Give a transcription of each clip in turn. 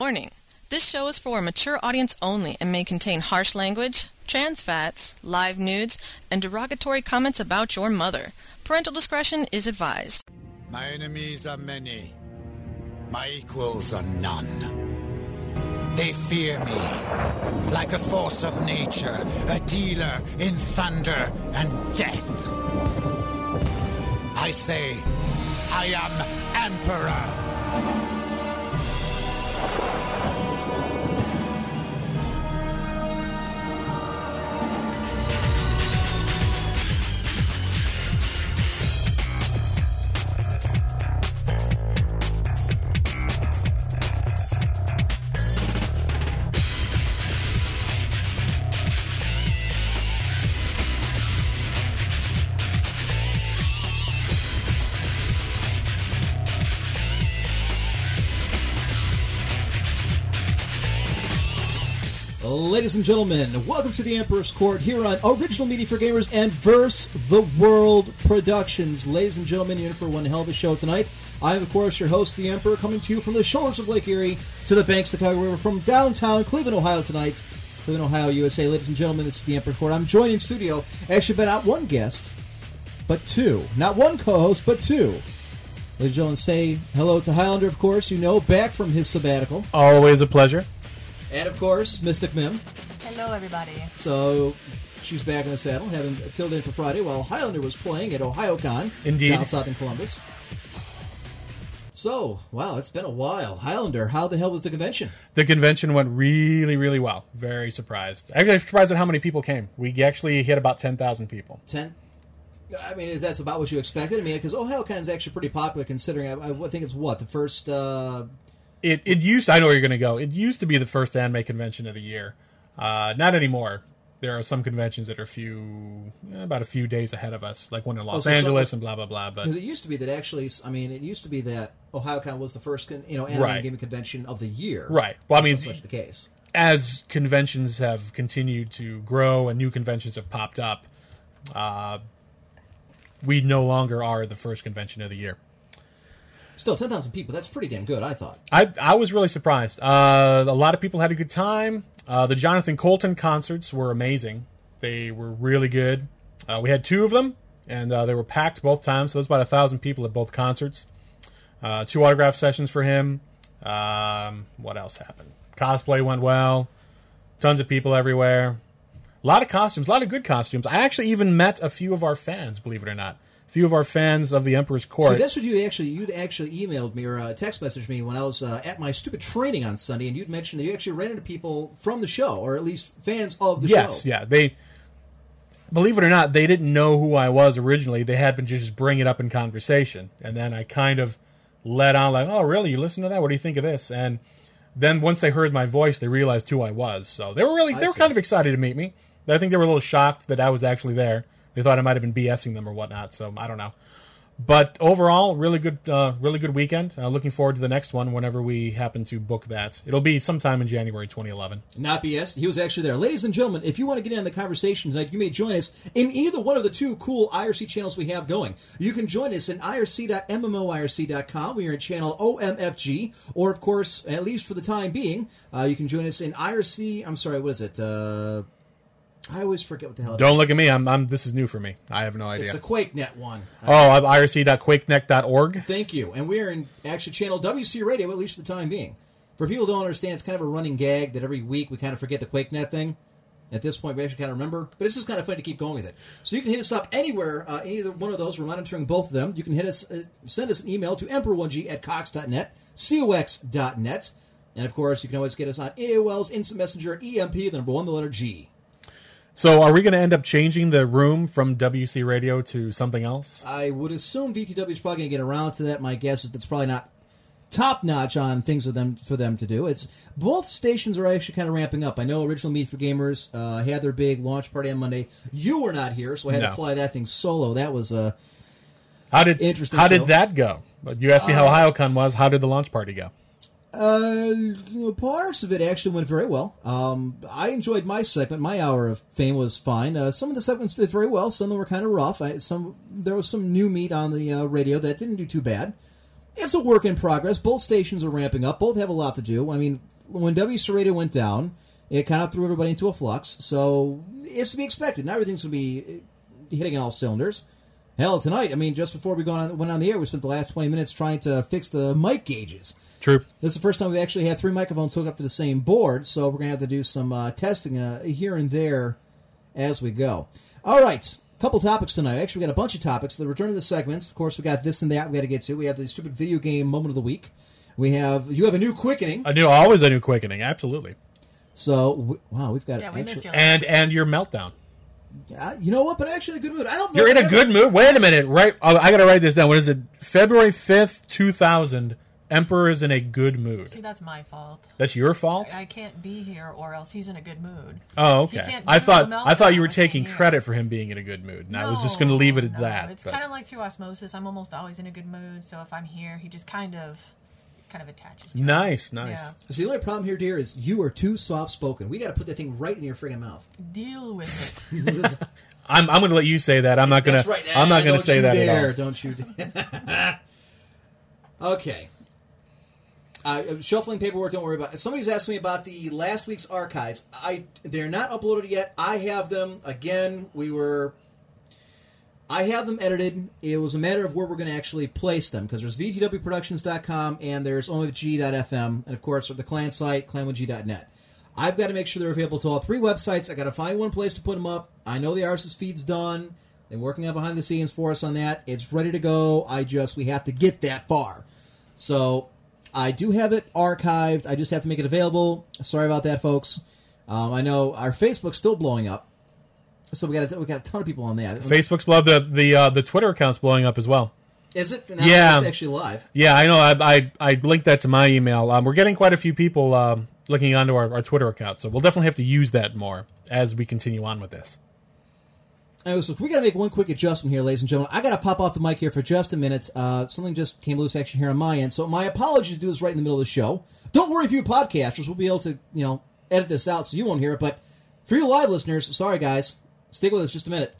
Warning This show is for a mature audience only and may contain harsh language, trans fats, live nudes, and derogatory comments about your mother. Parental discretion is advised. My enemies are many. My equals are none. They fear me, like a force of nature, a dealer in thunder and death. I say, I am Emperor. Ladies and gentlemen, welcome to the Emperor's Court here on Original Media for Gamers and Verse the World Productions. Ladies and gentlemen, you're in for one hell of a show tonight. I am, of course, your host, the Emperor, coming to you from the shores of Lake Erie to the banks of the Chicago River from downtown Cleveland, Ohio tonight. Cleveland, Ohio, USA. Ladies and gentlemen, this is the Emperor's Court. I'm joined in studio, actually, by not one guest, but two. Not one co host, but two. Ladies and gentlemen, say hello to Highlander, of course, you know, back from his sabbatical. Always a pleasure. And, of course, Mystic Mim. Hello, everybody. So she's back in the saddle, having filled in for Friday while Highlander was playing at OhioCon. Indeed. Down south in Columbus. So, wow, it's been a while. Highlander, how the hell was the convention? The convention went really, really well. Very surprised. Actually, I'm surprised at how many people came. We actually hit about 10,000 people. 10? I mean, if that's about what you expected. I mean, because OhioCon's actually pretty popular considering, I, I think it's what, the first. Uh, It, it used, I know where you're going to go. It used to be the first anime convention of the year. Uh, not anymore. There are some conventions that are a few, eh, about a few days ahead of us, like one in Los Oh, so- so- Angeles and blah, blah, blah. But Because it used to be that actually, I mean, it used to be that OhioCon was the first, con- you know, anime Right. and gaming convention of the year. Right. Well, I mean, that's much the case. as conventions have continued to grow and new conventions have popped up, uh, we no longer are the first convention of the year. Still, ten thousand people—that's pretty damn good, I thought. I, I was really surprised. Uh, a lot of people had a good time. Uh, the Jonathan Colton concerts were amazing. They were really good. Uh, we had two of them, and uh, they were packed both times. So there's about a thousand people at both concerts. Uh, two autograph sessions for him. Um, what else happened? Cosplay went well. Tons of people everywhere. A lot of costumes. A lot of good costumes. I actually even met a few of our fans. Believe it or not, a few of our fans of the Emperor's Court. See, that's what you actually you'd actually emailed me or uh, text messaged me when I was uh, at my stupid training on Sunday, and you'd mentioned that you actually ran into people from the show, or at least fans of the Yes, show. yeah. They believe it or not, they didn't know who I was originally. They happened to just bring it up in conversation, and then I kind of let on like, "Oh, really? You listen to that? What do you think of this?" And then once they heard my voice, they realized who I was. So they were really they were see. kind of excited to meet me. I think they were a little shocked that I was actually there. They thought I might have been BSing them or whatnot. So I don't know. But overall, really good, uh, really good weekend. Uh, looking forward to the next one whenever we happen to book that. It'll be sometime in January 2011. Not BS. He was actually there. Ladies and gentlemen, if you want to get in on the conversation tonight, you may join us in either one of the two cool IRC channels we have going. You can join us in irc.mmoirc.com. We are in channel OMFG, or of course, at least for the time being, uh, you can join us in IRC. I'm sorry, what is it? Uh, I always forget what the hell. it is. Don't look at me. I'm, I'm. This is new for me. I have no It's idea. the QuakeNet one. oh, I'm irc.quakeneck.org. Thank you. And we're in actually channel WC Radio, at least for the time being. For people who don't understand, it's kind of a running gag that every week we kind of forget the QuakeNet thing. At this point, we actually kind of remember, but it's just kind of fun to keep going with it. So you can hit us up anywhere, uh, either one of those. We're monitoring both of them. You can hit us, uh, send us an email to emperor1g at cox.net, cox.net. And of course, you can always get us on AOL's Instant Messenger at EMP, the number one, the letter G. So, are we going to end up changing the room from WC Radio to something else? I would assume VTW is probably going to get around to that. My guess is that's probably not top notch on things for them for them to do. It's both stations are actually kind of ramping up. I know Original Meat for Gamers uh, had their big launch party on Monday. You were not here, so I had to No. fly that thing solo. That was uh, How did Interesting Uh, How show. did that go? But You asked me how HioCon was. How did the launch party go? uh, you know, parts of it actually went very well. Um, I enjoyed my segment. My hour of fame was fine. Uh, some of the segments did very well. Some of them were kind of rough. I, some there was some new meat on the uh, radio that didn't do too bad. It's a work in progress. Both stations are ramping up. Both have a lot to do. I mean, when W Serrato went down, it kind of threw everybody into a flux. So it's to be expected. Not everything's going to be eh, hitting on all cylinders. Hell, tonight, I mean, just before we gone on, went on the air, we spent the last 20 minutes trying to fix the mic gauges. True. This is the first time we've actually had three microphones hooked up to the same board, so we're going to have to do some uh, testing uh, here and there as we go. All right, couple topics tonight. Actually, we got a bunch of topics. The return of the segments. Of course, we got this and that we got to get to. We have the stupid video game moment of the week. We have you have a new quickening. I knew always a new quickening. Absolutely. So w wow, we've got Yeah, we actually- missed you. And and your meltdown. Uh, you know what? But actually, in a good mood. I don't. know You're in if a I've good mood. Wait a minute. Right. Oh, I gotta write this down. What is it? February fifth, two thousand. Emperor is in a good See, mood. that's my fault. That's your fault. I can't be here, or else he's in a good mood. Oh, He okay. can't I do thought the I thought meltdown you were if I taking am. credit for him being in a good mood, and I was just going to No, leave it at no. that. It's but- kind of like through osmosis. I'm almost always in a good mood, so if I'm here, he just kind of, kind of attaches. to it. nice, nice. Yeah. See, the only problem here, dear, is you are too soft spoken. We got to put that thing right in your friggin' mouth. Deal with it. I'm, I'm going to let you say that. I'm not going That's to. right. I'm Ah, not going don't to say you that dare, at all. Don't you dare. okay. Uh, shuffling paperwork. Don't worry about. it. Somebody was asking me about the last week's archives. I they're not uploaded yet. I have them. Again, we were. I have them edited. It was a matter of where we're going to actually place them because there's VTWProductions.com and there's OMFG.FM and of course the clan site clanwg.net. I've got to make sure they're available to all three websites. I got to find one place to put them up. I know the RSS feed's done. They're working out behind the scenes for us on that. It's ready to go. I just we have to get that far. So I do have it archived. I just have to make it available. Sorry about that, folks. Um, I know our Facebook's still blowing up, so we got a, we got a ton of people on that. Facebook's blow the the uh, the Twitter account's blowing up as well. Is it? No, Yeah. it's actually live. Yeah, I know. I I, I linked that to my email. Um, we're getting quite a few people um, looking onto our, our Twitter account, so we'll definitely have to use that more as we continue on with this. Anyway, so we got to make one quick adjustment here, ladies and gentlemen. I got to pop off the mic here for just a minute. Uh, something just came loose action here on my end, so my apologies to do this right in the middle of the show. Don't worry, if you podcasters, we'll be able to you know edit this out so you won't hear it. But for you live listeners, sorry guys, stick with us just a minute.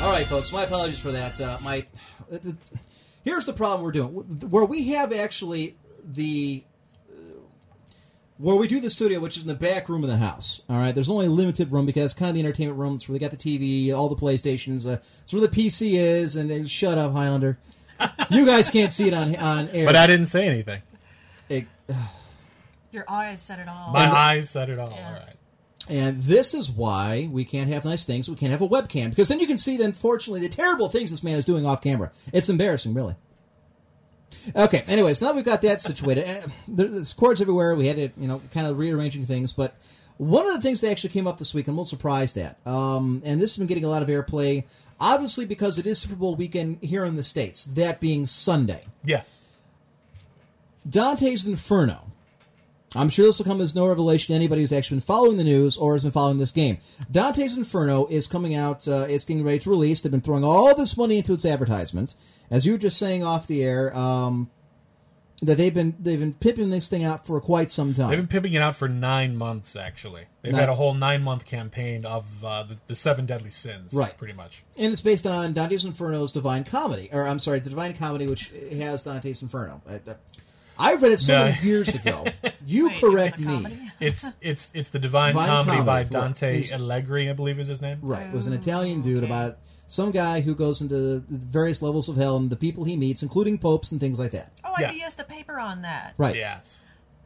All right, folks, my apologies for that. Uh, my here's the problem we're doing where we have actually the uh, where we do the studio, which is in the back room of the house. All right, there's only a limited room because kind of the entertainment room. It's where they got the TV, all the PlayStations. Uh, it's where the PC is. And then shut up, Highlander. you guys can't see it on on air. But I didn't say anything. It- Your eyes said it all. My eyes said it all. Yeah. All right. And this is why we can't have nice things. We can't have a webcam because then you can see, unfortunately, the terrible things this man is doing off camera. It's embarrassing, really. Okay. Anyways, now that we've got that situated. eh, there- There's cords everywhere. We had to, you know, kind of rearranging things. But one of the things that actually came up this week, I'm a little surprised at, um, and this has been getting a lot of airplay, obviously because it is Super Bowl weekend here in the states. That being Sunday. Yes. Dante's Inferno. I'm sure this will come as no revelation to anybody who's actually been following the news or has been following this game. Dante's Inferno is coming out. Uh, it's getting ready to release. They've been throwing all this money into its advertisement. As you were just saying off the air, um, that they've been they've been pimping this thing out for quite some They've time. been pimping it out for nine months, actually. They've Nine- had a whole nine month campaign of uh, the, the seven deadly sins, Right. pretty much. and it's based on Dante's Inferno's Divine Comedy, or I'm sorry, the Divine Comedy, which has Dante's Inferno. I, I read it so No. many years ago. You Wait, correct it's a me. comedy? It's it's it's the Divine, Divine Comedy, Comedy, by right. Dante He's- Allegri, I believe is his name. Right. It was an Oh, Italian dude okay. about some guy who goes into the various levels of hell and the people he meets, including popes and things like that. Oh, I Yeah. BS the paper on that. Right. Yes.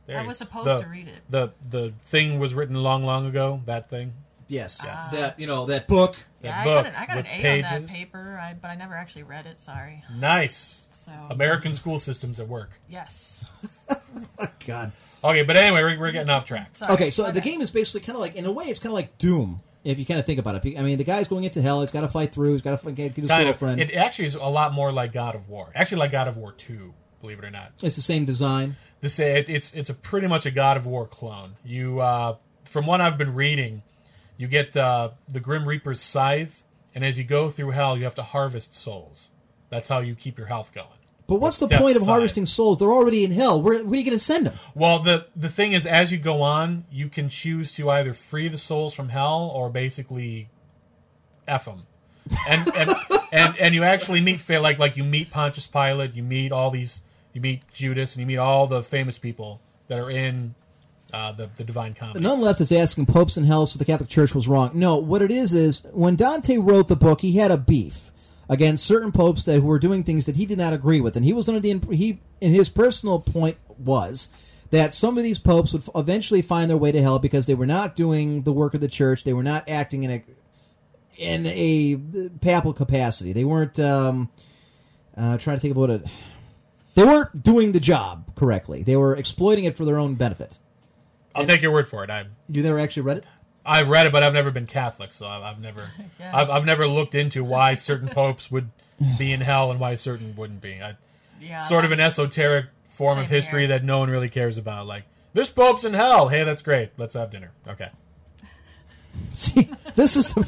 There I you- was supposed the- to read it. The the thing was written long, long ago. That thing. Yes, that you know that book. Yeah, that I got book an, I got with an A on that pages. paper, I, but I never actually read it. Sorry. Nice. So American school systems at work. yes, Oh, God. Okay, but anyway, we're, we're getting off track. Sorry. Okay, so My the bad. game is basically kind of like, in a way, it's kind of like Doom. If you kind of think about it, Be- I mean, the guy's going into hell. He's got to fight through. He's got to get his Kind of. girlfriend. It actually is a lot more like God of War. Actually, like God of War Two. Believe it or not. it's the same design. This it, it's it's a pretty much a God of War clone. You uh, from what I've been reading, you get uh, the Grim Reaper's scythe, and as you go through hell, you have to harvest souls. That's how you keep your health going. But what's the Death point of side. harvesting souls? They're already in hell. Where, where are you going to send them? Well, the the thing is, as you go on, you can choose to either free the souls from hell or basically f them. And and, and and you actually meet fa- like like you meet Pontius Pilate, you meet all these, you meet Judas, and you meet all the famous people that are in uh, the the Divine Comedy. None left is asking popes in hell, so the Catholic Church was wrong. No, what it is is when Dante wrote the book, he had a beef against certain popes that were doing things that he did not agree with, and he was under the imp- he in his personal point was that some of these popes would f- eventually find their way to hell because they were not doing the work of the church, they were not acting in a in a papal capacity, they weren't um, uh, trying to think about it. They weren't doing the job correctly. They were exploiting it for their own benefit. I'll take your word for it. I You never actually read it? I've read it, but I've never been Catholic, so I've, I've never Yeah. I've, I've never looked into why certain popes would be in hell and why certain wouldn't be. I, yeah, sort of an esoteric form of Same history here. that no one really cares about. Like this pope's in hell. Hey, that's great. Let's have dinner. Okay. See, this is the.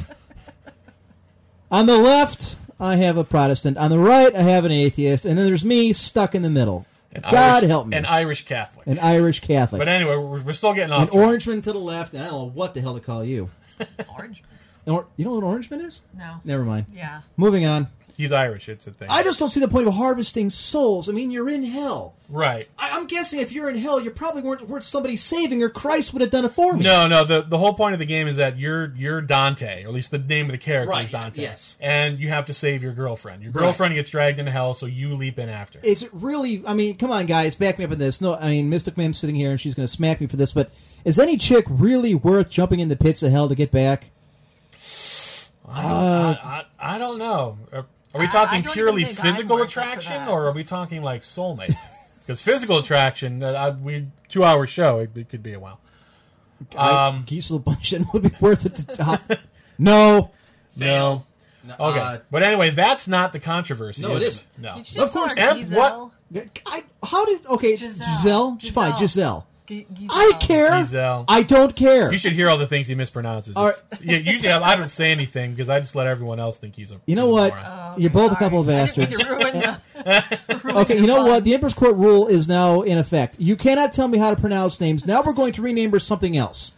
On the left, I have a Protestant. On the right, I have an atheist, and then there's me stuck in the middle. God Irish- help me, An Irish Catholic. an Irish Catholic, but anyway, we're, we're still getting an off. track. Orangeman to the left, and I don't know what the hell to call you. orange. An or- you know what an Orangeman is? No. Never mind. Yeah. Moving on. He's Irish. It's a thing. I just don't see the point of harvesting souls. I mean, you're in hell. right. I- I'm guessing if you're in hell, you probably weren't worth somebody saving, or Christ would have done it for me. No, no. The the whole point of the game is that you're you're Dante, or at least the name of the character Right, is Dante. yes. And you have to save your girlfriend. Your girlfriend gets dragged into hell, so you leap in after. is it really? I mean, come on, guys, back me up on this. No, I mean, Mystic Mam's sitting here and she's going to smack me for this, but is any chick really worth jumping in the pits of hell to get back? I, I, I don't know. Are, are we talking I don't purely even think I'm physical worth it for attraction, that. or are we talking like soulmate? Because physical attraction, uh, I, we two hour show, it, it could be a while. Um, Giesel Bunchen would be worth it. To, uh, no, No. Okay, uh, but anyway, that's not the controversy. No, it is isn't. No, Did you just Of course, call her and what- I, how did? Okay, Giselle, Giselle. fine, Giselle. Giselle. G- Giselle? I care. Giselle. I don't care. you should hear all the things he mispronounces. All It's- yeah, usually I, I don't say anything because I just let everyone else think he's a. You know he's a what? moron. okay, You're both a sorry. couple of I didn't mean to bastards. ruin the- Okay, you know what? The Emperor's Court rule is now in effect. You cannot tell me how to pronounce names. Now we're going to rename her something else.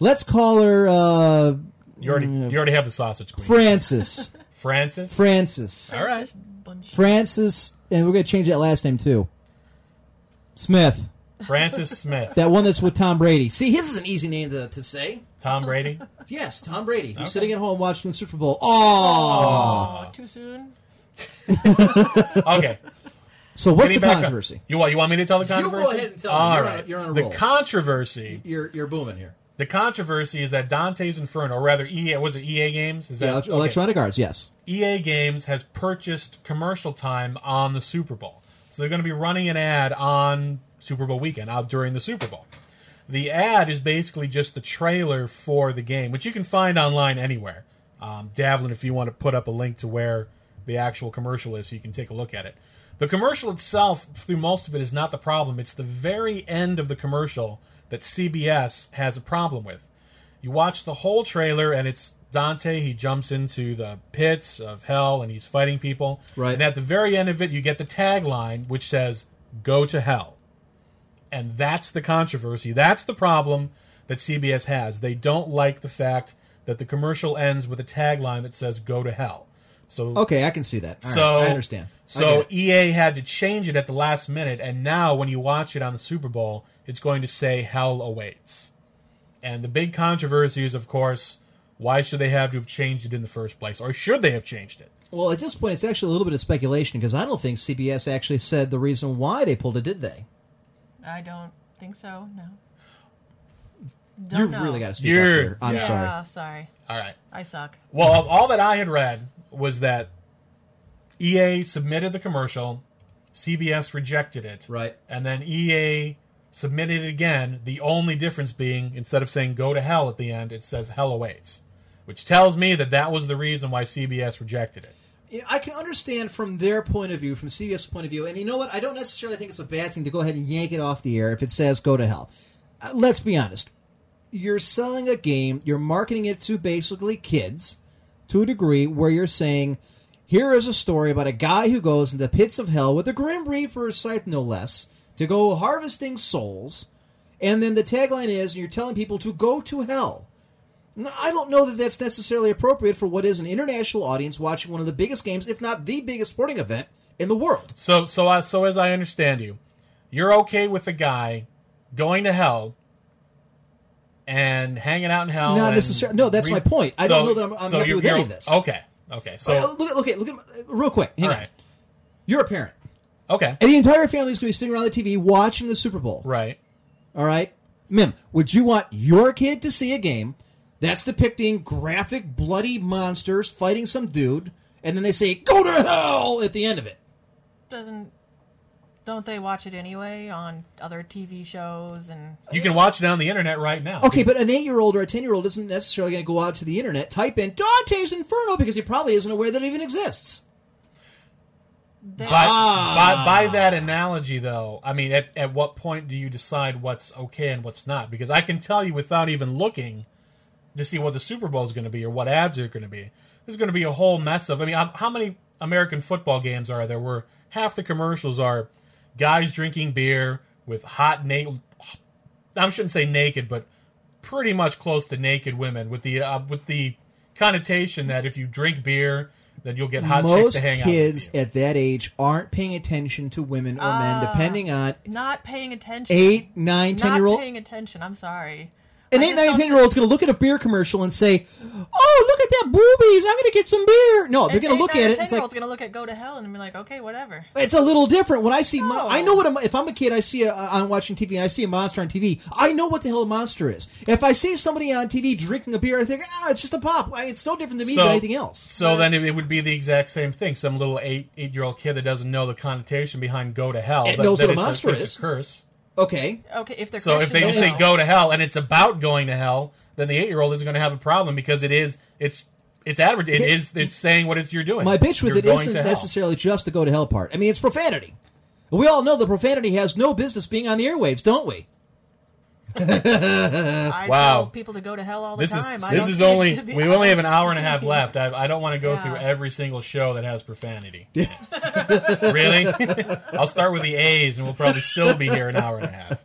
Let's call her uh, you already you already have the sausage queen, Francis. Francis. Francis. all right, Bunch- Francis, and we're going to change that last name too. Smith. Francis Smith, That one that's with Tom Brady. See, his is an easy name to, to say. Tom Brady. Yes, Tom Brady. Who's sitting at home watching the Super Bowl. Oh! Oh, too soon. Okay, So what's the Getting back up- controversy? You want you want me to tell the controversy? ahead and tell me. All You're on a- right. you're on a the roll. controversy. You're, you're booming here. The controversy is that Dante's Inferno, or rather, EA was it EA Games? Is that Yeah, elect- okay. Electronic Arts, yes. EA Games has purchased commercial time on the Super Bowl, so they're going to be running an ad on Super Bowl weekend out during the Super Bowl. The ad is basically just the trailer for the game, which you can find online anywhere. Um, Davlin, if you want to put up a link to where the actual commercial is, so you can take a look at it. The commercial itself, through most of it, is not the problem. It's the very end of the commercial that CBS has a problem with. You watch the whole trailer, and it's Dante. He jumps into the pits of hell, and he's fighting people. Right. And at the very end of it, you get the tagline, which says, "Go to hell." And that's the controversy. That's the problem that CBS has. They don't like the fact that the commercial ends with a tagline that says "Go to hell." So Okay, I can see that. All right, so I understand. I So get it. EA had to change it at the last minute, and now when you watch it on the Super Bowl, it's going to say "Hell awaits." And the big controversy is, of course, why should they have to have changed it in the first place, or should they have changed it? Well, at this point, it's actually a little bit of speculation because I don't think CBS actually said the reason why they pulled it, did they? I don't. think so. No. You Don't know. really got to speak You're- up here. I'm yeah. sorry. Yeah, sorry. All right. I suck. Well, of all that I had read was that EA submitted the commercial, CBS rejected it, Right. and then EA submitted it again. The only difference being instead of saying "Go to hell" at the end, it says "Hell awaits," which tells me that that was the reason why CBS rejected it. Yeah, I can understand from their point of view, from CBS point of view, and you know what? I don't necessarily think it's a bad thing to go ahead and yank it off the air if it says "Go to hell." Uh, let's be honest. You're selling a game. You're marketing it to basically kids, to a degree where you're saying, "Here is a story about a guy who goes into the pits of hell with a grim reaper scythe, no less, to go harvesting souls." And then the tagline is, "You're telling people to go to hell." No, I don't know that that's necessarily appropriate for what is an international audience watching one of the biggest games, if not the biggest sporting event in the world. So, so, I, so as I understand you, you're okay with the guy going to hell and hanging out in hell. Not and necessar- no, that's my point. I don't know that I'm- I'm happy you're- with any of you're- this. Okay, okay. So, Uh, look at look at look at real quick. Hang all on. right, You're a parent, okay, and the entire family is going to be sitting around the TV watching the Super Bowl. right. All right, Mim, would you want your kid to see a game that's depicting graphic, bloody monsters fighting some dude, and then they say "Go to hell" at the end of it? Doesn't. Don't they watch it anyway on other TV shows and You can watch it on the internet right now. Okay, but an eight-year-old or a ten-year-old isn't necessarily going to go out to the internet, type in Dante's Inferno because he probably isn't aware that it even exists. they, By, Ah. by, by that analogy, though, I mean, at, at what point do you decide what's okay and what's not? Because I can tell you without even looking to see what the Super Bowl is going to be or what ads are going to be. There's going to be a whole mess of. I mean, um, how many American football games are there where half the commercials are guys drinking beer with hot naked? I shouldn't say naked, but pretty much close to naked women with the uh, with the connotation that if you drink beer, then you'll get hot chicks Most to hang out. with kids you. at that age aren't paying attention to women or men, depending on not paying attention. eight, nine, Ah. not ten year old. paying attention. I'm sorry. An I eight, just nine, don't ten year old's going to look at a beer commercial and say, "Oh, look at that boobies! I'm going to get some beer." No, they're An going to eight, look nine, or at it. And it's like 10-year-old's gonna look at go to hell and be like, okay, whatever. it's a little different. When I see, mon- No. I know what I'm, if I'm a kid, I see a, on watching TV and I see a monster on TV. I know what the hell a monster is. If I see somebody on TV drinking a beer, I think, ah, it's just a pop. I- It's no different to me than anything else. So then it, it would be the exact same thing. Some little eight eight year old kid that doesn't know the connotation behind go to hell. It that- knows that what a it's monster it's is. a curse. Okay, Okay, if they're So if they Christian, just they'll say know. go to hell and it's about going to hell, then the eight year old is going to have a problem because it is it's it's adver- it is it's saying what it's you're doing. My bitch with You're it going isn't to hell. necessarily just the go to hell part. I mean, it's profanity. We all know that profanity has no business being on the airwaves, don't we? I Wow. tell people to go to hell all the This time. is I this don't is see it, only to be we only have an honest. hour and a half left. I, I don't want to go Yeah. through every single show that has profanity. really? I'll start with the A's and we'll probably still be here an hour and a half.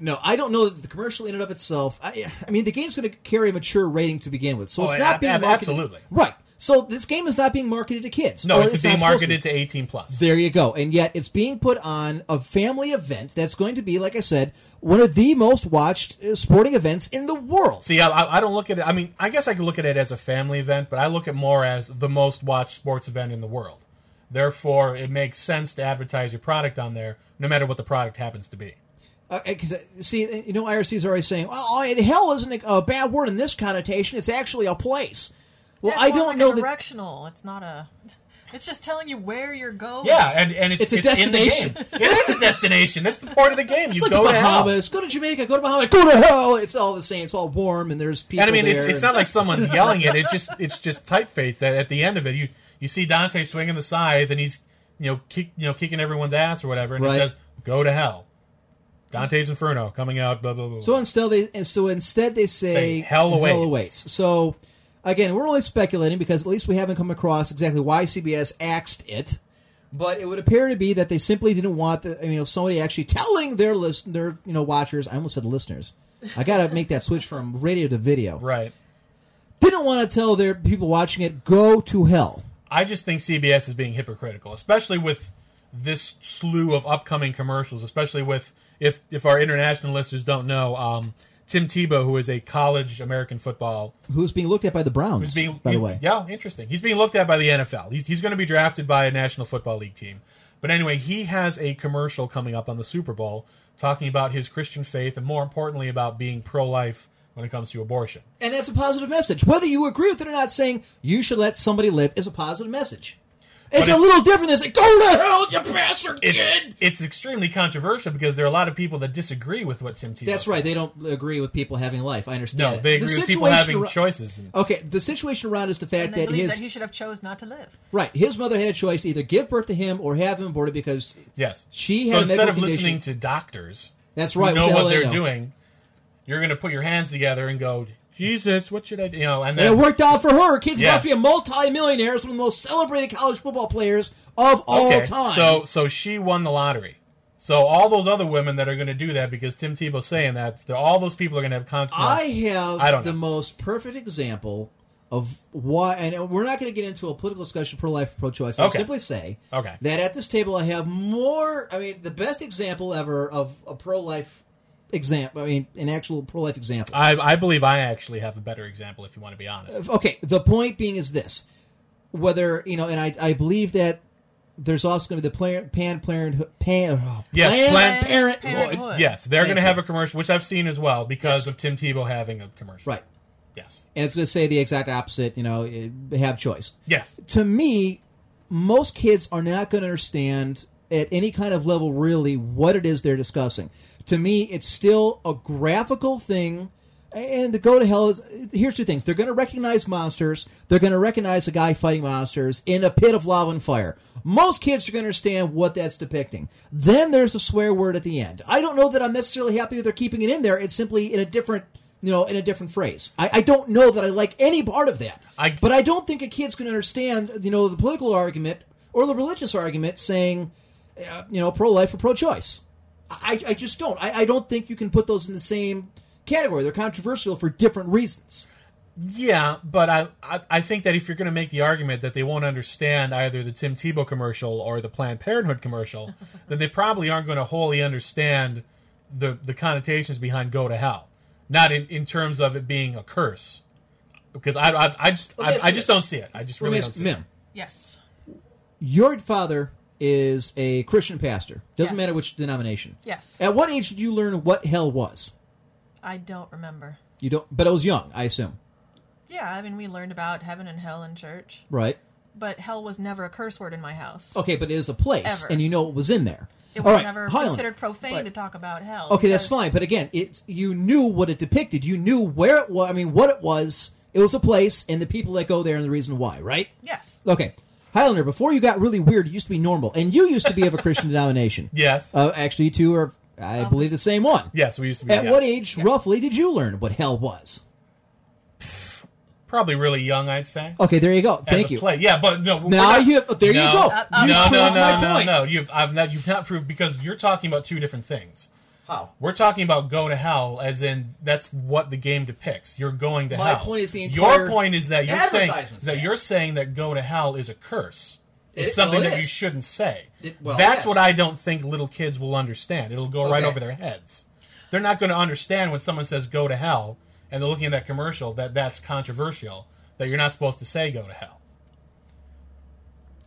No, I don't know that the commercial in and of itself. I, I mean, the game's going to carry a mature rating to begin with, so Oh, it's ab- not being ab- marketed. absolutely. right. So this game is not being marketed to kids. No, or it's, being not supposed marketed to be. 18 plus. There you go, and yet it's being put on a family event that's going to be, like I said, one of the most watched uh, sporting events in the world. See, I- I, I don't look at it. I mean, I guess I could look at it as a family event, but I look at more as the most watched sports event in the world. Therefore, it makes sense to advertise your product on there, no matter what the product happens to be. because Uh, see, uh, you know, IRC is already saying, "Well, oh, and hell isn't a, a bad word in this connotation. It's actually a place." Well, It's I more don't like a know that. directional. It's not a. It's just telling you where you're going. Yeah, and, and It's it's, a in the destination. game. it is a destination. That's the point of the game. You It's like go the to hell. Bahamas. Go to Jamaica. Go to Bahamas. Go to hell. It's all the same. It's all warm, and there's people And I mean, there. it's, it's and- not like someone's yelling it. It just it's just typeface. That at the end of it, you you see Dante swinging the scythe, and he's you know kick, you know kicking everyone's ass or whatever, and Right. it says "Go to hell." Dante's Inferno coming out. Blah blah blah. blah. so instead they and so instead they say, Say, "Hell awaits." So again, we're only speculating because at least we haven't come across exactly why CBS axed it. But it would appear to be that they simply didn't want the, you know somebody actually telling their list their you know watchers. I almost said listeners. I gotta make that switch from radio to video. right. Didn't want to tell their people watching it go to hell. I just think CBS is being hypocritical, especially with this slew of upcoming commercials. Especially with if if our international listeners don't know, um, Tim Tebow, who is a college American football, Who's being looked at by the Browns? is being by the he- way, yeah, interesting. He's being looked at by the NFL. He's he's going to be drafted by a National Football League team. But anyway, he has a commercial coming up on the Super Bowl talking about his Christian faith and more importantly about being pro life when it comes to abortion. And that's a positive message. Whether you agree with it or not, saying you should let somebody live is a positive message. It's, a it's- little different than saying, go to hell, you bastard It's, kid! it's extremely controversial because there are a lot of people that disagree with what Tim Tebow That's right. says. They don't agree with people having life. I understand. No, that. they The agree with people situation Oh, having ar- choices. And, Okay, the situation around is the And fact they that believe his that he should have chose not to live. right, his mother had a choice to either give birth to him or have him aborted because yes. She so had a instead medical of listening to doctors that's who right. know the hell what they they're know. doing, you're going to put your hands together and go, Jesus, what should I do? You know, and And then it worked out for her. Kid's Yeah. about to be a multi-millionaire. It's one of the most celebrated college football players of all Okay, time. So so she won the lottery. So all those other women that are going to do that because Tim Tebow's saying that they're- all those people are going to have conflict. I have I don't the know. most perfect example of why, and we're not going to get into a political discussion pro life, pro choice. I'll Okay. simply say Okay. that at this table, I have more. I mean, the best example ever of a pro life example. I mean, an actual pro life example. I I believe I actually have a better example if you want to be honest. okay, the point being is this: whether you know, and I, I believe that there's also going to be the plan, pan, plan, pan, oh, Yes, Planned Planned Parenthood. Parenthood. Yes, they're Thank going to you. have a commercial, which I've seen as well because of Tim Tebow having a commercial. right, Yes. and it's going to say the exact opposite. You know, eh, have choice. Yes. to me, most kids are not going to understand at any kind of level really what it is they're discussing. To me, it's still a graphical thing. And to go to hell is here's two things. They're going to recognize monsters. They're going to recognize a guy fighting monsters in a pit of lava and fire. Most kids are going to understand what that's depicting. Then there's a swear word at the end. I don't know that I'm necessarily happy that they're keeping it in there. It's simply in a different, you know, in a different phrase. I, I don't know that I like any part of that. I- but I don't think a kid's going to understand, you know, the political argument or the religious argument saying, uh, you know, pro life or pro choice. I, I just don't. I, I don't think you can put those in the same category. They're controversial for different reasons. Yeah, but I, I I think that if you're going to make the argument that they won't understand either the Tim Tebow commercial or the Planned Parenthood commercial, then they probably aren't going to wholly understand the the connotations behind "go to hell." Not in, in terms of it being a curse, because I I, I just Let me I, ask I you just this. don't see it. I just Let really me don't ask see it. Mim. Yes. Your father is a Christian pastor. Doesn't Yes. matter which denomination. Yes. At what age did you learn what hell was? I don't remember. You don't, but I was young, I assume, Yeah, I mean, we learned about heaven and hell in church, right? but hell was never a curse word in my house. Okay, but it is a place, Ever. and you know what was in there. It All was right, never Highland. considered profane Right. to talk about hell. Okay, that's because- fine. But again, it's you knew what it depicted. You knew where it was. I mean, what it was. It was a place, and the people that go there, and the reason why, right? Yes. Okay, Highlander. Before you got really weird, you used to be normal, and you used to be of a Christian denomination. Yes, Uh, actually, you two are, I believe, the same one. yes, we used to be At yeah. what age, roughly, did you learn what hell was? Probably really young, I'd say. Okay, there you go. as Oh, Thank a you. Play. Yeah, but no. we're Now not- you- there you no, go. Uh, no, you no, proved no, my no, point. no. You've I've not you've not proved because you're talking about two different things. How? We're talking about go to hell, as in that's what the game depicts. You're going to My hell. point is the your entire point is that you're saying advertisements, that man. you're saying that go to hell is a curse. It- It's something well, it that you is. shouldn't say. It- well, That's yes. what I don't think little kids will understand. It'll go right Okay. over their heads. They're not going to understand when someone says go to hell and they're looking at that commercial that that's controversial that you're not supposed to say go to hell.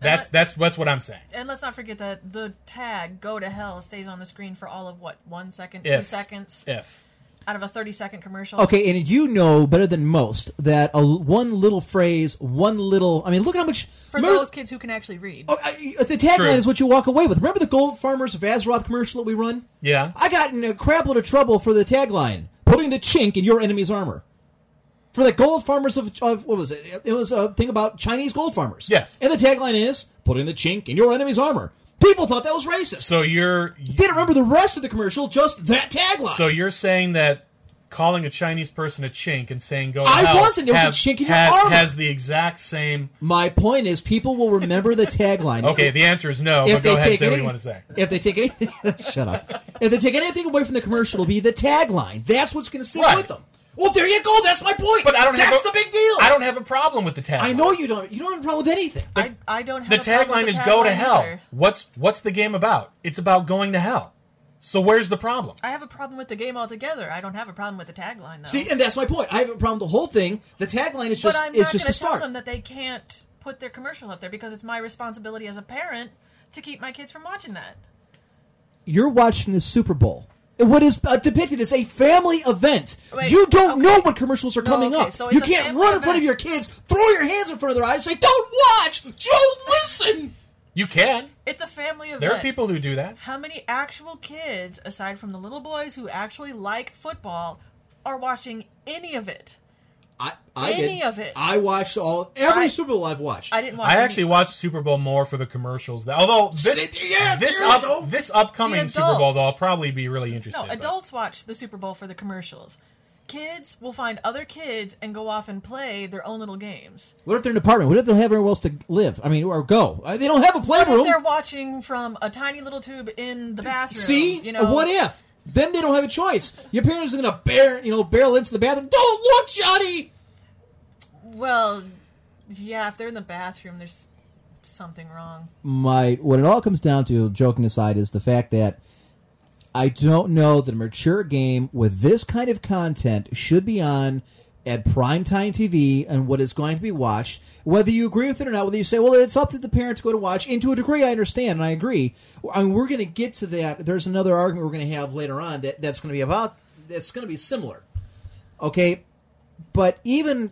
That's I- that's that's what I'm saying. And let's not forget that the tag "Go to Hell" stays on the screen for all of what one second, two If. seconds If out of a thirty-second commercial. Okay, and you know better than most that a one little phrase, one little. I mean, look at how much. For remember- those kids who can actually read, Oh, I- the tagline True. is what you walk away with. Remember the Gold Farmers of Azeroth commercial that we run? yeah, I got in a crapload of trouble for the tagline, putting the chink in your enemy's armor. For the gold farmers of, of what was it? It was a thing about Chinese gold farmers. Yes. And the tagline is putting the chink in your enemy's armor. People thought that was racist. so you're Didn't remember the rest of the commercial, just that tagline. So you're saying that calling a Chinese person a chink and saying go to I hell wasn't. It was a have- chink in your has, armor. has the exact same. My point is, people will remember the tagline. Okay, the answer is no. If but go they ahead, take say what any- you want to say. If they take anything, shut up. If they take anything away from the commercial, it'll be the tagline. That's what's going to stick Right. with them. Well, there you go. That's my point. But I don't. That's have a, the big deal. I don't have a problem with the tagline. I know you don't. You don't have a problem with anything. I, I don't have The a problem tagline with is the "Go to tagline hell." either. What's what's the game about? It's about going to hell. So where's the problem? I have a problem with the game altogether. I don't have a problem with the tagline though. See, and that's my point. I have a problem with the whole thing. The tagline is but just I'm is not just going the to tell start. them that they can't put their commercial up there because it's my responsibility as a parent to keep my kids from watching that. You're watching the Super Bowl. What is uh, depicted as a family event. Wait, you don't okay. know what commercials are No, coming okay, up. so it's you a can't family run in front of event. your kids, throw your hands in front of their eyes, say, "Don't watch, don't listen." You can. It's a family event. There are people who do that. How many actual kids, aside from the little boys who actually like football, are watching any of it? I, I Any did. of it. I watched all every I- Super Bowl I've watched. I didn't watch. I any- actually watched Super Bowl more for the commercials. That, although this, Sit- yeah, this, there you up- go. this upcoming The Super Bowl, adults. though, I'll probably be really interested. No, but- adults watch the Super Bowl for the commercials. Kids will find other kids and go off and play their own little games. What if they're in an apartment? What if they don't have anywhere else to live? I mean, or go? Uh, They don't have a What if playroom. they're watching from a tiny little tube in the bathroom? See, Uh, you know what if? Then they don't have a choice. Your parents are going to bear, you know, barrel into the bathroom. Don't look, Johnny. Well, yeah, if they're in the bathroom, there's something wrong. My what it all comes down to, joking aside, is the fact that I don't know that a mature game with this kind of content should be on at primetime TV and what is going to be watched. Whether you agree with it or not, whether you say, well, it's up to the parent to go to watch, and to a degree I understand and I agree. I mean, we're going to get to that. There's another argument we're going to have later on that, that's going to be about, that's going to be similar. Okay? But even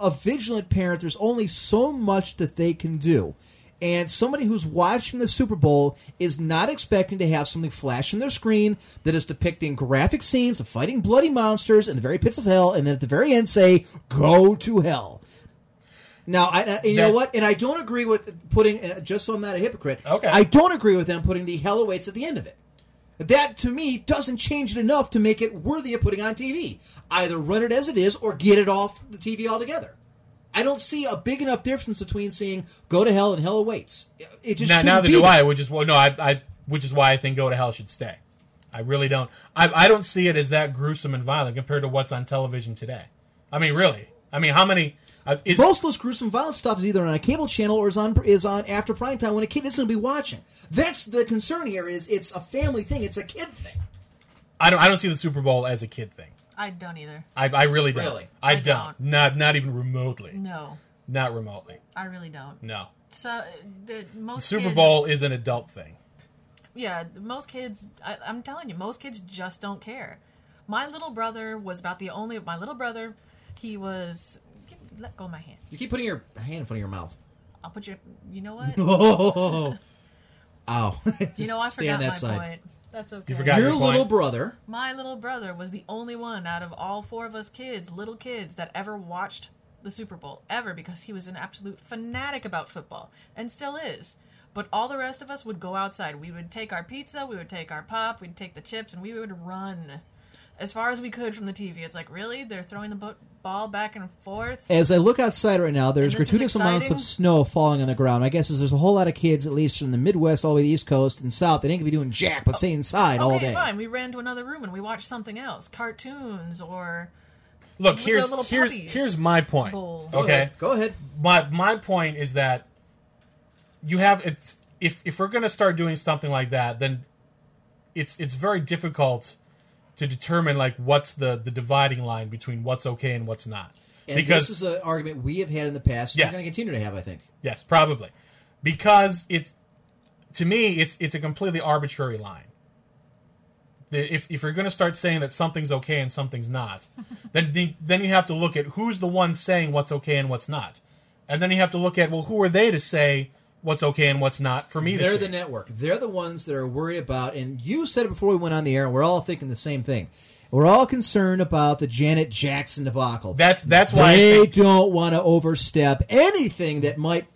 a vigilant parent, there's only so much that they can do. And somebody who's watching the Super Bowl is not expecting to have something flash on their screen that is depicting graphic scenes of fighting bloody monsters in the very pits of hell, and then at the very end say, "Go to hell." Now, I, I- you know That- what? And I don't agree with putting. uh, Just so I'm not a hypocrite, Okay. I don't agree with them putting the hell awaits at the end of it. That to me doesn't change it enough to make it worthy of putting on TV. Either run it as it is or get it off the TV altogether. I don't see a big enough difference between seeing "Go to Hell" and "Hell Awaits." It just now, shouldn't neither be do there. I, which is well, no, I, I, which is why I think Go to Hell should stay. I really don't. I, I don't see it as that gruesome and violent compared to what's on television today. I mean, really. I mean, how many? Uh, is, Most of those gruesome violence stuff is either on a cable channel or is on is on after prime time when a kid isn't going to be watching. That's the concern here. Is it's a family thing? It's a kid thing. I don't. I don't see the Super Bowl as a kid thing. I don't either. I, I really don't. Really? I, I don't. don't. Not not even remotely. No, Not remotely. I really don't. No. So the most Super kids- Bowl is an adult thing. Yeah, most kids. I, I'm telling you, most kids just don't care. My little brother was about the only. My little brother, he was. give- Let go of my hand. You keep putting your hand in front of your mouth. I'll put your. You know what? Oh, ow! You know I Stay on forgot that my side. point. That's okay. forgot- Your Your little point. brother. My little brother was the only one out of all four of us kids, little kids, that ever watched the Super Bowl ever because he was an absolute fanatic about football and still is. But all the rest of us would go outside. We would take our pizza, we would take our pop, we'd take the chips, and we would run as far as we could from the TV. It's like, really? They're throwing the bo- ball back and forth? As I look outside right now, there's And this is gratuitous amounts of exciting? snow falling on the ground. My guess is there's a whole lot of kids, at least from the Midwest all the way to the East Coast and South, that ain't gonna be doing jack but stay inside all okay, day. fine. We ran to another room and we watched something else cartoons or. Look, With here's their little here's puppies. here's my point. Bowl. Go Okay. ahead. Go ahead. my my point is that you have it's if if we're going to start doing something like that then it's it's very difficult to determine like what's the the dividing line between what's okay and what's not And because this is an argument we have had in the past. and Yes. We're going to continue to have, I think. yes probably because it's to me it's it's a completely arbitrary line The- if, if you're going to start saying that something's okay and something's not, then the, then you have to look at who's the one saying what's okay and what's not, and then you have to look at well who are they to say what's okay and what's not for me. to They're see. the network. They're the ones that are worried about. And you said it before we went on the air, and we're all thinking the same thing. We're all concerned about the Janet Jackson debacle. that's that's why I they think don't want to overstep anything that might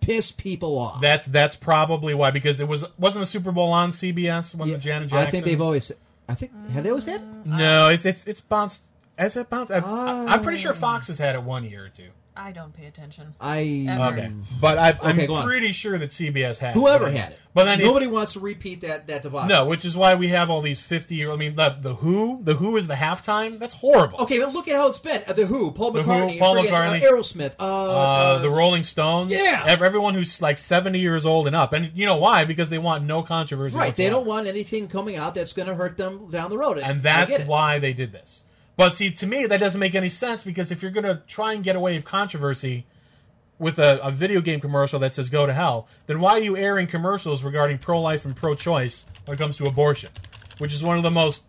piss people off. that's that's probably why because it was wasn't the Super Bowl on CBS when Yeah, the Janet Jackson. I think they've always. I think have they always had? it? no, it's it's it's bounced. Has it bounced? I, Ah. I, I'm pretty sure Fox has had it one year or two. I don't pay attention. I Ever. Okay, but I, Um, Okay, I'm go on. pretty sure that CBS had it. whoever But then- had it, But then it's- nobody wants to repeat that that debacle. No, which is why we have all these fifty year. I mean, the, the Who, the Who is the halftime. That's horrible. Okay, but look at how it's been. Uh, the Who, Paul The Who, McCartney, Paul forget, uh, McCartney. Aerosmith, uh, Uh, uh, the Rolling Stones. yeah. ev- everyone who's like seventy years old and up, and you know why? Because they want no controversy. right. They whatsoever. don't want anything coming out that's going to hurt them down the road, I and get that's it. why they did this. But see, to me, that doesn't make any sense because if you're going to try and get away with controversy, with a, a video game commercial that says "Go to hell," then why are you airing commercials regarding pro-life and pro-choice when it comes to abortion, which is one of the most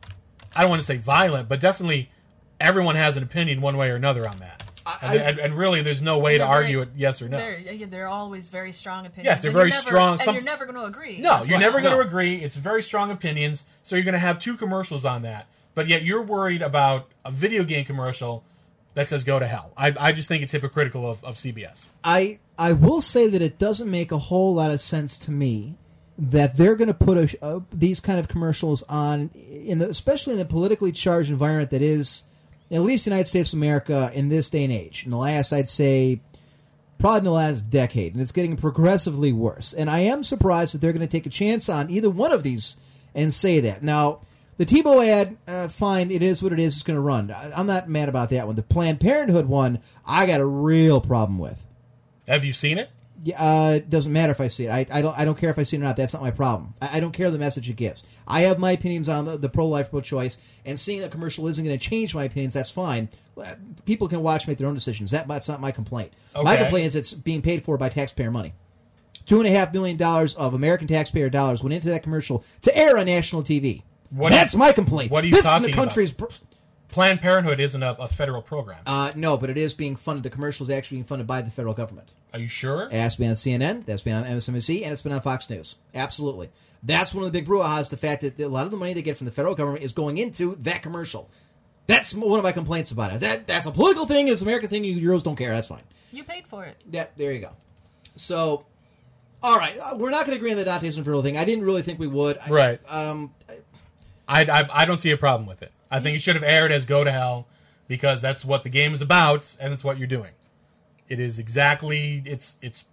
I don't want to say violent, but definitely everyone has an opinion one way or another on that. I- and, and, and really, there's no way to They're very- argue it yes or no. They're, yeah, they're always very strong opinions. Yes, they're and you're very never- strong. And Some- you're never going to agree. No, That's you're why. never going No. to agree. It's very strong opinions, so you're going to have two commercials on that. But yet you're worried about a video game commercial that says "Go to hell." I, I just think it's hypocritical of, of CBS. I I will say that it doesn't make a whole lot of sense to me that they're going to put a, sh- uh, these kind of commercials on in the especially in the politically charged environment that is at least in the United States of America in this day and age. In the last I'd say probably in the last decade and it's getting progressively worse. And I am surprised that they're going to take a chance on either one of these and say that. Now, the Tebow ad, uh, fine, it is what it is. It's going to run. I, I'm not mad about that one. The Planned Parenthood one, I got a real problem with. Have you seen it? Yeah, uh, it doesn't matter if I see it. I, I don't. I don't care if I see it or not. That's not my problem. I, I don't care the message it gives. I have my opinions on the, the pro-life, pro-choice, and seeing that commercial isn't going to change my opinions. That's fine. Uh, People can watch, make their own decisions. That that's not my complaint. My Okay. complaint is it's being paid for by taxpayer money. Two and a half million dollars of American taxpayer dollars went into that commercial to air on national TV. What- that's my complaint. what are you this talking in the about? country's. Br- Planned Parenthood isn't a, a federal program. uh, no, but it is being funded. The commercial is actually being funded by the federal government. Are you sure? That's been on CNN. That's been on MSNBC, and it's been on Fox News. Absolutely, that's one of the big brouhahas. The fact that a lot of the money they get from the federal government is going into that commercial. That's m- one of my complaints about it. That that's a political thing. It's an American thing. You Euros don't care. That's fine. You paid for it. That there you go. So, all right, uh, we're not going to agree on the Dante's Inferno thing. I didn't really think we would. I- Right. Um, I, I, I don't see a problem with it. I think it should have aired as "Go to Hell" because that's what the game is about, and it's what you're doing. It is exactly it's it's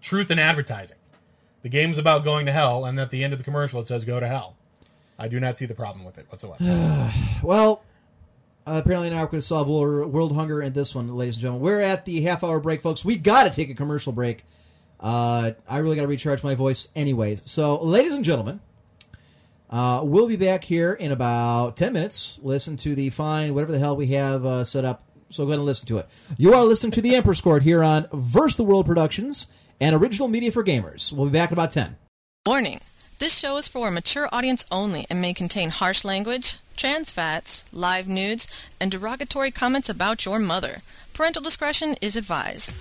truth in advertising. The game's about going to hell, and at the end of the commercial, it says "Go to hell." I do not see the problem with it whatsoever. Well, uh, apparently now we're going to solve wor- world hunger in this one, ladies and gentlemen. We're at the half hour break, folks. We got to take a commercial break. Uh, I really got to recharge my voice, anyways. So, ladies and gentlemen, uh, we'll be back here in about ten minutes. Listen to the fine whatever the hell we have uh, set up. So go ahead and listen to it. You are listening to the Emperor's Court here on Verse the World Productions and Original Media for Gamers. We'll be back in about ten. Warning This show is for a mature audience only and may contain harsh language, trans fats, live nudes, and derogatory comments about your mother. Parental discretion is advised.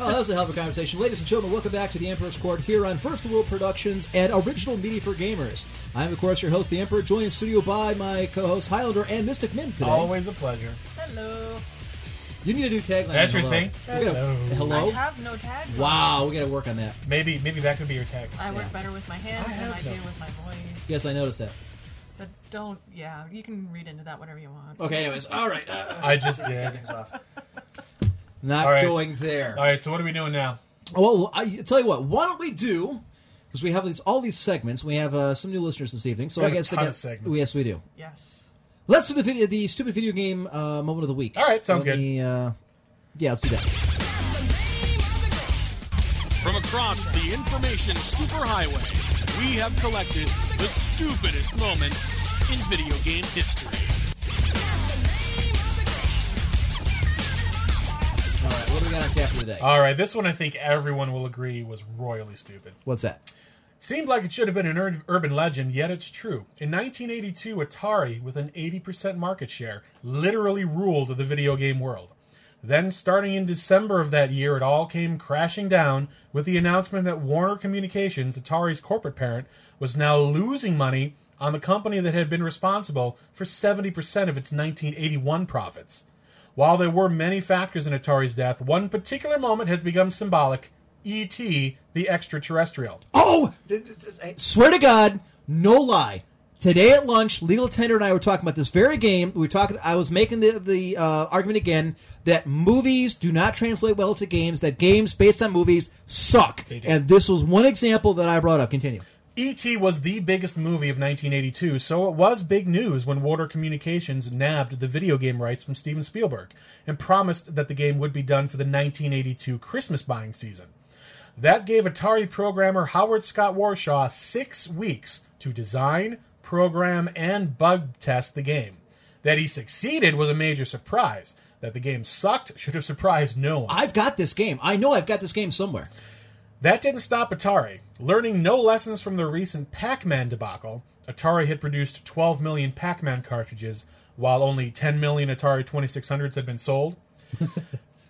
Oh, that was a hell of a conversation. Ladies and gentlemen, welcome back to the Emperor's Court here on First World Productions and Original Media for Gamers. I'm, of course, your host, The Emperor, joined in studio by my co host, Highlander and Mystic Min today. Always a pleasure. Hello. You need a new tagline. That's your hello. thing? We gotta- I Hello? have no tag. Wow, we got to work on that. Maybe maybe that could be your tag. I work Yeah. better with my hands I than have I do no- with my voice. Yes, I noticed that. But don't. Yeah, you can read into that whatever you want. Okay, anyways, all right. Uh, I just did. things off. Not All right. going there. All right, so what are we doing now? Well, I I tell you what. Why don't we do? Because we have these, all these segments. We have uh, some new listeners this evening, so We I have a guess they ton got- of segments. Yes, we do. Yes. Let's do the video, the stupid video game uh, moment of the week. All right, sounds Let good. me, uh, yeah, let's do that. From across the information superhighway, we have collected the stupidest moments in video game history. All right, what do we got on tap for today? All right, this one I think everyone will agree was royally stupid. What's that? Seemed like it should have been an ur- urban legend, yet it's true. In 1982, Atari, with an 80% market share, literally ruled the video game world. Then, starting in December of that year, it all came crashing down with the announcement that Warner Communications, Atari's corporate parent, was now losing money on the company that had been responsible for 70% of its 1981 profits. While there were many factors in Atari's death, one particular moment has become symbolic E.T., the extraterrestrial. Oh, d- d- d- I swear to God, no lie. Today at lunch, legal tender and I were talking about this very game. We were talking. I was making the the uh, argument again that movies do not translate well to games. That games based on movies suck. And this was one example that I brought up. Continue. E.T. E was the biggest movie of 1982, so it was big news when Warner Communications nabbed the video game rights from Steven Spielberg and promised that the game would be done for the 1982 Christmas buying season. That gave Atari programmer Howard Scott Warshaw six weeks to design, program, and bug test the game. That he succeeded was a major surprise. That the game sucked should have surprised no one. I've got this game. I know I've got this game somewhere. That didn't stop Atari. Learning no lessons from their recent Pac Man debacle, Atari had produced 12 million Pac Man cartridges, while only 10 million Atari 2600s had been sold.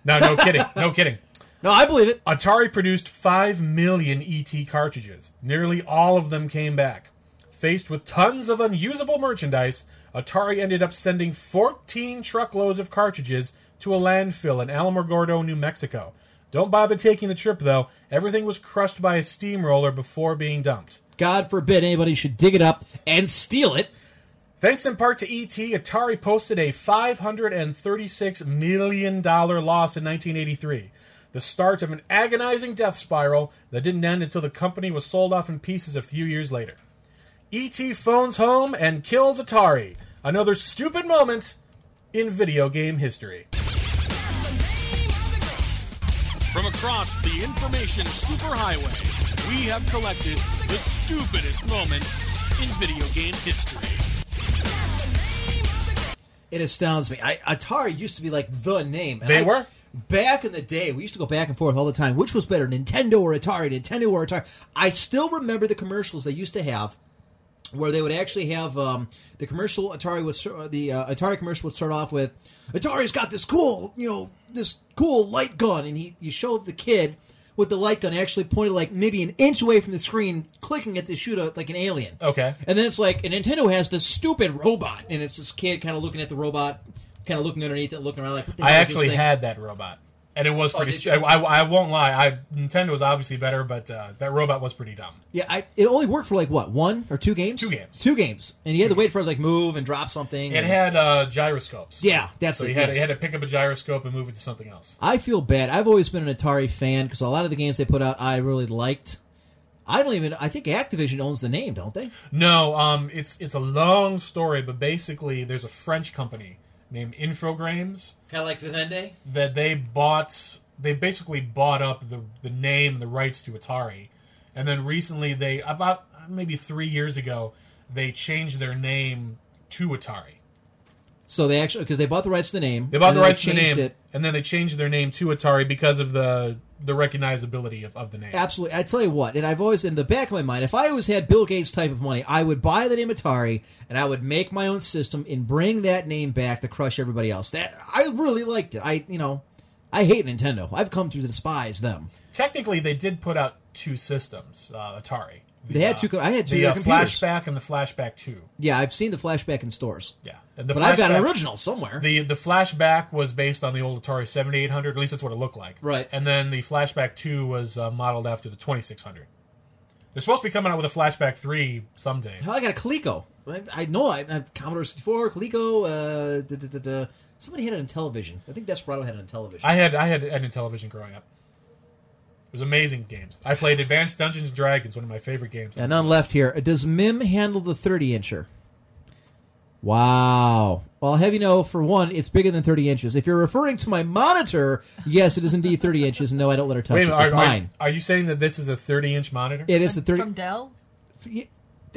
no, no kidding. No kidding. No, I believe it. Atari produced 5 million ET cartridges. Nearly all of them came back. Faced with tons of unusable merchandise, Atari ended up sending 14 truckloads of cartridges to a landfill in Alamogordo, New Mexico. Don't bother taking the trip, though. Everything was crushed by a steamroller before being dumped. God forbid anybody should dig it up and steal it. Thanks in part to ET, Atari posted a $536 million loss in 1983, the start of an agonizing death spiral that didn't end until the company was sold off in pieces a few years later. ET phones home and kills Atari. Another stupid moment in video game history. From across the information superhighway, we have collected the stupidest moments in video game history. It astounds me. I, Atari used to be like the name. and They I- were. Back in the day, we used to go back and forth all the time. Which was better, Nintendo or Atari? Nintendo or Atari? I still remember the commercials they used to have, where they would actually have um, the commercial. Atari was the uh, Atari commercial would start off with, "Atari's got this cool, you know, this cool light gun," and he you showed the kid with the light gun actually pointed like maybe an inch away from the screen, clicking it to shoot a, like an alien. Okay. And then it's like, and Nintendo has this stupid robot, and it's this kid kind of looking at the robot, kind of looking underneath it, looking around like. What the I hell is this actually thing? had that robot, and it was pretty. did stu- I, I won't lie. I Nintendo was obviously better, but uh, that robot was pretty dumb. Yeah, I, it only worked for like what one or two games. Two games. Two games, and you had to wait for it to like move and drop something. It and- had uh, gyroscopes. Yeah, that's so it. you had, yes. you had to pick up a gyroscope and move it to something else. I feel bad. I've always been an Atari fan because a lot of the games they put out I really liked. I don't even. I think Activision owns the name, don't they? No, um, it's it's a long story, but basically, there's a French company named Infogrames Kind of like Vivendi. that they bought. They basically bought up the the name and the rights to Atari, and then recently they about maybe three years ago they changed their name to Atari. So they actually because they bought the rights to the name. They bought and the then rights to the changed name, It. and then they changed their name to Atari because of the the recognizability of, of the name. Absolutely. I tell you what, and I've always in the back of my mind, if I always had Bill Gates type of money, I would buy the name Atari and I would make my own system and bring that name back to crush everybody else. That I really liked it. I you know, I hate Nintendo. I've come to despise them. Technically, they did put out two systems, uh, Atari. The, They had two co- I had two the of uh, their computers. flashback and the flashback two. Yeah, I've seen the flashback in stores. Yeah, And the But I've got an Flashback- original somewhere. The the flashback was based on the old Atari seventy eight hundred. At least that's what it looked like. Right. And then the flashback two was uh, modeled after the twenty six hundred. They're supposed to be coming out with a flashback three someday. Hell, I got a Coleco. I, I know I, I have Commodore 64, Coleco, uh, da, da, da, da. somebody had it on television. I think Desperado had it on television. I had I had N television growing up. It was amazing games. I played Advanced Dungeons and Dragons, one of my favorite games. And none left here. Does Mim handle the 30 incher? Wow. Well, I'll have you know, for one, it's bigger than 30 inches. If you're referring to my monitor, yes, it is indeed 30 inches. No, I don't let her touch Wait a it. minute, It's are, are- mine. Are, you saying that this is a 30 inch monitor? it is a 30. From Dell?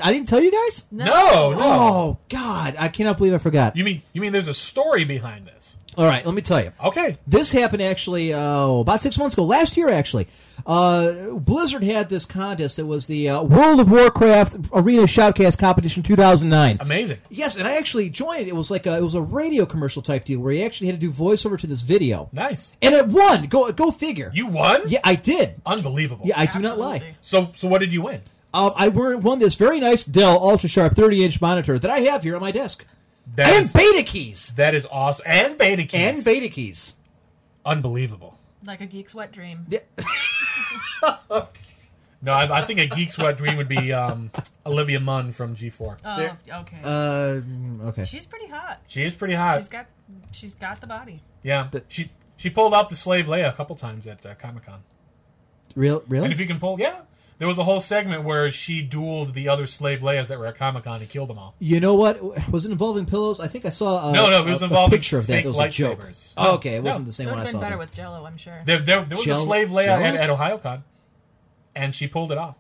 I didn't tell you guys? No, no. Oh, God. I cannot believe I forgot. You mean you mean there's a story behind this? All right, let me tell you. Okay. This happened actually oh, about six months ago, last year actually. Uh, Blizzard had this contest that was the uh, World of Warcraft Arena Shoutcast Competition 2009. Amazing. Yes, and I actually joined. It was like a, it was a radio commercial type deal where you actually had to do voiceover to this video, Nice. and it won. Go go figure. You won? yeah, I did. Unbelievable. Yeah, I do not Absolutely. lie. So so what did you win? Um, I won won this very nice Dell Ultra Sharp 30 inch monitor that I have here on my desk, That and is beta keys, that is awesome. And beta keys. and beta keys. Unbelievable. Like a geek's wet dream. No, I, I think a geek squad dream would be um, Olivia Munn from G4. Oh, There- okay. Uh, okay. she's pretty hot. She is pretty hot. She's got she's got the body. yeah, But- she she pulled out the slave Leia a couple times at uh, Comic Con. Real, really? And if you can pull, yeah, there was a whole segment where she dueled the other slave Leias that were at Comic Con and killed them all. You know what? Was it involving pillows? I think I saw. A, No, no, it was a, a involving picture of that. fake It was a joke. lightsabers. Oh, okay, it No. wasn't the same It would one I have saw. been better then. with Jello, I'm sure. There, there, there was Jell- a slave Leia Jell-O? at, at OhioCon, and she pulled it off.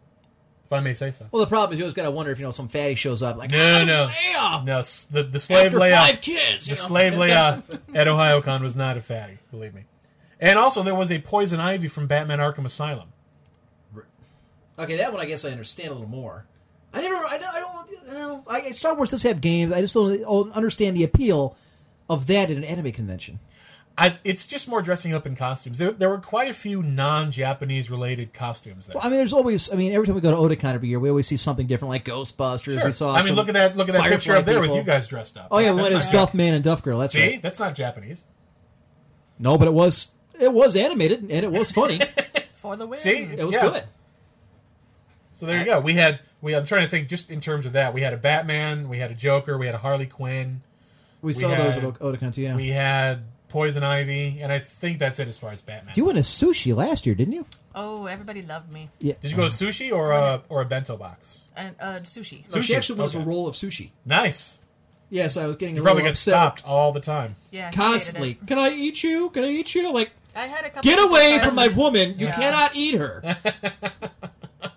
If I may say so. Well, the problem is you always got to wonder if you know some fatty shows up like "Ah, No, no, Leia no. s- The the slave after Leia, five kids. the you know? slave Leia at OhioCon was not a fatty. Believe me. And also, there was a poison ivy from Batman: Arkham Asylum. Okay, that one I guess I understand a little more. I never, I don't, I don't you know, I, Star Wars does have games. I just don't don't understand the appeal of that at an anime convention. I, it's just more dressing up in costumes. There, there were quite a few non-Japanese related costumes there. Well, I mean, there's always, I mean, every time we go to Otakon every year, we always see something different, like Ghostbusters. Sure. We saw. I mean, some look at that. Look at that Firefly picture up there with people. you guys dressed up. Oh yeah, That's one not is Jap- Duff Man and Duff Girl. That's See, right. that's not Japanese. No, but it was, it was animated and it was funny. For the win. See? It was Yeah. good. So there you go. We had we. I'm trying to think just in terms of that. We had a Batman. We had a Joker. We had a Harley Quinn. We, saw those at had- O- Otakon too. Yeah. We had Poison Ivy, and I think that's it as far as Batman. you went to sushi last year, didn't you? Oh, everybody loved me. Yeah. Did you go to sushi or a or a bento box? And uh, sushi. So Oh, she Sushi, actually went as a okay. roll of sushi. Nice. Yes, I was getting You a probably little get upset. stopped all the time. Yeah. he hated constantly. it. Can I eat you? Can I eat you? Like, I had a couple get people away try from my to- woman. You Yeah. cannot eat her.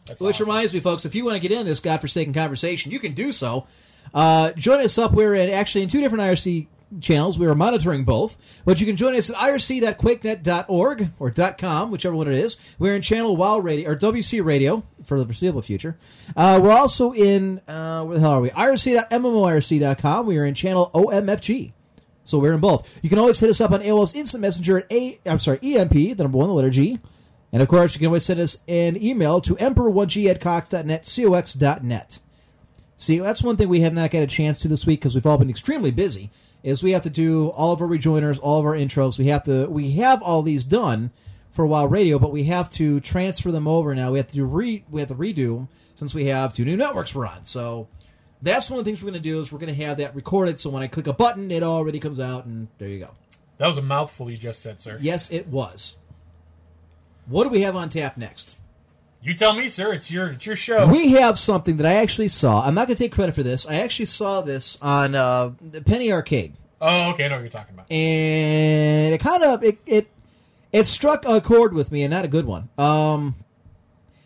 That's Which awesome. reminds me, folks, if you want to get in this godforsaken conversation, you can do so. Uh, join us up. We're at, actually in two different IRC channels. We are monitoring both. But you can join us at irc.quakenet.org or .com, whichever one it is. We're in channel WoW Radio or WC Radio for the foreseeable future. Uh, we're also in, uh, where the hell are we? irc.mmorc.com. We are in channel OMFG. So we're in both. You can always hit us up on AOL's Instant Messenger at A I'm sorry, EMP, the number one, the letter G. And of course, you can always send us an email to emperor1g at cox.net, cox.net. See, that's one thing we have not got a chance to this week because we've all been extremely busy. Is we have to do all of our rejoiners, all of our intros. We have to, we have all these done for a while radio, but we have to transfer them over now. We have to do re, we have to redo since we have two new networks we're on. So that's one of the things we're going to do is we're going to have that recorded. So when I click a button, it already comes out, and there you go. that was a mouthful you just said, sir. Yes, it was. What do we have on tap next? You tell me, sir. It's your it's your show. We have something that I actually saw. I'm not going to take credit for this. I actually saw this on uh, Penny Arcade, oh, okay. I know what you're talking about. and it kind of it, it it struck a chord with me, and not a good one. Um,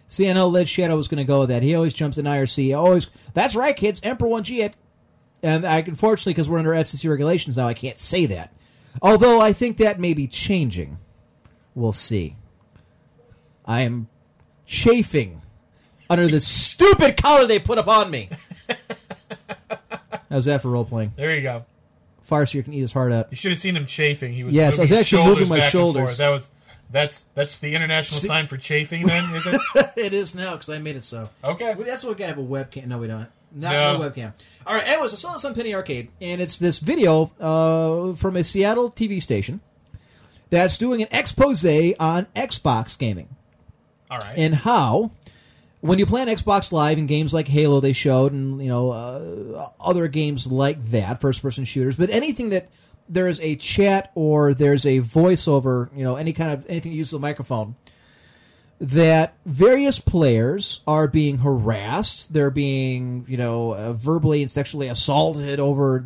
see, I know Led Shadow was going to go with that. He always jumps in IRC. Always, that's right, kids. Emperor One G at, and I unfortunately because we're under FCC regulations now, I can't say that. Although I think that may be changing. We'll see. I am chafing under the stupid collar they put upon me. How's that for role playing? There you go. Farseer can eat his heart out. You should have seen him chafing. He was Yes, I moving was his actually shoulders moving my back and shoulders. forth. That was that's that's the international See- sign for chafing. Then is it? it is now because I made it so. Okay. Well, that's why we gotta have a webcam. No, we don't. Not No. no. webcam. All right. Anyways, I saw this on Penny Arcade, and it's this video uh, from a Seattle TV station that's doing an expose on Xbox gaming All right. and how when you play on Xbox Live in games like Halo, they showed, and you know uh, other games like that, first-person shooters, but anything that there is a chat or there's a voiceover, you know, any kind of anything that uses a microphone, that various players are being harassed, they're being you know uh, verbally and sexually assaulted over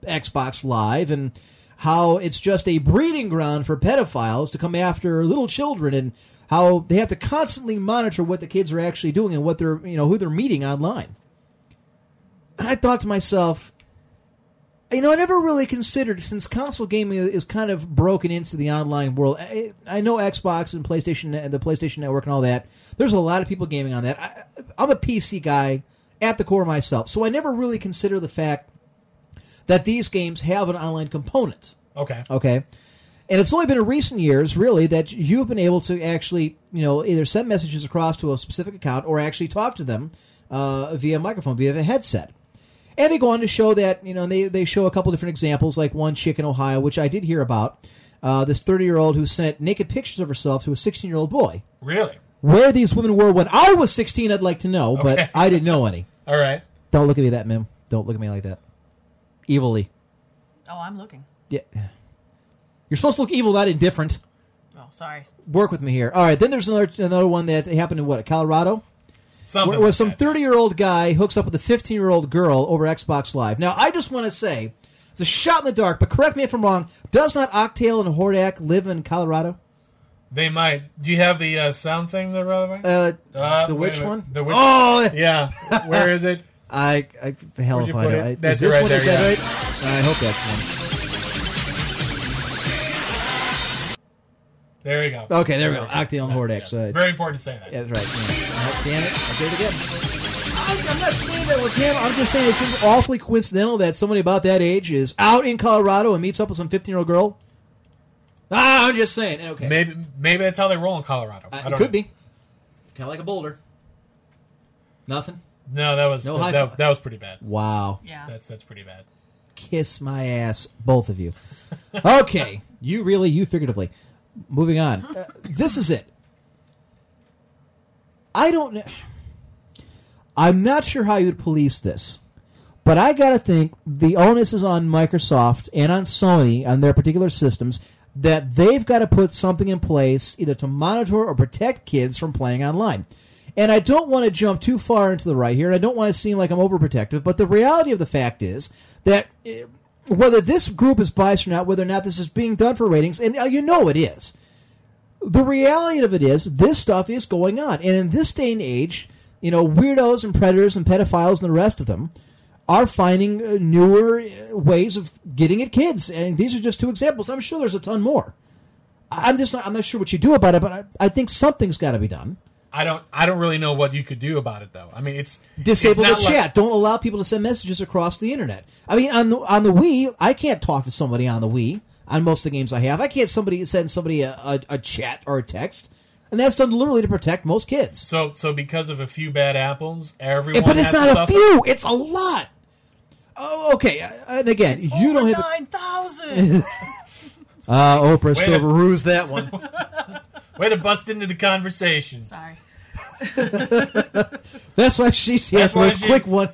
Xbox Live and how it's just a breeding ground for pedophiles to come after little children and how they have to constantly monitor what the kids are actually doing and what they're you know who they're meeting online. And I thought to myself, you know, I never really considered since console gaming is kind of broken into the online world. I, I know Xbox and PlayStation and the PlayStation Network and all that. There's a lot of people gaming on that. I, I'm a PC guy at the core myself, so I never really consider the fact that these games have an online component. okay. Okay. And it's only been in recent years, really, that you've been able to actually, you know, either send messages across to a specific account or actually talk to them uh, via microphone, via a headset. And they go on to show that, you know, they, they show a couple different examples, like one chick in Ohio, which I did hear about, uh, this 30 year old who sent naked pictures of herself to a 16 year old boy. Really? Where these women were when I was 16, I'd like to know, Okay. but I didn't know any. All right. Don't look at me that, ma'am. Don't look at me like that. Evilly. Oh, I'm looking. Yeah. You're supposed to look evil, not indifferent. Oh, sorry. Work with me here. All right. Then there's another another one that happened in what Colorado, Something. where, where like some that. 30 year old guy hooks up with a 15 year old girl over Xbox Live. Now I just want to say it's a shot in the dark, but correct me if I'm wrong. Does not Octale and Hordak live in Colorado? They might. Do you have the uh, sound thing there, by the way? Uh, Uh, the wait a which minute. one? The which? Oh, Yeah. Where is it? I, I hell Where'd if you I put know. it? I- That's Is it this right one? there, Is that yeah. right? I hope that's the one. There you go. Okay, there we go. Octale and Hordak. Yes. So Very important to say that. Yeah, that's right. Yeah. Oh, Damn it. I did it again. I'm, I'm not saying that was him. I'm just saying it seems awfully coincidental that somebody about that age is out in Colorado and meets up with some 15 year old girl. Ah, I'm just saying. Okay. Maybe maybe that's how they roll in Colorado. I Uh, don't it could know. be. Kind of like a boulder. Nothing. No, that was No high that, five. that, that was pretty bad. Wow. Yeah. That's that's pretty bad. Kiss my ass, both of you. Okay. you really, you figuratively. Moving on. Uh, this is it. I don't know. I'm not sure how you'd police this, but I got to think the onus is on Microsoft and on Sony on their particular systems that they've got to put something in place either to monitor or protect kids from playing online. And I don't want to jump too far into the right here, and I don't want to seem like I'm overprotective, but the reality of the fact is that eh, whether this group is biased or not, whether or not this is being done for ratings, and uh, you know it is the reality of it is this stuff is going on and in this day and age you know weirdos and predators and pedophiles and the rest of them are finding uh, newer uh, ways of getting at kids and these are just two examples i'm sure there's a ton more I- i'm just not i'm not sure what you do about it but i, I think something's got to be done I don't I don't really know what you could do about it though. I mean, it's disable it's the not like- chat don't allow people to send messages across the internet i mean on the, on the wii i can't talk to somebody on the wii on most of the games i have i can't somebody send somebody a, a, a chat or a text and that's done literally to protect most kids so so because of a few bad apples, everyone. but it's has to not a suffer. few; it's a lot. Oh, okay. uh, And again, you don't have. nine thousand. Uh, Oprah still to- ruse that one. Way to bust into the conversation. sorry. That's why she's here That's for why this she- quick one.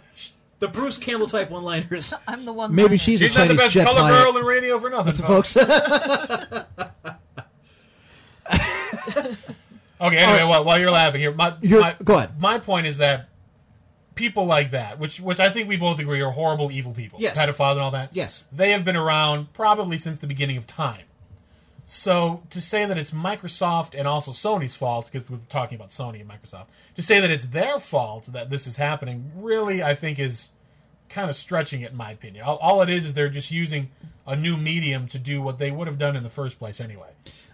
The Bruce Campbell type one-liners. I'm the one. Maybe liner. she's a She's not the Chinese best jet color pilot, girl in radio for nothing, folks. Okay, anyway, while, while you're laughing here, my, You're- my go ahead. My point is that people like that, which which I think we both agree are horrible, evil people, Yes. pedophiles and all that. Yes. they have been around probably since the beginning of time. So to say that it's Microsoft and also Sony's fault, because we're talking about Sony and Microsoft, to say that it's their fault that this is happening, really, I think is kind of stretching it in my opinion. All, all it is is they're just using a new medium to do what they would have done in the first place anyway.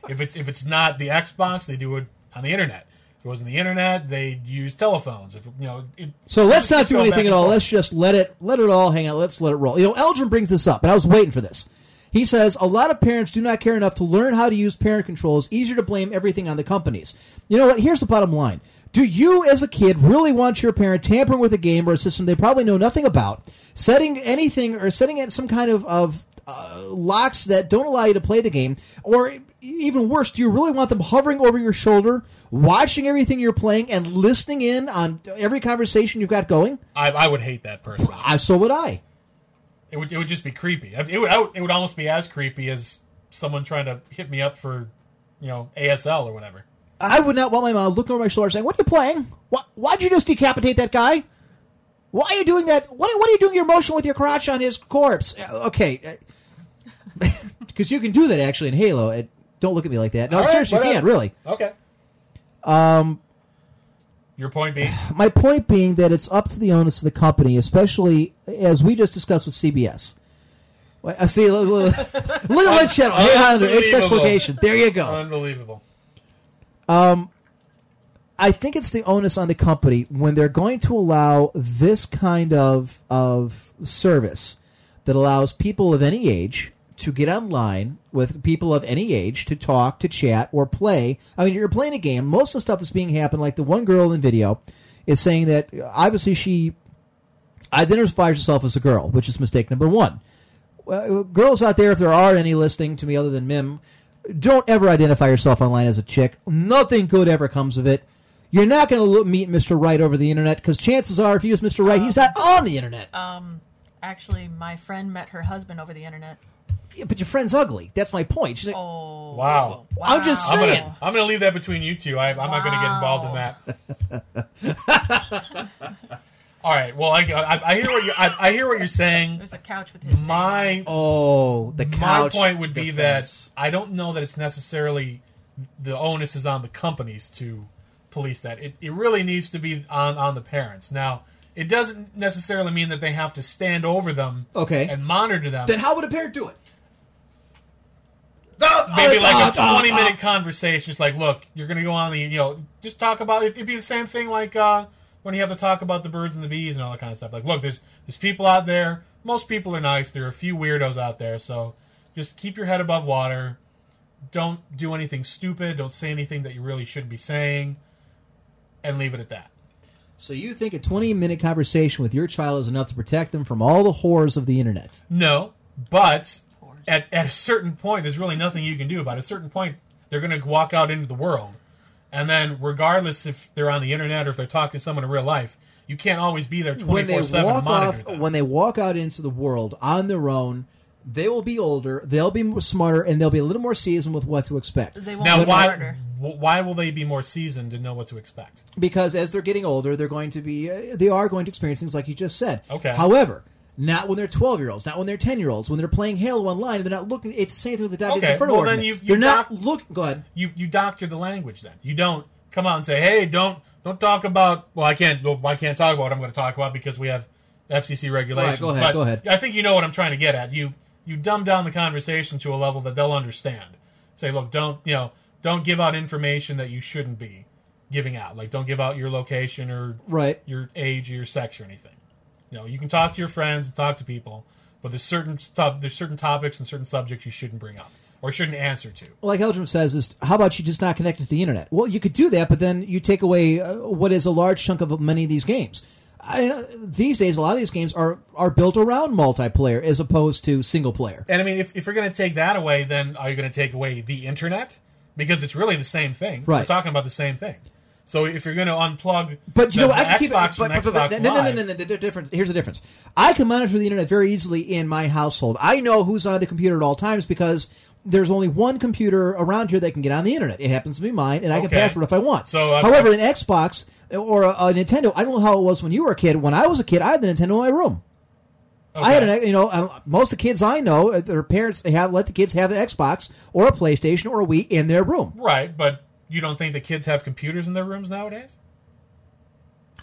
If it's if it's not the Xbox, they do it on the internet. If it wasn't the internet, they use telephones. If you know, it, So let's not do Go back anything at and all. forth. Let's just let it let it all hang out. Let's let it roll. You know, Elgin brings this up, and I was waiting for this. He says a lot of parents do not care enough to learn how to use parent controls. Easier to blame everything on the companies. You know what? Here's the bottom line: Do you, as a kid, really want your parent tampering with a game or a system they probably know nothing about, setting anything or setting it some kind of of uh, locks that don't allow you to play the game, or even worse, do you really want them hovering over your shoulder, watching everything you're playing, and listening in on every conversation you've got going? I, I would hate that person. I so would I. It would it would just be creepy. I- It would, I would it would almost be as creepy as someone trying to hit me up for, you know, ASL or whatever. I would not want my mom looking over my shoulder saying, "What are you playing? Why, why'd you just decapitate that guy? Why are you doing that? What, what are you doing your motion with your crotch on his corpse?" Uh, Okay, because you can do that actually in Halo. It, don't look at me like that. No, All right, Uh, seriously, you whatever. can really. Um, Okay. Um. Your point being, my point being that it's up to the onus of the company, especially as we just discussed with CBS. Well, I see. Look, look, look at Lynch Channel. Hey, Hunter, it's Unbelievable. location. There you go. unbelievable. I think it's the onus on the company when they're going to allow this kind of of service that allows people of any age to get online with people of any age to talk, to chat, or play. I mean, you're playing a game. Most of the stuff that's being happened, like the one girl in the video, is saying that uh, obviously she identifies herself as a girl, which is mistake number one. Well, girls out there, if there are any listening to me other than Mim, don't ever identify yourself online as a chick. Nothing good ever comes of it. You're not going to meet Mr. Right over the internet because chances are, if you use Mr. Right, he's not on the internet. Actually, my friend met her husband over the internet. Yeah, but your friend's ugly. That's my point. She's like, Oh, Wow. I'm just I'm saying. gonna, I'm gonna leave that between you two. I, I'm not gonna get involved in that. All right. Well, I, I, I hear what you, I, I hear what you're saying. There's a couch with his name. My oh, the my couch. point would be defense. that I don't know that it's necessarily the onus is on the companies to police that. It, it really needs to be on, on the parents. Now, it doesn't necessarily mean that they have to stand over them Okay. and monitor them. Then how would a parent do it? Maybe like Ah, ah, a 20 minute conversation. It's like, look, you're going to go on the, you know, just talk about it. It'd be the same thing like uh, when you have to talk about the birds and the bees and all that kind of stuff. Like, look, there's, there's people out there. Most people are nice. There are a few weirdos out there. So just keep your head above water. Don't do anything stupid. Don't say anything that you really shouldn't be saying. And leave it at that. So you think a 20 minute conversation with your child is enough to protect them from all the horrors of the internet? No, but at, at a certain point, there's really nothing you can do about it. At a certain point, they're going to walk out into the world. And then, regardless if they're on the internet or if they're talking to someone in real life, you can't always be there 24 7 to walk monitor off, them. when they walk out into the world on their own, they will be older, they'll be more smarter, and they'll be a little more seasoned with what to expect. They won't now, be why, smarter. wh- why will they be more seasoned and know what to expect? because as they're getting older, they're going to be uh, they are going to experience things like you just said. Okay. However, not when they're twelve year olds, not when they're ten year olds, when they're playing Halo online, they're not looking. It's the same thing with the Diabetes Okay, Inferno well, argument. then you've- they're you've not got- look. Go ahead. You, you doctor the language then. You don't come out and say, hey, don't don't talk about, well, I can't, well, I can't talk about what I'm going to talk about because we have FCC regulations. All right, go ahead, but go ahead. I think you know what I'm trying to get at. You you dumb down the conversation to a level that they'll understand. Say, look, don't you know, don't give out information that you shouldn't be giving out. Like, don't give out your location or Right. your age or your sex or anything. You know, you can talk to your friends and talk to people, but there's certain stuff, there's certain topics and certain subjects you shouldn't bring up or shouldn't answer to. Well, like Eldrum says, is how about you just not connect it to the internet? Well, you could do that, but then you take away uh, what is a large chunk of many of these games. I, uh, these days, a lot of these games are are built around multiplayer as opposed to single player. And I mean, if, if you're going to take that away, then are you going to take away the internet? Because it's really the same thing. We're Right. talking about the same thing. So if you're going to unplug, But you the, know, what? the I can keep it. Xbox But, but, from but, Xbox no, no, no, Live- no, no, no, no, difference. Here's the difference. I can monitor the internet very easily in my household. I know who's on the computer at all times because there's only one computer around here that can get on the internet. It happens to be mine, and I can Okay. password if I want. So, uh, however, an Xbox or a, a Nintendo, I don't know how it was when you were a kid. When I was a kid, I had the Nintendo in my room. I had an, you know, uh, most of the kids I know, uh, their parents they have let the kids have an Xbox or a PlayStation or a Wii in their room. right, but you don't think the kids have computers in their rooms nowadays?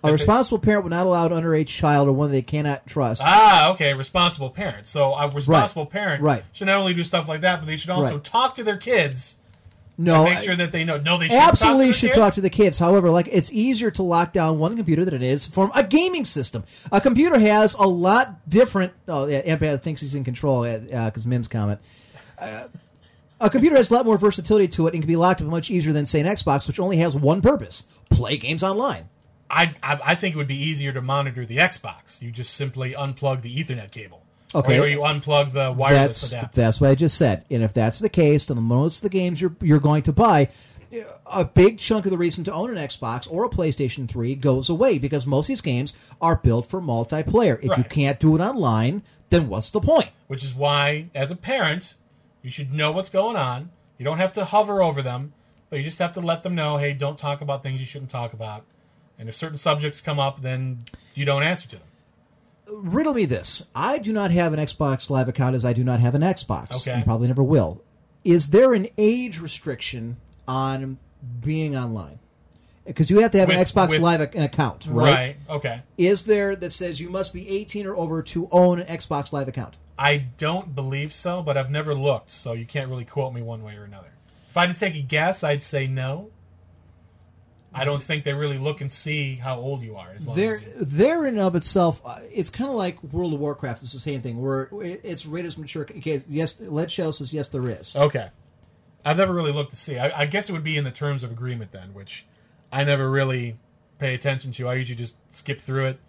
A responsible parent would not allow an underage child or one they cannot trust. Ah, okay, responsible parent. So a responsible parent right. should not only do stuff like that, but they should also Right. talk to their kids, no, make sure that they know. No, they should absolutely talk to should their talk kids. to the kids. However, like it's easier to lock down one computer than it is from a gaming system. A computer has a lot different. Oh, yeah, Ampad thinks he's in control because uh 'cause Mim's comment. Uh, a computer has a lot more versatility to it and can be locked up much easier than say an Xbox, which only has one purpose: play games online. I, I I think it would be easier to monitor the Xbox. You just simply unplug the Ethernet cable. Okay. Or you unplug the wireless That's adapter. that's what I just said. And if that's the case, then most of the games you're you're going to buy. A big chunk of the reason to own an Xbox or a PlayStation 3 goes away because most of these games are built for multiplayer. If you Right. can't do it online, then what's the point? which is why, as a parent, you should know what's going on. You don't have to hover over them, but you just have to let them know, hey, don't talk about things you shouldn't talk about. And if certain subjects come up, then you don't answer to them. Riddle me this. I do not have an Xbox Live account as I do not have an Xbox. Okay. And probably never will. Is there an age restriction on being online? Because you have to have an With- Xbox with- Live ac- an account, Okay. is there that says you must be 18 or over to own an Xbox Live account? I don't believe so, but I've never looked, so you can't really quote me one way or another. If I had to take a guess, I'd say no. I don't think they really look and see how old you are. As long There, as you- there in and of itself, uh, it's kind of like World of Warcraft. It's the same thing where it- it's rated as mature. Okay, yes, Lead Shadow says yes, there is. Okay. I've never really looked to see. I, I guess it would be in the terms of agreement then, which I never really pay attention to. I usually just skip through it.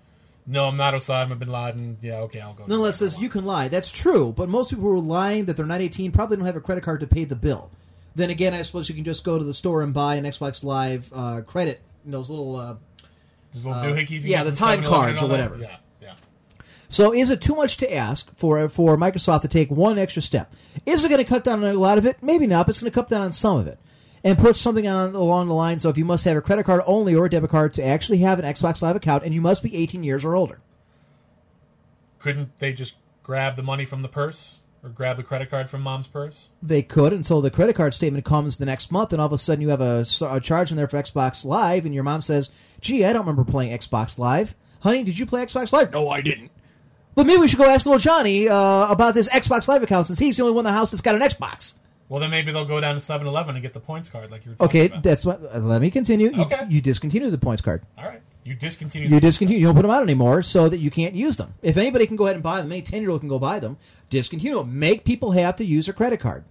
No, I'm not Osama bin Laden. Yeah, okay, I'll go. Nonetheless, do that. says you can lie. That's true, but most people who are lying that they're not 18 probably don't have a credit card to pay the bill. Then again, I suppose you can just go to the store and buy an Xbox Live uh, credit you know, those little. Uh, Those little doohickeys you yeah, get the from time 7-Eleven cards and or all that. whatever. Yeah, yeah. so is it too much to ask for for Microsoft to take one extra step? Is it going to cut down on a lot of it? Maybe not, but it's going to cut down on some of it. And put something on along the lines of you must have a credit card only or a debit card to actually have an Xbox Live account, and you must be 18 years or older. Couldn't they just grab the money from the purse or grab the credit card from mom's purse? They could until the credit card statement comes the next month, and all of a sudden you have a, s- a charge in there for Xbox Live, and your mom says, "Gee, I don't remember playing Xbox Live. Honey, did you play Xbox Live? No, I didn't. But maybe we should go ask little Johnny uh, about this Xbox Live account since he's the only one in the house that's got an Xbox." Well, then maybe they'll go down to 7-Eleven and get the points card, like you were talking Okay, about. that's what. uh, Let me continue. You, Okay. you discontinue the points card. All right, you discontinue. You the- discontinue. You don't put them out anymore, so that you can't use them. If anybody can go ahead and buy them, any ten year old can go buy them. Discontinue. 'em. Make people have to use their credit card.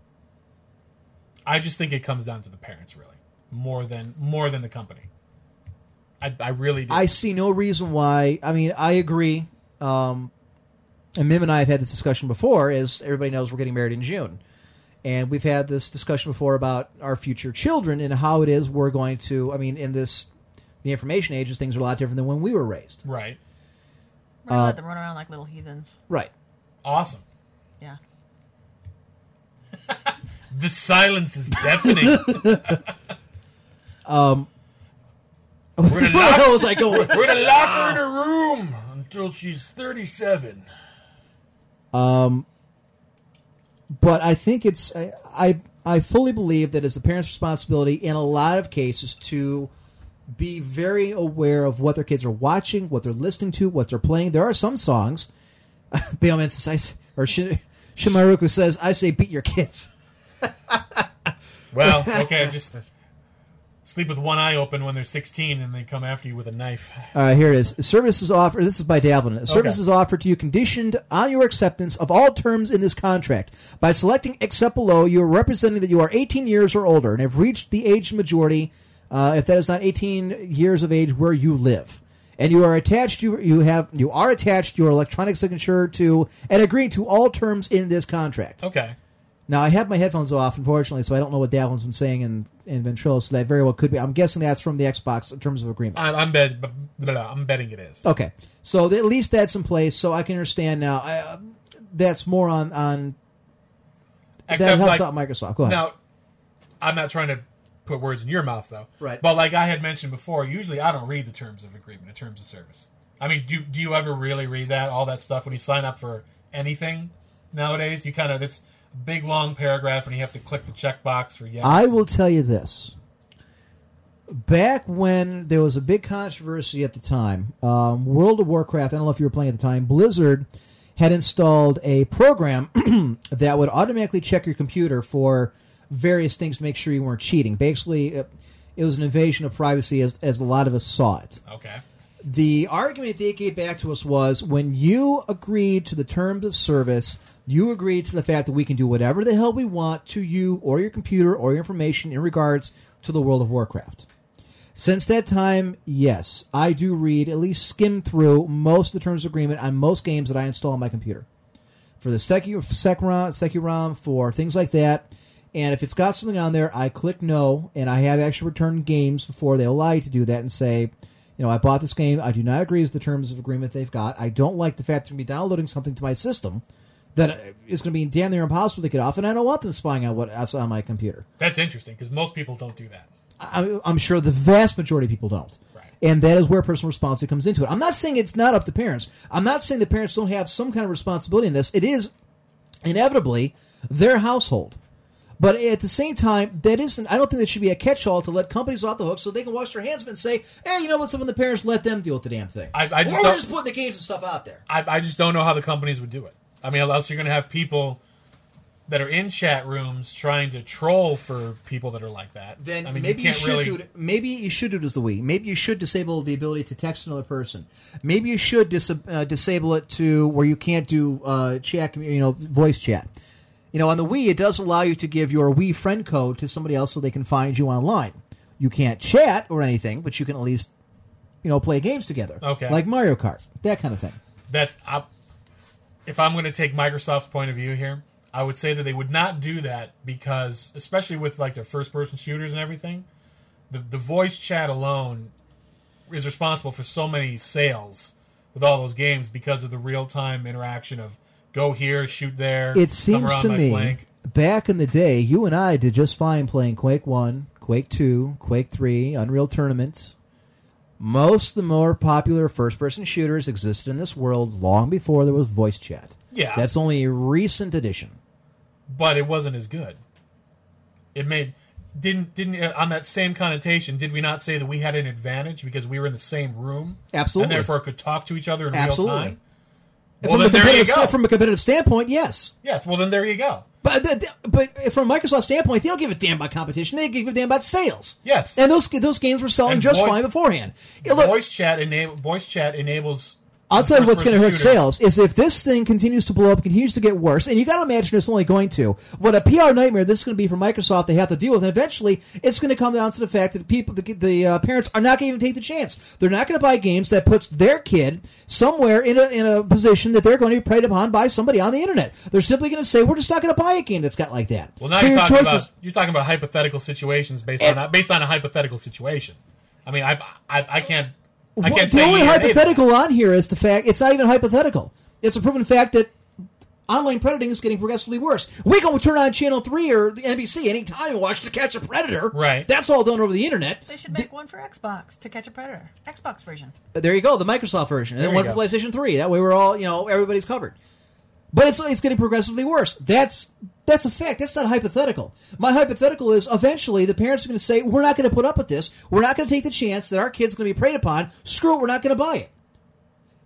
I just think it comes down to the parents, really, more than more than the company. I, I really do. I see no reason why. I mean, I agree. Um, and Mim and I have had this discussion before. As everybody knows, we're getting married in June, and we've had this discussion before about our future children and how it is we're going to. I mean, in this the information age, things are a lot different than when we were raised. right. We're Uh, gonna let them run around like little heathens. Right. Awesome. Yeah. The silence is deafening. We're gonna lock- I was like, oh, going with We're gonna lock her in her room until she's thirty-seven. but I think it's I, I I fully believe that it's the parents' responsibility in a lot of cases to be very aware of what their kids are watching, what they're listening to, what they're playing. There are some songs. Bioman says, I, or Shin, Shimaruku says, "I say beat your kids." Well, okay, just sleep with one eye open when they're sixteen, and they come after you with a knife. All right, Uh, here it is. Services offered. This is by Davlin. Services offered to you conditioned on your acceptance of all terms in this contract. By selecting accept below, you are representing that you are 18 years or older and have reached the age of majority. Uh, if that is not 18 years of age where you live, and you are attached, you you have you are attached your electronic signature to and agreeing to all terms in this contract. Okay. Now I have my headphones off, unfortunately, so I don't know what Davlin's been saying in in Ventrilo. So that very well could be. I'm guessing that's from the Xbox in terms of agreement. I'm, I'm bet. blah, blah, blah, I'm betting it is. Okay, so at least that's in place, so I can understand now. I, uh, that's more on on that Except, helps like, out Microsoft. Go ahead. Now, I'm not trying to put words in your mouth, though. Right. But like I had mentioned before, usually I don't read the terms of agreement, the terms of service. I mean, do do you ever really read that? All that stuff when you sign up for anything nowadays, you kind of it's a big long paragraph, and you have to click the checkbox for yes. I will tell you this. Back when there was a big controversy at the time, um, World of Warcraft, I don't know if you were playing at the time, Blizzard had installed a program that would automatically check your computer for various things to make sure you weren't cheating. Basically, it, it was an invasion of privacy as, as a lot of us saw it. Okay. the argument they gave back to us was when you agreed to the terms of service, you agreed to the fact that we can do whatever the hell we want to you or your computer or your information in regards to the World of Warcraft. Since that time, yes, I do read, at least skim through most of the terms of agreement on most games that I install on my computer. For the Seki- Sekiram, Sekiram, for things like that. And if it's got something on there, I click no, and I have actually returned games before they allow you to do that and say, you know, I bought this game. I do not agree with the terms of agreement they've got. I don't like the fact they're going to be downloading something to my system that is going to be damn near impossible to get off, and I don't want them spying on what's on my computer. That's interesting because most people don't do that. I- I'm sure the vast majority of people don't. Right. And that is where personal responsibility comes into it. I'm not saying it's not up to parents. I'm not saying the parents don't have some kind of responsibility in this. It is inevitably their household. But at the same time, that isn't. I don't think that should be a catch-all to let companies off the hook so they can wash their hands of it and say, "Hey, you know what? Some of the parents let them deal with the damn thing." I- I just or we're don't- just putting the games and stuff out there. I, I just don't know how the companies would do it. I mean, unless you're going to have people that are in chat rooms trying to troll for people that are like that. Then I mean, maybe you, you can't should really. do. It, maybe you should do it as the Wii. Maybe you should disable the ability to text another person. Maybe you should dis- uh, disable it to where you can't do uh, chat. commu- You know, voice chat. You know, on the Wii, it does allow you to give your Wii friend code to somebody else so they can find you online. You can't chat or anything, but you can at least, you know, play games together. Okay. Like Mario Kart, that kind of thing. that I, if I'm going to take Microsoft's point of view here, I would say that they would not do that because, especially with like their first person shooters and everything, the the voice chat alone is responsible for so many sales with all those games because of the real time interaction of go here, shoot there. It come seems around to my me flank. back in the day, you and I did just fine playing Quake One, Quake Two, Quake Three, Unreal Tournaments. Most of the more popular first-person shooters existed in this world long before there was voice chat. Yeah. that's only a recent addition. but it wasn't as good. It made didn't didn't uh, on that same connotation. Did we not say that we had an advantage because we were in the same room, Absolutely. and therefore could talk to each other in Absolutely. real time? Well, from, a then there you competitive, go. sta- from a competitive standpoint, yes. yes, well then there you go. But th- th- but from a Microsoft standpoint, they don't give a damn about competition. They give a damn about sales. Yes. and those those games were selling And just voice- fine beforehand. Yeah, look, voice chat enable voice chat enables. I'll tell you what's going to hurt first-person shooters. sales is if this thing continues to blow up, continues to get worse, and you got to imagine it's only going to. What a PR nightmare this is going to be for Microsoft. They have to deal with, and eventually it's going to come down to the fact that people, the, the uh, parents, are not going to even take the chance. They're not going to buy games that puts their kid somewhere in a in a position that they're going to be preyed upon by somebody on the internet. They're simply going to say, "We're just not going to buy a game that's got like that." Well, now So you're your talking choices- about you're talking about hypothetical situations based on based on a hypothetical situation. I mean, I I, I can't I Well, can't the say only yeah, nay to hypothetical on here is the fact it's not even hypothetical. It's a proven fact that online predating is getting progressively worse. We can turn on channel three or the NBC anytime and watch To Catch a Predator. Right. That's all done over the internet. They should make one for Xbox to catch a predator. Xbox version. Uh, There you go, the Microsoft version, and then There one you for go. PlayStation Three. That way, we're all you know everybody's covered. But it's it's getting progressively worse. That's that's a fact. That's not hypothetical. My hypothetical is eventually the parents are going to say we're not going to put up with this. We're not going to take the chance that our kids going to be preyed upon. Screw it. We're not going to buy it.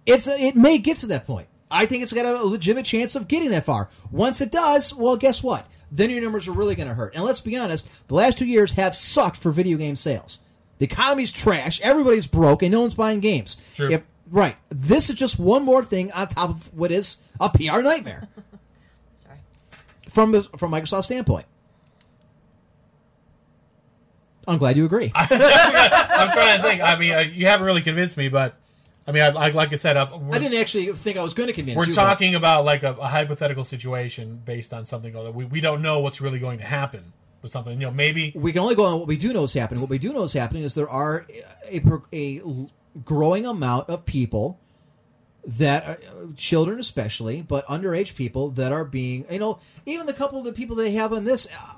It's it may get to that point. I think it's got a legitimate chance of getting that far. Once it does, well, guess what? Then your numbers are really going to hurt. And let's be honest, the last two years have sucked for video game sales. The economy's trash. Everybody's broke, and no one's buying games. True. If- right. This is just one more thing on top of what is a PR nightmare Sorry. from the- from Microsoft's standpoint. I'm glad you agree. I'm trying to think. I mean, uh, you haven't really convinced me, but I mean, I, I like I said, uh, we're, I didn't actually think I was going to convince we're you. but- talking about like a, a hypothetical situation based on something that we we don't know what's really going to happen with something. You know, maybe we can only go on what we do know is happening. What we do know is happening is there are a, a l- growing amount of people that are, children especially, but underage people that are being, you know, even the couple of the people they have on this. Uh,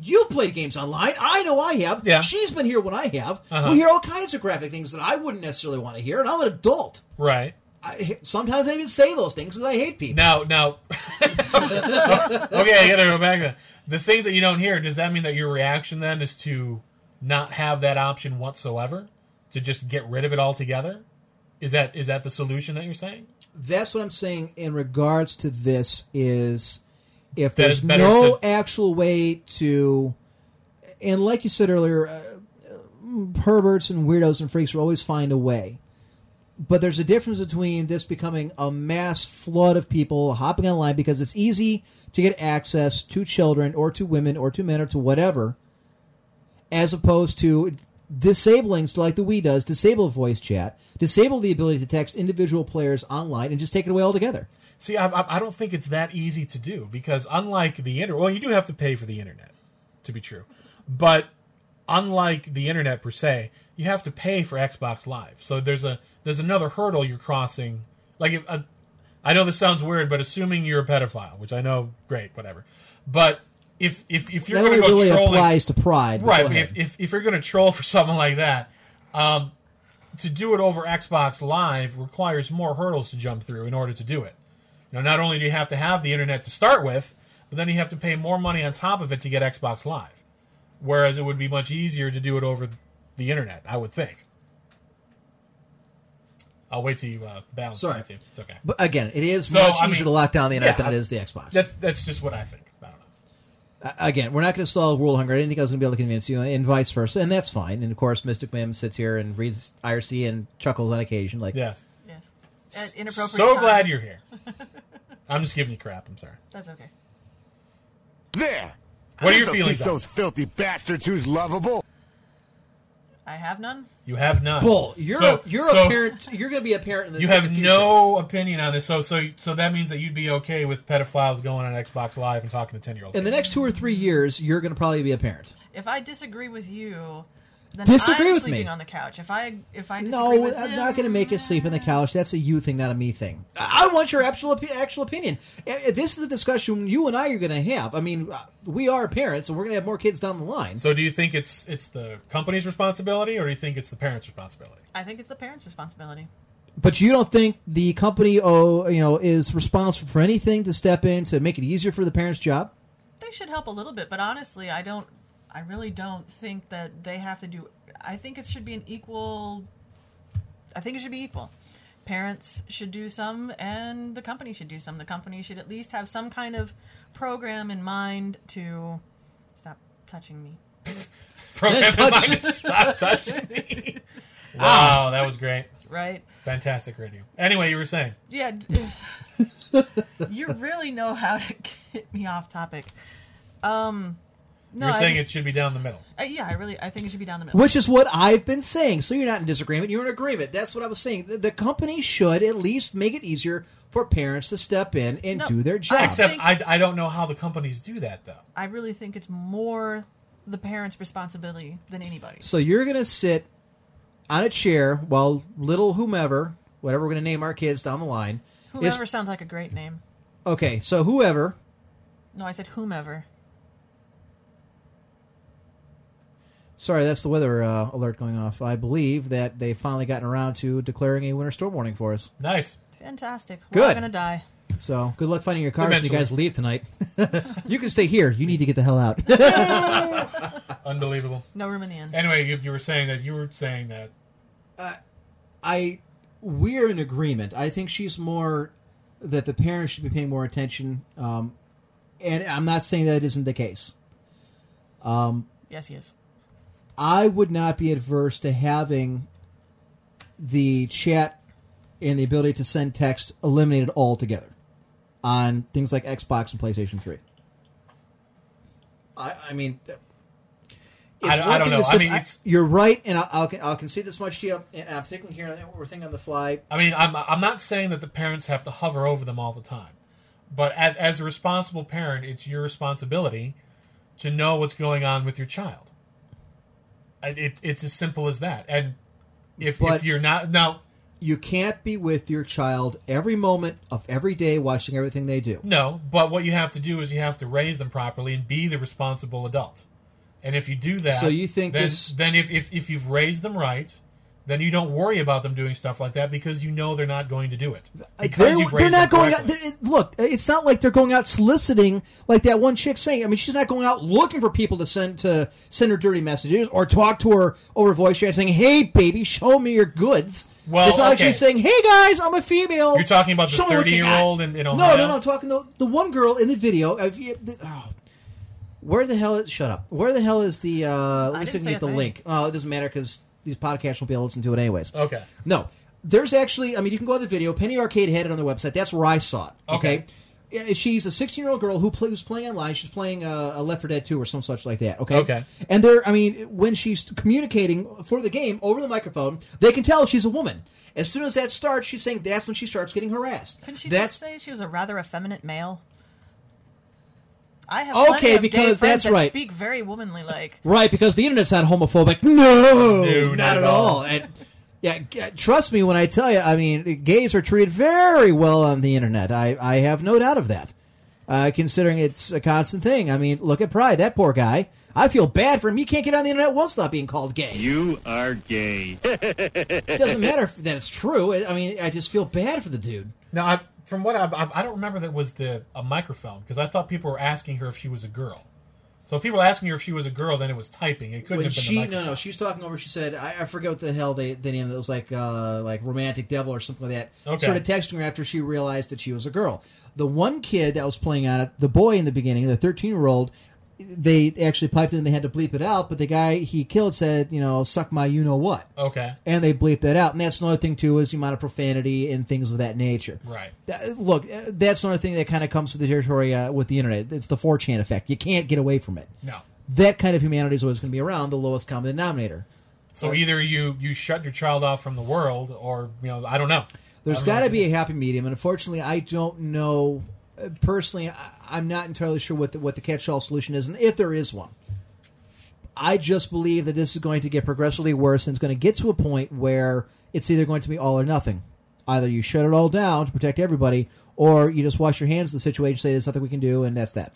you played games online. I know I have. Yeah. She's been here when I have. We hear all kinds of graphic things that I wouldn't necessarily want to hear, and I'm an adult. right I, sometimes I even say those things because I hate people. now now. okay, I gotta go back. to that. The things that you don't hear. Does that mean that your reaction then is to not have that option whatsoever? To just get rid of it altogether? Is that is that the solution that you're saying? that's what I'm saying in regards to this is if That there's is better no to- actual way to and like you said earlier uh, perverts and weirdos and freaks will always find a way but there's a difference between this becoming a mass flood of people hopping online because it's easy to get access to children or to women or to men or to whatever as opposed to disabling so like the Wii does disable voice chat disable the ability to text individual players online and just take it away altogether See, I, I I don't think it's that easy to do because unlike the internet, well, you do have to pay for the internet, to be true. But unlike the internet per se, you have to pay for Xbox Live. So there's a there's another hurdle you're crossing. Like, if, uh, I know this sounds weird, but assuming you're a pedophile, which I know, great, whatever. But if if if you're that only going to go really trolling, applies to pride but right go but ahead. if, if, if you're going to troll for something like that um, to do it over xbox live requires more hurdles to jump through in order to do it you know not only do you have to have the internet to start with but then you have to pay more money on top of it to get xbox live whereas it would be much easier to do it over the internet i would think i'll wait till you uh, balance Sorry. that too. it's okay but again it is So, much I easier mean, to lock down the internet yeah, than it is the xbox that's that's just what i think i don't know again, we're not going to solve world hunger. I didn't think I was going to be able to convince you, and vice versa, and that's fine. And of course, Mystic Mim sits here and reads IRC and chuckles on occasion, like yes Yes. At inappropriate so glad times. you're here i'm just giving you crap i'm sorry That's okay. There. what are your This'll feelings Teach on those this? filthy bastards who's lovable. I have none. You have none. "Bull, you're So- you're so a parent. You're going to be a parent. In the, You in have the future. no opinion on this. So so so that means that you'd be okay with pedophiles going on Xbox Live and talking to ten year old. In the next two or three years, you're going to probably be a parent. If I disagree with you, Then Disagree I'm with sleeping me. on the couch. If I if I disagree No, with I'm him, not going to make you sleep on the couch. That's a you thing, not a me thing. I I want your actual op- actual opinion. I- I- This is a discussion you and I are going to have. I mean, uh, we are parents, and we're going to have more kids down the line. So, do you think it's it's the company's responsibility, or do you think it's the parents' responsibility? I think it's the parents' responsibility. But you don't think the company, oh, you know, is responsible for anything to step in to make it easier for the parents' job? They should help a little bit, but honestly, I don't. I really don't think that they have to do. I think it should be an equal. I think it should be equal. Parents should do some, and the company should do some. The company should at least have some kind of program in mind to stop touching me. Program touch- Ah. stop touching me. Wow, that was great. Right? Fantastic radio. Anyway, you were saying. Yeah. d- you really know how to get me off topic. Um, no, you're I, saying it should be down the middle. I- yeah, I really, I think it should be down the middle. Which is what I've been saying. So you're not in disagreement. You're in agreement. That's what I was saying. The, the company should at least make it easier for parents to step in and No, do their I job. accept- Except think- I, I don't know how the companies do that though. I really think it's more the parents' responsibility than anybody's. So you're going to sit on a chair while little whomever, whatever we're going to name our kids down the line, is- Whoever sounds like a great name. okay, so whoever, No, I said whomever. sorry, that's the weather uh, alert going off. I believe that they've finally gotten around to declaring a winter storm warning for us. Nice. Fantastic. We're Good. all gonna die. So good luck finding your cars when you Eventually. guys leave tonight. you can stay here. You need to get the hell out. Unbelievable. No room in the inn. Anyway, you, you were saying that you were saying that I we're in agreement. I think she's more that the parents should be paying more attention, um, and I'm not saying that isn't the case. Yes, he is. I would not be adverse to having the chat and the ability to send text eliminated altogether on things like Xbox and PlayStation Three. I, I mean, it's I don't- I one don't thing to know. I sit- mean, it's- you're right, and I- I'll, I'll concede this much to you. And I'm thinking here, we're thinking on the fly. I mean, I'm I'm not saying that the parents have to hover over them all the time, but as, as a responsible parent, it's your responsibility to know what's going on with your child. I- It, it's as simple as that. And if if But- you're not now, you can't be with your child every moment of every day watching everything they do. no. But what you have to do is you have to raise them properly and be the responsible adult. And if you do that, So you think then, this- then if, if if you've raised them right, then you don't worry about them doing stuff like that because you know they're not going to do it. Because they're, you've they're raised not them going out. correctly. they're- Look, it's not like they're going out soliciting like that one chick saying. I mean, she's not going out looking for people to send to send her dirty messages or talk to her over voice chat saying, "Hey, baby, show me your goods." Well, it's not okay. like she's saying, "Hey, guys, I'm a female." You're talking about the Show me what you got." 30-year-old in- in No, Ohio? no, no. I'm talking the the one girl in the video. If you- the- oh. Where the hell is? Shut up. Where the hell is the? Uh, let me didn't see if I say can a get the thing. link. Uh, it doesn't matter because these podcasts won't be able to listen to it anyways. Okay. No, there's actually. I mean, you can go to the video. Penny Arcade had it on their website. That's where I saw it. Okay. Okay. Yeah, She's a 16 year old girl who play, who's playing online. She's playing uh, a Left 4 Dead 2 or some such like that. Okay. Okay. And they're, I mean, when she's communicating for the game over the microphone, they can tell she's a woman. As soon as that starts, she's saying that's when she starts getting harassed. Couldn't she just that's say she was a rather effeminate male? I have Okay, plenty of gay friends because that's that right. Speak very womanly like. Right, because the internet's not homophobic. No, No, not, not at at all. all. And, yeah, g- trust me when I tell you. I mean, the gays are treated very well on the internet. I, I have no doubt of that. Uh, considering it's a constant thing. I mean, look at Pride. That poor guy. I feel bad for him. He can't get on the internet once without being called gay. You are gay. It doesn't matter if that it's true. I I mean, I just feel bad for the dude. Now, I, from what I, I, I don't remember, that was the a microphone because I thought people were asking her if she was a girl. So if people were asking her if she was a girl, then it was typing. It couldn't when have been she the microphone. no no she was talking over she said I, I forget what the hell they the name of it was like uh like romantic devil or something like that Okay. started texting her after she realized that she was a girl the one kid that was playing on it the boy in the beginning the 13 year old they actually piped in they had to bleep it out but the guy he killed said you know suck my you know what Okay, and they bleep that out and that's another thing too is the amount of profanity and things of that nature right. Th- Look, uh, that's another thing that kind of comes with the territory uh, with the internet. It's the 4chan effect. You can't get away from it No. that kind of humanity is always going to be around the lowest common denominator. So either you you shut your child off from the world, or you know, I don't know. There's I don't know got what to to be a happy medium, and unfortunately, I don't know uh, personally. I, I'm not entirely sure what the, what the catch-all solution is, and if there is one. I just believe that this is going to get progressively worse and it's going to get to a point where it's either going to be all or nothing. Either you shut it all down to protect everybody, or you just wash your hands of the situation, say there's nothing we can do, and that's that.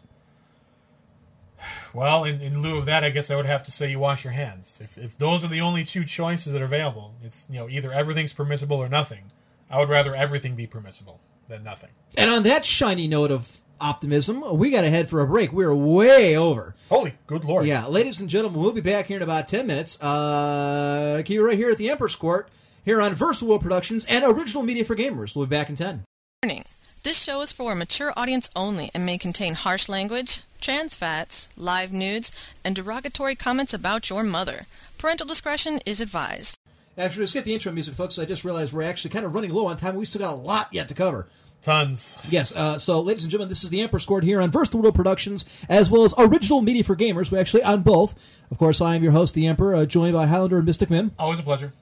Well, in, in lieu of that, I guess I would have to say you wash your hands. If, if those are the only two choices that are available, it's you know either everything's permissible or nothing. I would rather everything be permissible than nothing. And on that shiny note of optimism, we got to head for a break. We're way over. Holy good lord! Yeah, ladies and gentlemen, we'll be back here in about 10 minutes. Uh, keep it right here at the Emperor's Court, here on Versal World Productions and Original Media for Gamers. We'll be back in 10. Warning. This show is for a mature audience only and may contain harsh language, trans fats, live nudes, and derogatory comments about your mother. Parental discretion is advised. Actually, let's get the intro music, folks. I just realized we're actually kind of running low on time. We still got a lot yet to cover. Tons. Yes, uh, so ladies and gentlemen, this is the Emperor's Court here on Versatile World Productions, as well as Original Media for Gamers. We're actually on both. Of course, I am your host, the Emperor, uh, joined by Highlander and Mystic Mim. Always a pleasure.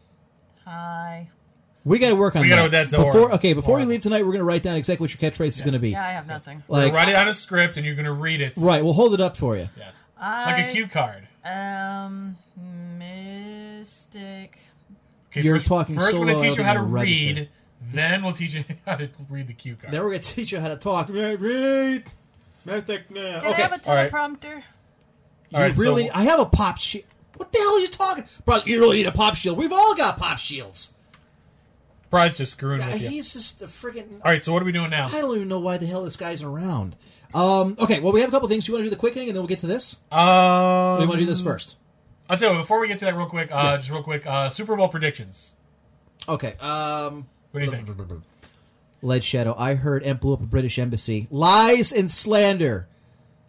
Hi. We got to work on We that. gotta with that door. before, okay, before we Door. leave tonight, we're going to write down exactly what your catchphrase is going to be. Yeah, I have nothing. Like, write it on a script and you're going to read it. right, we'll hold it up for you. Yes. I Like a cue card. um mystic. Okay, You're first, talking First, so we're going loud to teach you how to I'm gonna read. register. Then we'll teach you how to read the cue card. Then we're going to teach you how to talk. Right, right. Mystic Mim. Can I have a all right. teleprompter? All right, you really? so- I have a pop shield. What the hell are you talking? Bro, you really need a pop shield. We've all got pop shields. Bride's just screwing Yeah, with you. he's just a friggin'. All right, so what are we doing now? I don't even know why the hell this guy's around. Um, okay, well, we have a couple things. You want to do the quick hitting, and then we'll get to this. Or you Um, want to do this first? I'll tell you what, before we get to that, real quick, uh, just real quick, uh, Super Bowl predictions. Okay. Um, What do you think? Lead Shadow. I heard and blew up a British embassy. Lies and slander.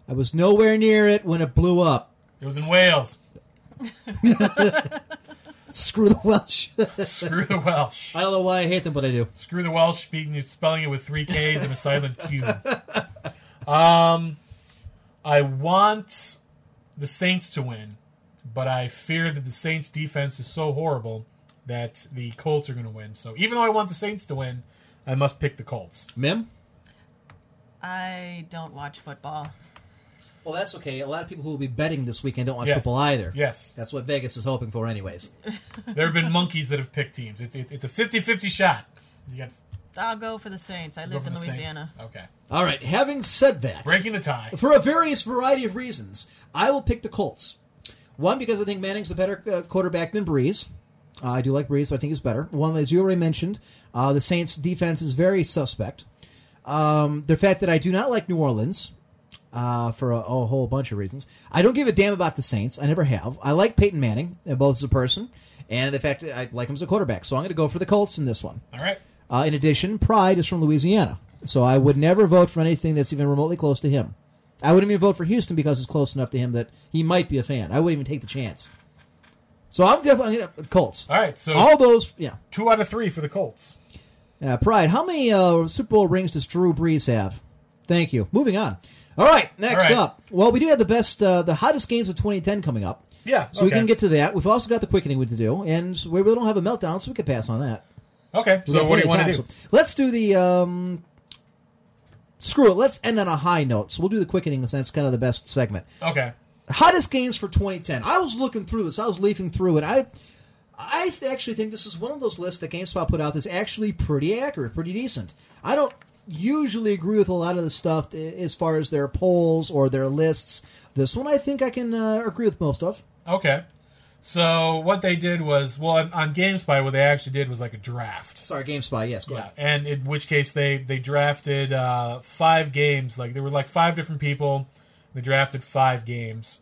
I was nowhere near it when it blew up. It was in Wales. Screw the Welsh. Screw the Welsh. I don't know why I hate them, but I do. Screw the Welsh. Speaking, spelling it with three K's and a silent Q. Um, I want the Saints to win, but I fear that the Saints' defense is so horrible that the Colts are going to win. So even though I want the Saints to win, I must pick the Colts. Mim. I don't watch football. Well, that's okay. A lot of people who will be betting this weekend don't watch Yes. football either. Yes. That's what Vegas is hoping for, anyways. There have been monkeys that have picked teams. It's it's, it's a 50-50 shot. You got I'll go for the Saints. I go live for in the Saints. Louisiana. Okay, All right. Having said that, breaking the tie. for a various variety of reasons, I will pick the Colts. One because I think Manning's a better uh, quarterback than Breeze. Uh, I do like Breeze, but I think he's better. One, as you already mentioned, uh, the Saints' defense is very suspect. Um, the fact that I do not like New Orleans uh, for a, a whole bunch of reasons. I don't give a damn about the Saints. I never have. I like Peyton Manning, uh, both as a person, and the fact that I like him as a quarterback. So I'm going to go for the Colts in this one. All right. Uh, in addition, Pride is from Louisiana, so I would never vote for anything that's even remotely close to him. I wouldn't even vote for Houston because it's close enough to him that he might be a fan. I wouldn't even take the chance. So I'm definitely gonna, Colts. All right. So All those, yeah. two out of three for the Colts. Uh, Pride. How many uh, Super Bowl rings does Drew Brees have? Thank you. Moving on. All right. Next All right. up. Well, we do have the best, uh, the hottest games of 2010 coming up. Yeah, So we okay. can get to that. We've also got the quickening we to do, and we really don't have a meltdown, so we could pass on that. Okay. We so got what do plenty you want of to do? time. So let's do the um. Screw it. Let's end on a high note. So we'll do the quickening since that's kind of the best segment. Okay. Hottest games for 2010. I was looking through this. I was leafing through it. I, I th- actually think this is one of those lists that GameSpot put out that's actually pretty accurate, pretty decent. I don't usually agree with a lot of the stuff i- as far as their polls or their lists. This one I think I can uh, agree with most of. Okay. So what they did was well on, on GameSpy, what they actually did was like a draft. Sorry, GameSpot. Yes, go Yeah, ahead. and in which case they they drafted uh, five games. Like there were like five different people. They drafted five games,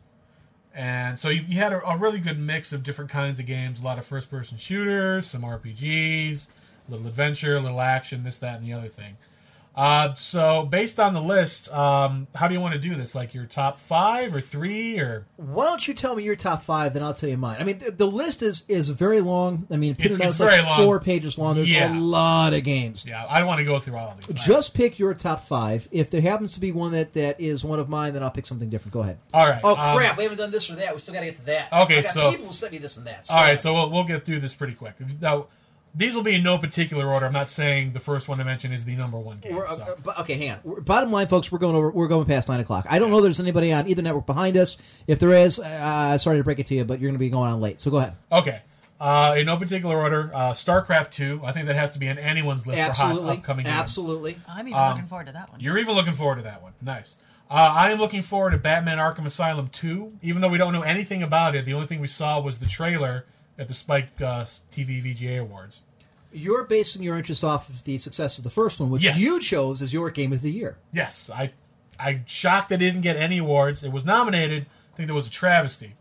and so you, you had a, a really good mix of different kinds of games. A lot of first person shooters, some RPGs, a little adventure, a little action, this, that, and the other thing. Uh, so based on the list, um, how do you want to do this? Like your top five or three or Why don't you tell me your top five, then I'll tell you mine. I mean, the, the list is is very long. I mean, Peter It's- knows it's like very long. four pages long. There's Yeah. a lot of games. yeah? I don't want to go through all of these. Just pick your top five. If there happens to be one that, that is one of mine, then I'll pick something different. Go ahead. All right. Oh um, crap! we haven't done this or that. We still got to get to that. Okay, I got so- people who sent me this and that. All right, so we'll, we'll get through this pretty quick. Now, These will be in no particular order. I'm not saying the first one I mentioned is the number one game. We're, uh, so. uh, bu- okay, hang on. We're- Bottom line, folks, we're going over. We're going past nine o'clock. I don't know. if There's anybody on either network behind us. If there is, uh, sorry to break it to you, but you're going to be going on late. So go ahead. Okay. Uh, in no particular order, uh, StarCraft 2. I think that has to be on anyone's list for hot upcoming games. absolutely. I'm even looking forward to that one. Um, You're even looking forward to that one. Nice. Uh, I am looking forward to Batman Arkham Asylum 2. Even though we don't know anything about it, the only thing we saw was the trailer at the Spike uh, TV VGA Awards. You're basing your interest off of the success of the first one, which Yes. you chose as your game of the year. Yes, I, I'm shocked that it didn't get any awards. It was nominated. I think that was a travesty.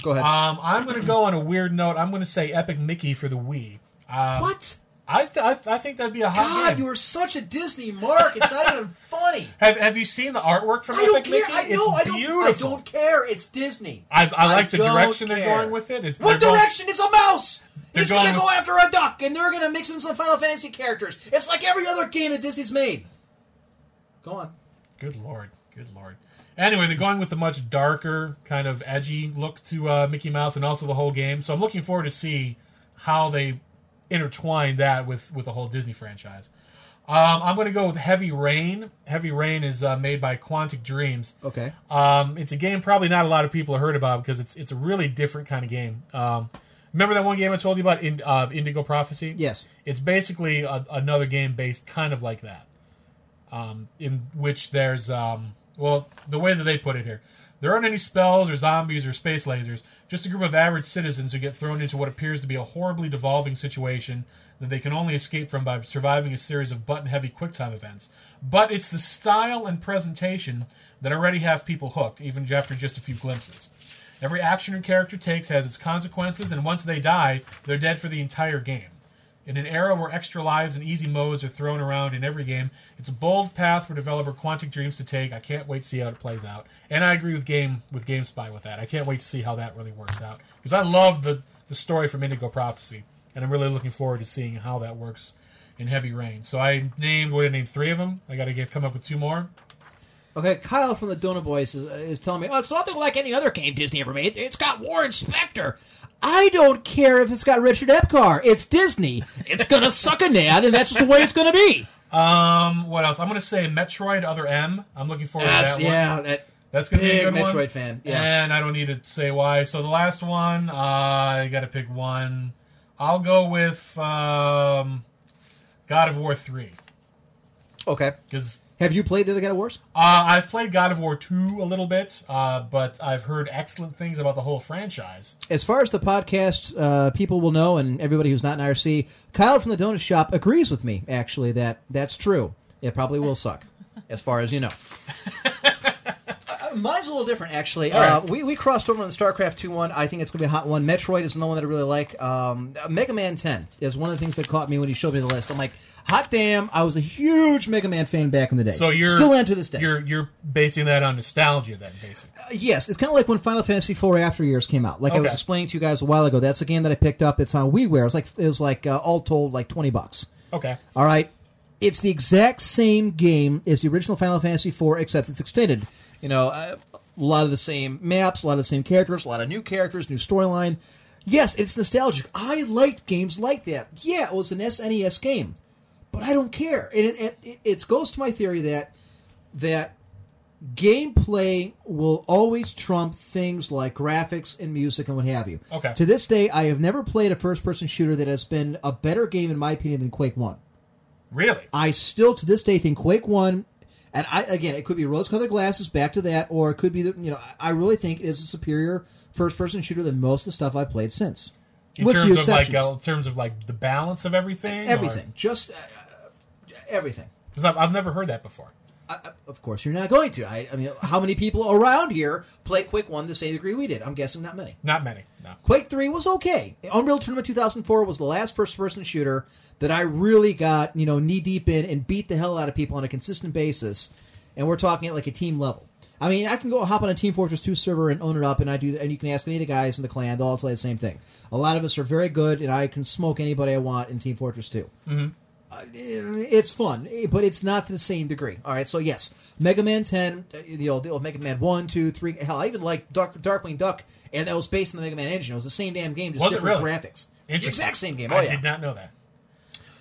Go ahead. Um, I'm going to go on a weird note. I'm going to say Epic Mickey for the Wii. Um, what? I, th- I, th- I think that'd be a hot God, game. you are such a Disney mark. It's not even funny. Have Have you seen the artwork from I don't Epic care. Mickey? I know. It's I don't. beautiful. I don't care. It's Disney. I, I like the don't direction they're care. going with it. It's What they're going- direction? It's a mouse. They're He's going to going go with- after a duck, and they're going to mix in some Final Fantasy characters. It's like every other game that Disney's made. Go on. Good lord, good lord. Anyway, they're going with a much darker, kind of edgy look to uh, Mickey Mouse and also the whole game. So I'm looking forward to see how they intertwine that with with the whole Disney franchise. Um, I'm going to go with Heavy Rain. Heavy Rain is uh, made by Quantic Dreams. Okay. Um, it's a game probably not a lot of people have heard about because it's it's a really different kind of game. Um, remember that one game I told you about, in, uh, Indigo Prophecy? Yes. It's basically a, another game based kind of like that, um, in which there's um, well the way that they put it here, there aren't any spells or zombies or space lasers, just a group of average citizens who get thrown into what appears to be a horribly devolving situation that they can only escape from by surviving a series of button-heavy QuickTime events. But it's the style and presentation that already have people hooked, even after just a few glimpses. Every action your character takes has its consequences, and once they die, they're dead for the entire game. In an era where extra lives and easy modes are thrown around in every game, it's a bold path for developer Quantic Dreams to take. I can't wait to see how it plays out. And I agree with game with GameSpy with that. I can't wait to see how that really works out because I love the the story from Indigo Prophecy, and I'm really looking forward to seeing how that works in Heavy Rain. So I named what I named three of them. I got to come up with two more. Okay, Kyle from the Donut Boys is, is telling me, oh, it's nothing like any other game Disney ever made. It's got Warren Spector. I don't care if it's got Richard Epcar. It's Disney. It's going to suck a nad, and that's just the way it's going to be. Um, what else? I'm gonna say Metroid Other M. I'm looking forward That's, to that one. yeah. That, That's gonna be a Big good one. Uh, Metroid fan, yeah. And I don't need to say why. So the last one, uh, I got to pick one. I'll go with um, God of War three okay. because Have you played The Other God of Wars? uh, I've played God of War two a little bit, uh, but I've heard excellent things about the whole franchise. as far as the podcast uh, people will know, and everybody who's not in IRC, Kyle from the Donut Shop agrees with me. Actually, that that's true. It probably will suck, as far as you know. Uh, Mine's a little different, actually. Uh, we, we crossed over on the StarCraft 2 one. I think it's going to be a hot one. Metroid is another one that I really like. Um, uh, Mega Man 10 is one of the things that caught me when he showed me the list. I'm like, hot damn, I was a huge Mega Man fan back in the day. So you're Still am to this day. You're you're basing that on nostalgia, then basically. Yes, it's kind of like when Final Fantasy IV After Years came out. Like I was Okay. explaining to you guys a while ago, that's a game that I picked up. It's on WiiWare. It's like it was like uh, all told like twenty bucks. Okay. All right, it's the exact same game as the original Final Fantasy IV, except it's extended. You know, uh, a lot of the same maps, a lot of the same characters, a lot of new characters, new storyline. Yes, it's nostalgic. I liked games like that. Yeah, it was an SNES game, but I don't care. And it, it, it, it goes to my theory that that gameplay will always trump things like graphics and music and what have you. Okay. To this day, I have never played a first-person shooter that has been a better game, in my opinion, than Quake One. Really? I still to this day think Quake One, and I again it could be rose-colored glasses back to that, or it could be the you know I really think it is a superior first-person shooter than most of the stuff I've played since, In with few terms of like exceptions. uh, in terms of like the balance of everything. everything, just uh, uh, everything. Because I've, I've never heard that before. Of course, you're not going to. I, I mean, how many people around here play Quake One the same degree we did? I'm guessing not many. Not many. No. Quake 3 was okay. Unreal Tournament 2004 was the last first person shooter that I really got, you know, knee deep in and beat the hell out of people on a consistent basis. And we're talking at like a team level. I mean, I can go hop on a Team Fortress 2 server and own it up, and I do, and you can ask any of the guys in the clan, they'll all tell you the same thing. A lot of us are very good, and I can smoke anybody I want in Team Fortress 2 Eh, it's fun, but it's not to the same degree. All right, so yes, Mega Man 10, uh, the old, the old Mega Man 1, 2, 3, hell, I even like Dark, Darkwing Duck, and that was based on the Mega Man engine. It was the same damn game, just Was it different really? graphics. Interesting. Exact same game. Oh, I yeah. did not know that.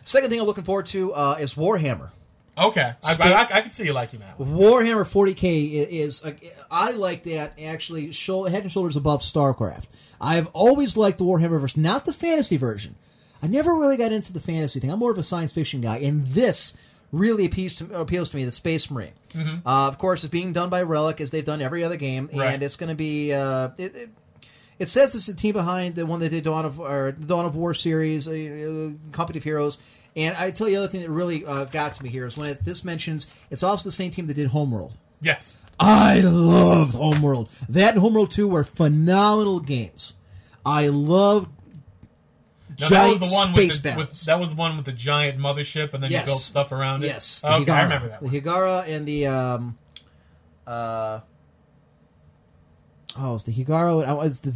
Second thing I'm looking forward to uh, is Warhammer. Okay, I, I, I, I can see you liking that. One. Warhammer 40k i- is uh, I like that actually shou- head and shoulders above StarCraft. I've always liked the Warhammer version, not the fantasy version. I never really got into the fantasy thing. I'm more of a science fiction guy, and this really appeals to, appeals to me. The Space Marine, uh, of course, is being done by Relic as they've done every other game, Right. and it's going to be. Uh, it, it, it says it's the team behind the one that did Dawn of or the Dawn of War series, uh, uh, Company of Heroes. And I tell you the other thing that really uh, got to me here is when it, this mentions it's also the same team that did Homeworld. Yes. I loved Homeworld. That and Homeworld Two were phenomenal games. I love Now, giant that was the one space with, the, with battles. that was the one with the giant mothership, and then Yes. you built stuff around it. yes, the okay, Higara, I remember that. The One. Higara and the um, uh, oh, it's the Higara. and- oh, It's the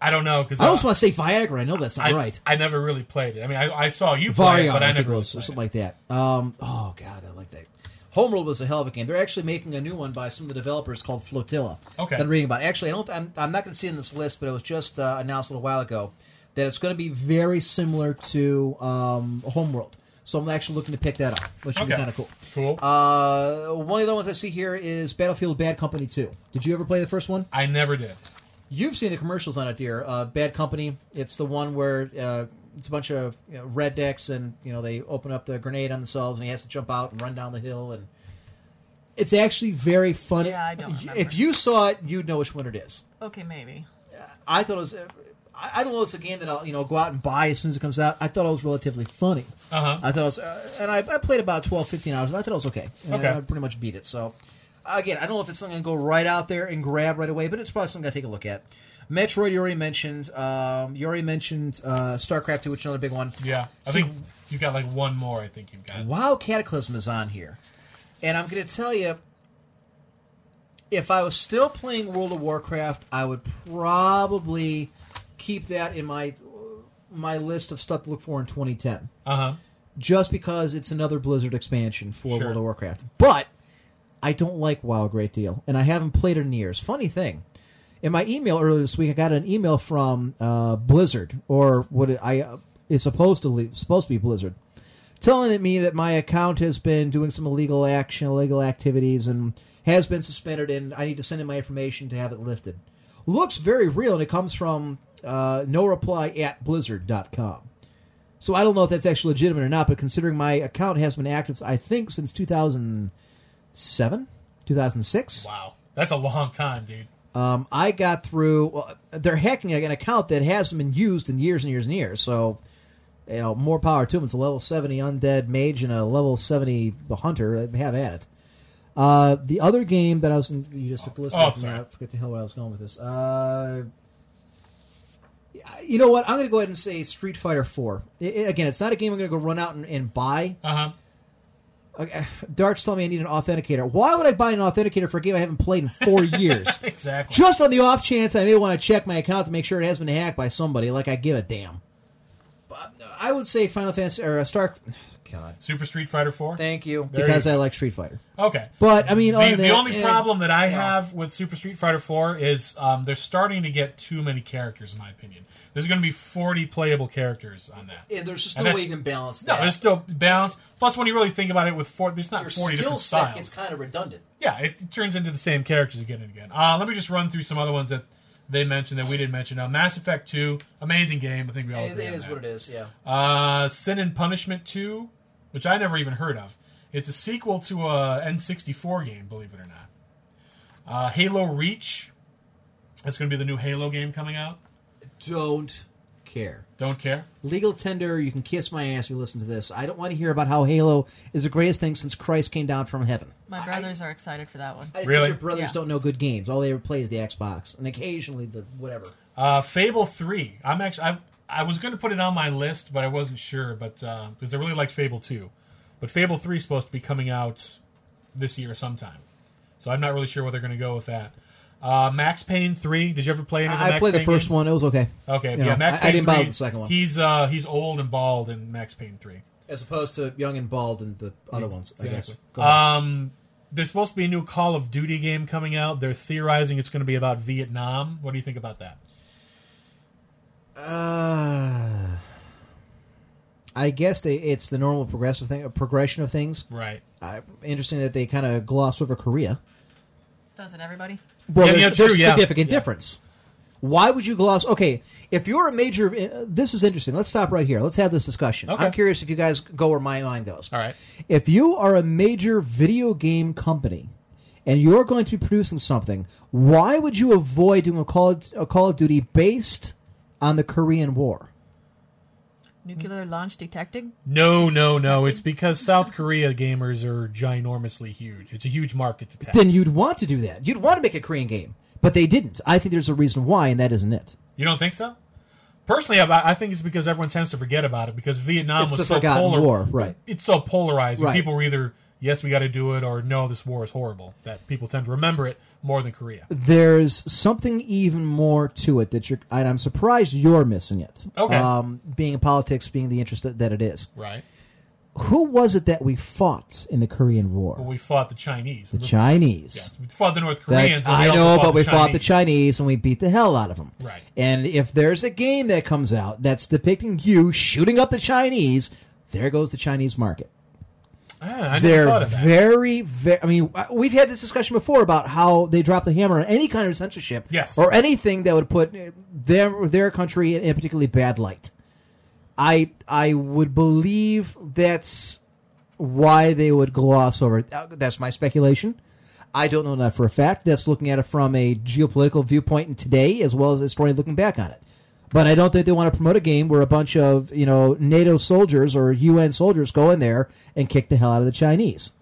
I don't know because I almost want to say Viagra. I know that's not right. I never really played it. I mean, I, I saw you play Varian, it, but I, I think never it really was, or played something it. like that. Um, oh god, I like that. Homeworld was a hell of a game. They're actually making a new one by some of the developers called Flotilla. Okay. that I'm reading about. Actually, I don't. I'm, I'm not going to see it in this list, but it was just uh, announced a little while ago that it's going to be very similar to um, Homeworld. So I'm actually looking to pick that up, which would be Okay. kind of cool. Cool. Uh, one of the other ones I see here is Battlefield Bad Company 2. Did you ever play the first one? I never did. You've seen the commercials on it, dear. Uh, Bad Company. It's the one where uh, it's a bunch of you know, red decks, and you know they open up the grenade on themselves, and he has to jump out and run down the hill, and it's actually very funny. Yeah, I don't remember. If you saw it, you'd know which one it is. Okay, maybe. I thought it was. I I don't know. It's a game that I'll you know go out and buy as soon as it comes out. I thought it was relatively funny. Uh-huh. I thought it was, uh, and I, I played about 12, 15 hours, and I thought it was okay. And Okay. I pretty much beat it. So, again, I don't know if it's something I can go right out there and grab right away, but it's probably something I take a look at. Metroid, you already mentioned. Um, you already mentioned uh, StarCraft Two, which is another big one. Yeah, I See- think you got like one more. I think you've got. Wow, Cataclysm is on here, and I'm going to tell you, if I was still playing World of Warcraft, I would probably keep that in my my list of stuff to look for in 2010, Uh huh. just because it's another Blizzard expansion for Sure. World of Warcraft. But I don't like WoW a great deal, and I haven't played it in years. Funny thing. In my email earlier this week, I got an email from uh, Blizzard, or what it, I uh, is supposed to le- supposed to be Blizzard, telling me that my account has been doing some illegal action, illegal activities, and has been suspended, and I need to send in my information to have it lifted. Looks very real, and it comes from uh, no reply at blizzard.com. So I don't know if that's actually legitimate or not, but considering my account has been active, I think, since 2007, 2006. Wow, that's a long time, dude. Um, I got through. Well, they're hacking an account that hasn't been used in years and years and years. So, you know, more power to them. It's a level seventy undead mage and a level seventy hunter. Have at it. Uh, the other game that I was in, you just took the list. Oh, away I'm from me. sorry. I forget the hell where I was going with this. Uh, you know what? I'm going to go ahead and say Street Fighter Four. I- I- again, it's not a game I'm going to go run out and, and buy. Uh huh. Okay, Dark's telling me I need an authenticator. Why would I buy an authenticator for a game I haven't played in four years? Exactly. Just on the off chance, I may want to check my account to make sure it has been hacked by somebody. Like I give a damn. But I would say Final Fantasy or uh, Star. God, Super Street Fighter Four. thank you There because you I like Street Fighter. Okay. But I mean, the, other the than that, only eh, problem that I no. have with Super Street Fighter 4 is um, they're starting to get too many characters, in my opinion. There's going to be 40 playable characters on that. Yeah, there's just And no that- way you can balance No, that. there's no balance. Plus, when you really think about it, with four, there's not Your 40 skill different set styles. gets kind of redundant. yeah, it, it turns into the same characters again and again. Uh, let me just run through some other ones that they mentioned that we didn't mention. Now, Mass Effect 2, amazing game. I think we all It, agree it on is that. what it is. Yeah. Uh, Sin and Punishment 2, which I never even heard of. It's a sequel to a N64 game, believe it or not. Uh, Halo Reach. That's going to be the new Halo game coming out. Don't care. Don't care. Legal tender. You can kiss my ass. You listen to this. I don't want to hear about how Halo is the greatest thing since Christ came down from heaven. My brothers are excited for that one. It's 'cause Really? Your brothers Yeah. don't know good games. All they ever play is the Xbox and occasionally the whatever. Uh, Fable 3. I'm actually I, I was going to put it on my list, but I wasn't sure, but because I really liked Fable 2. But Fable 3 is supposed to be coming out this year sometime. So I'm not really sure where they're going to go with that. Uh, Max Payne 3. Did you ever play any of the I, I Max played the Payne first games? one. It was okay. Okay, You yeah, know, Max I- Payne I, didn't bother 3, with the second one, He's uh he's old and bald in Max Payne 3. as opposed to Young and Bald and the other ones. I guess. Go ahead. Um there's supposed to be a new Call of Duty game coming out. They're theorizing it's going to be about Vietnam. What do you think about that? Uh, I guess they it's the normal progressive thing, progression of things. Right. Uh, interesting that they kind of gloss over Korea. Doesn't everybody? Well, Yeah, there's, yeah, there's true, a yeah. significant Yeah. difference. Why would you gloss? Okay, if you're a major, uh, this is interesting. Let's stop right here. Let's have this discussion. Okay. I'm curious if you guys go where my mind goes. All right. If you are a major video game company and you're going to be producing something, why would you avoid doing a Call of, a Call of Duty based on the Korean War? Nuclear launch detected? No, no, no. It's because South Korea gamers are ginormously huge. It's a huge market to tap. Then you'd want to do that. You'd want to make a Korean game, but they didn't. I think there's a reason why, and that isn't it. You don't think so? Personally, I, I think it's because everyone tends to forget about it because Vietnam It's was the so forgotten polar- war, right. It's so polarizing. Right. People were either yes, we got to do it, or no, this war is horrible. That people tend to remember it more than Korea. There's something even more to it that you're, and I'm surprised you're missing it. Okay. Um, being in politics, being the interest that, that it is. Right. Who was it that we fought in the Korean War? But we fought the Chinese. the Chinese. Yes, we fought the North That- Koreans. but we I also know, fought but the we Chinese. fought the Chinese and we beat the hell out of them. Right. And if there's a game that comes out that's depicting you shooting up the Chinese, there goes the Chinese market. Ah, I never thought They're of that. very, very. I mean, uh, we've had this discussion before about how they drop the hammer on any kind of censorship, Yes. or anything that would put uh, their their country in a particularly bad light. I I would believe that's why they would gloss over it. Uh, That's my speculation. I don't know that for a fact. That's looking at it from a geopolitical viewpoint in today, as well as a story looking back on it. But I don't think they want to promote a game where a bunch of you know NATO soldiers or UN soldiers go in there and kick the hell out of the Chinese.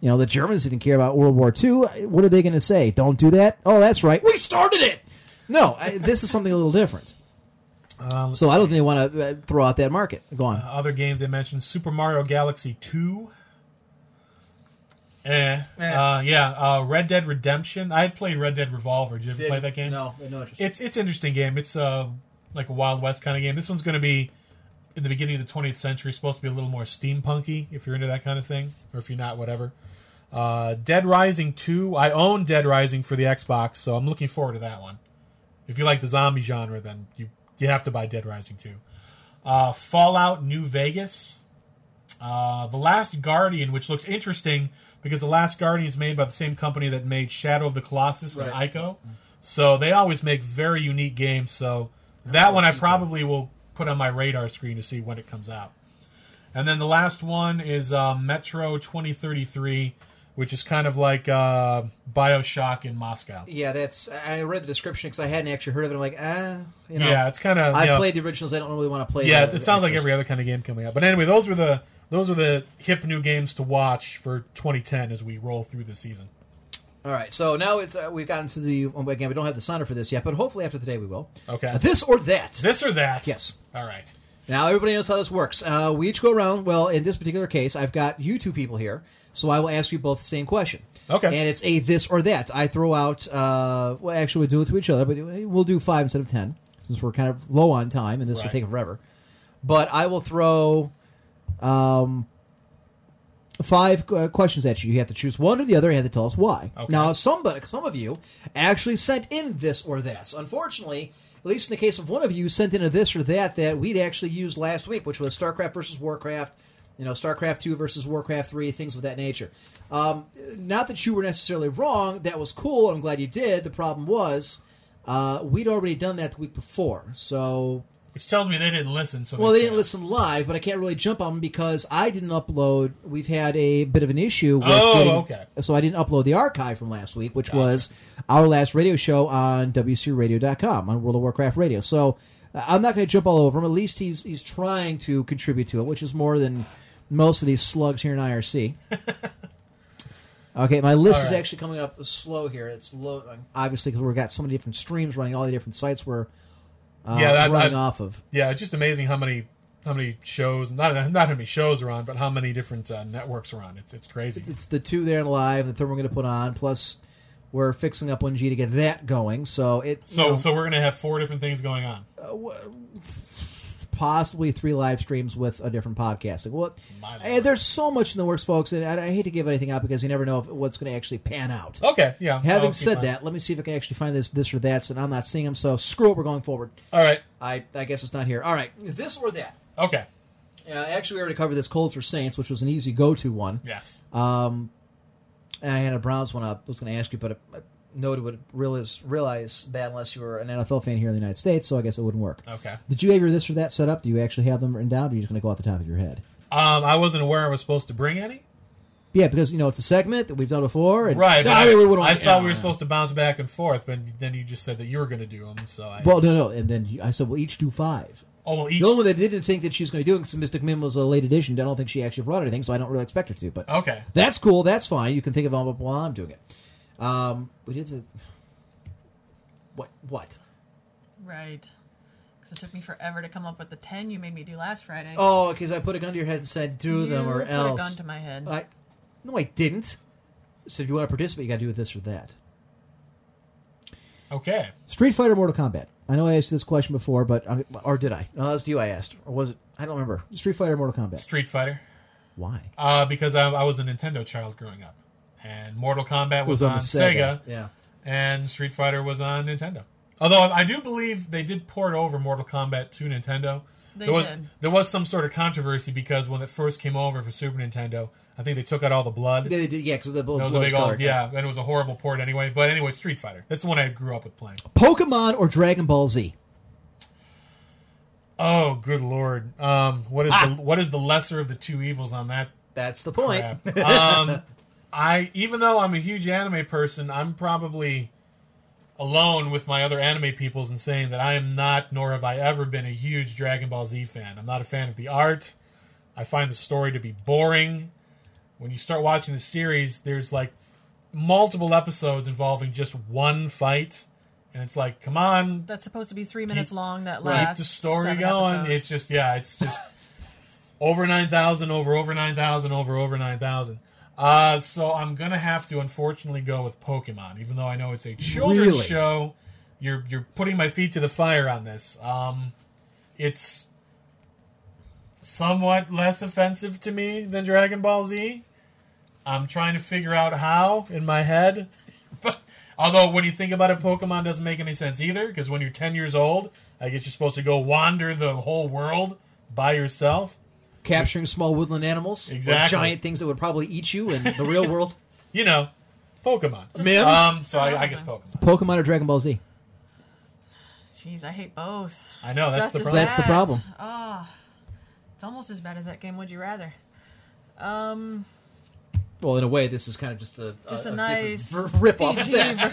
You know the Germans didn't care about World War II. What are they going to say? Don't do that. Oh, that's right. We started it. No, I, this is something a little different. Um, so I don't think they want to uh, throw out that market. Go on. Other games they mentioned Super Mario Galaxy 2. Eh. Uh, yeah. Uh, Red Dead Redemption. I had played Red Dead Revolver. Did you ever play that game? No, no interest. It's it's an interesting game. It's uh, like a Wild West kind of game. This one's going to be in the beginning of the 20th century. It's supposed to be a little more steampunky if you're into that kind of thing, or if you're not, whatever. Uh, Dead Rising 2. I own Dead Rising for the Xbox, so I'm looking forward to that one. If you like the zombie genre, then you you have to buy Dead Rising 2. Uh, Fallout New Vegas. Uh, the Last Guardian, which looks interesting because The Last Guardian is made by the same company that made Shadow of the Colossus and Ico. So they always make very unique games. So that one I probably will put on my radar screen to see when it comes out. And then the last one is uh, Metro 2033, which is kind of like uh, Bioshock in Moscow. Yeah, that's. I read the description because I hadn't actually heard of it. I'm like, ah, you know. Yeah, it's kind of. I you know, played the originals. I don't really want to play. Yeah, the- it sounds like the- every other kind of game coming out. But anyway, those were the those were the hip new games to watch for 2010 as we roll through the season. All right, so now it's uh, we've gotten to the well, again. We don't have the sounder for this yet, but hopefully after today we will. Okay. This or that. This or that? Yes. All right. Now everybody knows how this works. Uh, we each go around. Well, in this particular case, I've got you two people here, so I will ask you both the same question. Okay. And it's a this or that. I throw out. Uh, well, actually, we do it to each other, but we'll do five instead of ten since we're kind of low on time, and this will Right. take forever. But I will throw um, five uh, questions at you. You have to choose one or the other. You have to tell us why. Okay. Now, some but some of you actually sent in this or that. So unfortunately, at least in the case of one of you, sent in a this or that that we'd actually used last week, which was StarCraft versus Warcraft. You know, StarCraft two versus Warcraft three, things of that nature. Um, not that you were necessarily wrong. That was cool. I'm glad you did. The problem was. Uh, we'd already done that the week before, so Which tells me they didn't listen. So well, they didn't can't. listen live, but I can't really jump on them because I didn't upload. We've had a bit of an issue. With Oh, getting- okay. So I didn't upload the archive from last week, which was our last radio show on WCRadio.com on World of Warcraft Radio. So uh, I'm not going to jump all over him. At least he's he's trying to contribute to it, which is more than most of these slugs here in IRC. Okay, my list All is right. actually coming up slow here. It's low, obviously, because we've got so many different streams running, all the different sites we're uh, Yeah, that- running that- off of. Yeah, it's just amazing how many how many shows not not how many shows are on, but how many different uh, networks are on. It's it's crazy. it's the two there and live, the third we're going to put on. Plus, we're fixing up 1G to get that going. So it you So know, so we're gonna have four different things going on. possibly three live streams with a different podcasting. Well, My lord. eh, there's so much in the works, folks, and I, I hate to give anything out because you never know if, what's going to actually pan out. Okay. Yeah. Having I'll keep said on. that, let me see if I can actually find this this or that, and I'm not seeing them. So screw it, we're going forward. All right. I I guess it's not here. All right, this or that. Okay. Uh, actually, we already covered this Colts or Saints, which was an easy go-to one. Yes. And I had a Browns one up. I was going to ask you, but I noted would realize realize that unless you were an NFL fan here in the United States, so I guess it wouldn't work. Okay. Did you have your this or that set up? Do you actually have them written down? Or are you just going to go off the top of your head? Um, I wasn't aware I was supposed to bring any. Yeah, because you know it's a segment that we've done before. And, Right. No, but I mean we wouldn't. I want- thought we were supposed to bounce back and forth, but then you just said that you were going to do them. So I. Well, no, no. And then you, I said, we'll each do five. oh, well, each. The only one that didn't think that she was going to do it, because Mystic Mim was a late edition. I don't think she actually brought anything, so I don't really expect her to. But Okay. that's cool. That's fine. You can think of them while I'm doing it. Um, we did the what? What? Right. Because it took me forever to come up with the 10 you made me do last Friday. Oh, because I put a gun to your head and said, "Do you them or put else." Uh, a gun to my head. I, no, I didn't. So if you want to participate, you got to do it this or that. Okay. Street Fighter, Mortal Kombat. I know I asked you this question before, but um, or did I? No, that was you I asked, or was it? I don't remember. Street Fighter, Mortal Kombat. Street Fighter. Why? Uh, because I, I was a Nintendo child growing up, and Mortal Kombat was, on, the Sega, Yeah. and Street Fighter was on Nintendo. Although I I do believe they did port over Mortal Kombat to Nintendo. They there was did. there was some sort of controversy because when it first came over for Super Nintendo, I think they took out all the blood. They did, yeah, because the that was a big old yeah, and it was a horrible port anyway. But anyway, Street Fighter. That's the one I grew up with playing. Pokemon or Dragon Ball Z? Oh, good lord! Um, what is the what is the lesser of the two evils on that That's the point. crap. Um, I even though I'm a huge anime person, I'm probably alone with my other anime peoples in saying that I am not, nor have I ever been, a huge Dragon Ball Z fan. I'm not a fan of the art. I find the story to be boring. When you start watching the series, there's like multiple episodes involving just one fight, and it's like, come on, That's supposed to be three minutes long. That keep last the story seven going. episodes. It's just yeah, it's just over nine thousand, over over nine thousand, over over nine thousand. Uh, so I'm gonna have to unfortunately go with Pokemon, even though I know it's a children's Really? show. You're you're putting my feet to the fire on this. Um, it's somewhat less offensive to me than Dragon Ball Z. I'm trying to figure out how in my head. But although when you think about it, Pokemon doesn't make any sense either because when you're 10 years old, I guess you're supposed to go wander the whole world by yourself. Capturing small woodland animals, or Exactly. giant things that would probably eat you in the real world. You know, Pokemon. Ma'am? Um, so I, I guess Pokemon. Pokemon or Dragon Ball Z? Jeez, I hate both. I know Just that's the as problem. That's the problem. It's almost as bad as that game. Would you rather? Well, in a way, this is kind of just a Just a, a, a nice different ver- rip off. PG version.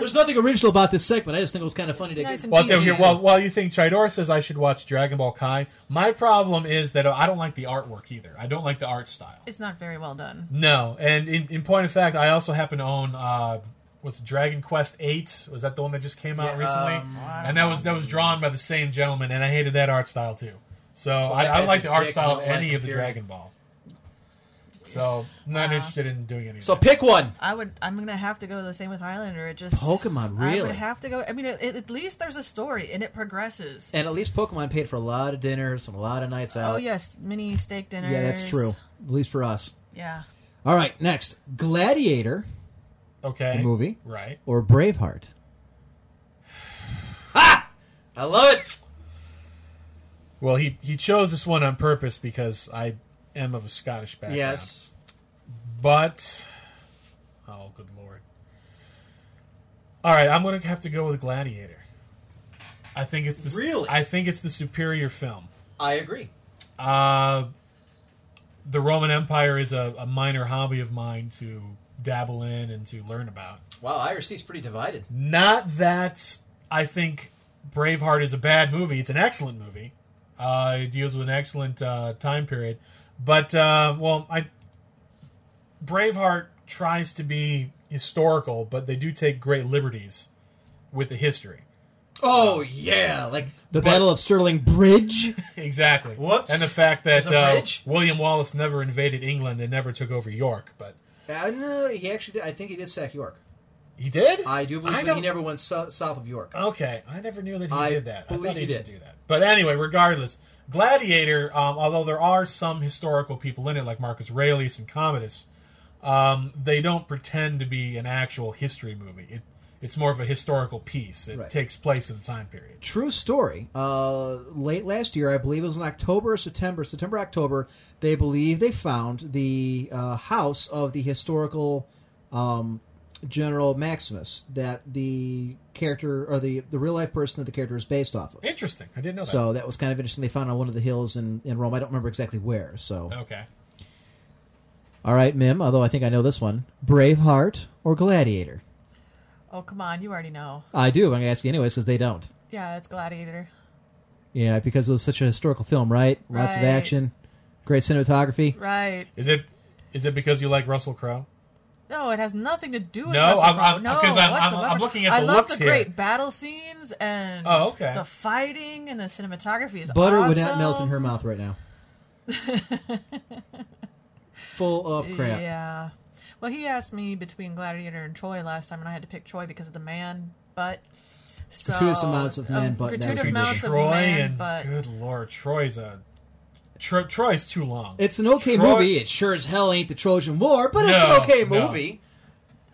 There's nothing original about this segment. I just think it was kind of funny to nice and Well, I'll tell you, PG. while, while you think Chidora says I should watch Dragon Ball Kai, my problem is that I don't like the artwork either. I don't like the art style. It's not very well done. No, and in, in point of fact, I also happen to own uh, was it Dragon Quest Eight? Was that the one that just came out recently? um, and that was that was drawn by the same gentleman, and I hated that art style too. So, I, that I guy's don't like a the art dick, style not like of any him, of the period. Dragon Ball. So I'm not interested in doing any. So of that. pick one. I would. I'm gonna have to go the same with Highlander. It just Pokemon, I really? would have to go. I mean, at, at least there's a story and it progresses. And at least Pokemon paid for a lot of dinners and a lot of nights out. oh yes, mini steak dinners. yeah, that's true. At least for us. Yeah. All right, next Gladiator okay the movie. right? or Braveheart. ah, I love it. Well, he he chose this one on purpose because I am of a Scottish background. Yes, but oh, good lord! All right, I'm gonna have to go with Gladiator. I think it's the Really? I think it's the superior film. I agree. Uh, the Roman Empire is a, a minor hobby of mine to dabble in and to learn about. Wow, IRC's pretty divided. Not that I think Braveheart is a bad movie. It's an excellent movie. Uh, it deals with an excellent uh, time period, but uh, well, I Braveheart tries to be historical, but they do take great liberties with the history. Oh yeah, like the Battle of Stirling Bridge. Exactly. Whoops. And the fact that There's a uh, bridge. William Wallace never invaded England and never took over York, but uh, no, he actually did. I think he did sack York. he did. I Uh, do believe I that he don't- never went so- south of York. Okay, I never knew that he I did that. I believe thought he, he did. not did. do that. But anyway, regardless, Gladiator. Um, although there are some historical people in it, like Marcus Aurelius and Commodus, um, they don't pretend to be an actual history movie. It It's more of a historical piece. It Right. takes place in the time period. True story. Uh, late last year, I believe it was in October or September, September, October, they believe they found the uh, house of the historical um, General Maximus that the character, or the, the real life person that the character is based off of. Interesting. I didn't know that. So that was kind of interesting. They found it on one of the hills in, in Rome. I don't remember exactly where. So, okay. all right, Mim. Although I think I know this one: Braveheart or Gladiator? Oh, come on. You already know. I do. I'm going to ask you anyways because they don't. Yeah, it's Gladiator. Yeah, because it was such a historical film, right? Lots of Right. action, great cinematography. Right. Is it is it because you like Russell Crowe? No, it has nothing to do with No, Russell I'm- Crowe. I'm- no, 'cause I'm- I'm- whatsoever. I'm looking at I the love looks the here. great battle scenes and Oh, okay. the fighting and the cinematography is Butter awesome. would not melt in her mouth right now. Full of crap. Yeah. Well, he asked me between Gladiator and Troy last time, and I had to pick Troy because of the man butt. So, uh, Gratuitous amounts of man butt, that was Gratuitous good. amounts Troy of man and butt. good lord, Troy's a Tro- Troy's too long. It's an okay Troy- movie. It sure as hell ain't the Trojan War, but it's No, an okay no. movie.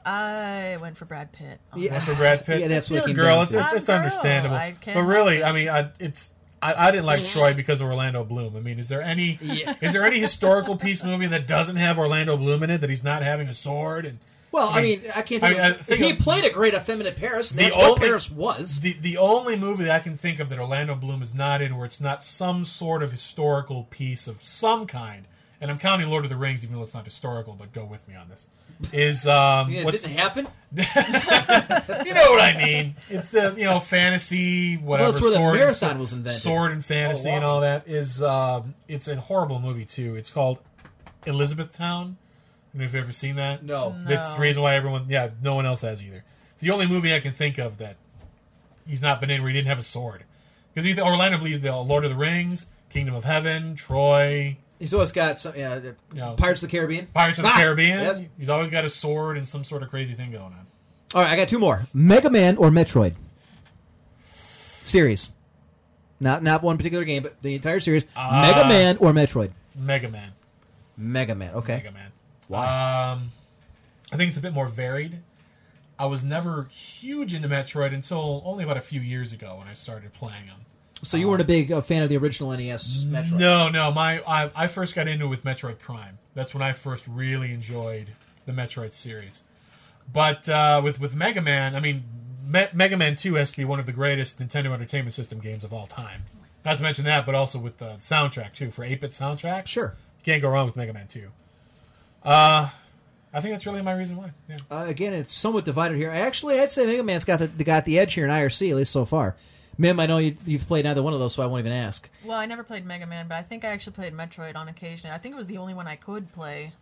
I went for Brad Pitt. Oh, Yeah. One for Brad Pitt. Yeah, that's what You're it a came girl. down It's, to. it's, it's I'm a girl. understandable. I can't But help really, it. I mean, I, it's I, I didn't like Troy because of Orlando Bloom. I mean, is there any is there any historical piece movie that doesn't have Orlando Bloom in it that he's not having a sword and Well, I mean, I can't think. I mean, I of, think he of- played a great effeminate Paris. and The That's what only- Paris was. the the only movie that I can think of that Orlando Bloom is not in, where it's not some sort of historical piece of some kind. And I'm counting Lord of the Rings, even though it's not historical. But go with me on this. Is um, Yeah, it what's, didn't happen. you know what I mean? It's the you know fantasy whatever. it's where the sword and- marathon was invented. Sword and fantasy Oh, wow. and all that is um, it's a horrible movie too. It's called Elizabethtown. I don't know if you've ever seen that. No. No. that's the reason why everyone. Yeah, no one else has either. It's the only movie I can think of that he's not been in where he didn't have a sword. Because either Orlando believes the Lord of the Rings, Kingdom of Heaven, Troy, He's always got some. Yeah, the- Yeah. Pirates of the Caribbean. Pirates of the Ah! Caribbean. Yes. He's always got a sword and some sort of crazy thing going on. All right, I got two more: Mega Man or Metroid series. Not not one particular game, but the entire series. Mega Man or Metroid. Mega Man. Uh, Mega Man. Okay. Uh, Mega Man. Why? Um, I think it's a bit more varied. I was never huge into Metroid until only about a few years ago when I started playing them. So you weren't a big uh, fan of the original NES Metroid. No, no, my I, I first got into it with Metroid Prime. That's when I first really enjoyed the Metroid series. But uh, with with Mega Man, I mean, Me- Mega Man Two has to be one of the greatest Nintendo Entertainment System games of all time. Not to mention that, but also with the soundtrack too for 8-bit soundtrack. Sure. you can't go wrong with Mega Man Two. Uh, I think that's really my reason why. Yeah. Uh, again, it's somewhat divided here. Actually, I'd say Mega Man's got the got the edge here in IRC at least so far. Mim, I know you, you've played neither one of those, so I won't even ask. Well, I never played Mega Man, but I think I actually played Metroid on occasion. I think it was the only one I could play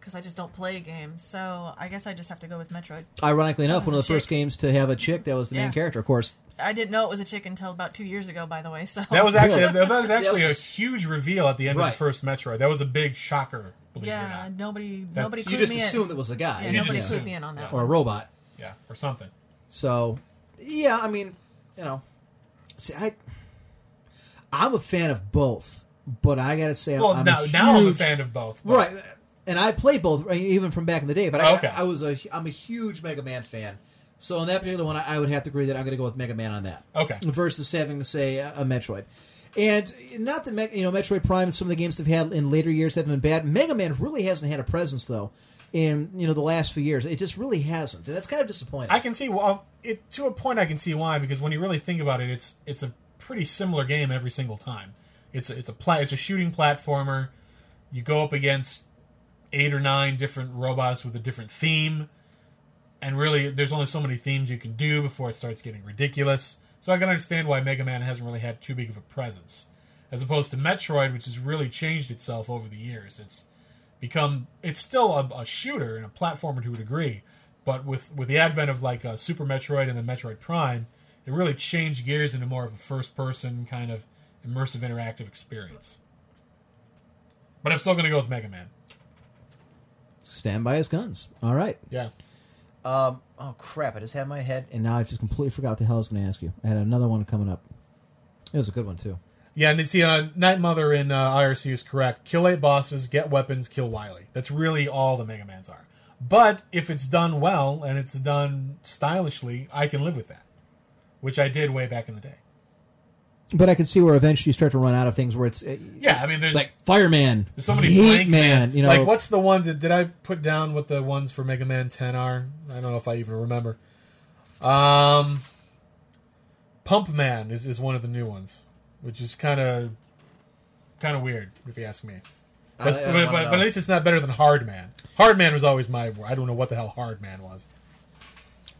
because I just don't play games. So I guess I just have to go with Metroid. Ironically enough, one of the Chick. first games to have a chick that was the main Yeah. character, of course. I didn't know it was a chick until about two years ago, by the way. So That was actually Really? that was actually was- a huge reveal at the end Right. of the first Metroid. That was a big shocker. Believe it or yeah. not. Nobody, That- nobody. You clued just me in. assumed it was a guy, Yeah, You nobody just clued assume. me in on that. Yeah. or a robot. Yeah, or something. So, yeah, I mean, you know, see, I, I'm a fan of both, but I gotta say, Well, I'm now, a now I'm a huge- fan of both. but- right? And I play both, right, even from back in the day. But I, Okay. I was a, I'm a huge Mega Man fan. So on that particular one, I I would have to agree that I'm going to go with Mega Man on that. Okay. Versus having to say a a Metroid, and not that Meg- you know Metroid Prime and some of the games they've had in later years haven't been bad. Mega Man really hasn't had a presence though. In you know the last few years, it just really hasn't, and that's kind of disappointing. I can see well, it to a point. I can see why because when you really think about it, it's it's a pretty similar game every single time. It's a, it's a pla- it's a shooting platformer. You go up against eight or nine different robots with a different theme, and really, there's only so many themes you can do before it starts getting ridiculous. So I can understand why Mega Man hasn't really had too big of a presence, as opposed to Metroid, which has really changed itself over the years. It's become it's still a, a shooter and a platformer to a degree, but with with the advent of like uh, Super Metroid and the Metroid Prime, it really changed gears into more of a first person kind of immersive interactive experience. But I'm still going to go with Mega Man. Stand by his guns. All right. Yeah, Um, oh crap! I just had my head, and now I just completely forgot what the hell I was going to ask you. I had another one coming up. It was a good one too. yeah, and then see, uh, Night Mother in uh, IRC is correct. Kill eight bosses, get weapons, kill Wily. That's really all the Mega Mans are. But if it's done well and it's done stylishly, I can live with that, which I did way back in the day. But I can see where eventually you start to run out of things where it's uh, Yeah, I mean, there's like fireman, There's so many Heat blank man. man. You know, like what's the ones that did I put down? What the ones for Mega Man Ten are? I don't know if I even remember. Um, Pump Man is, is one of the new ones, which is kind of kind of weird if you ask me. But, I but, don't but, wanna but know. at least it's not better than Hard Man. Hard Man was always my. I don't know what the hell Hard Man was.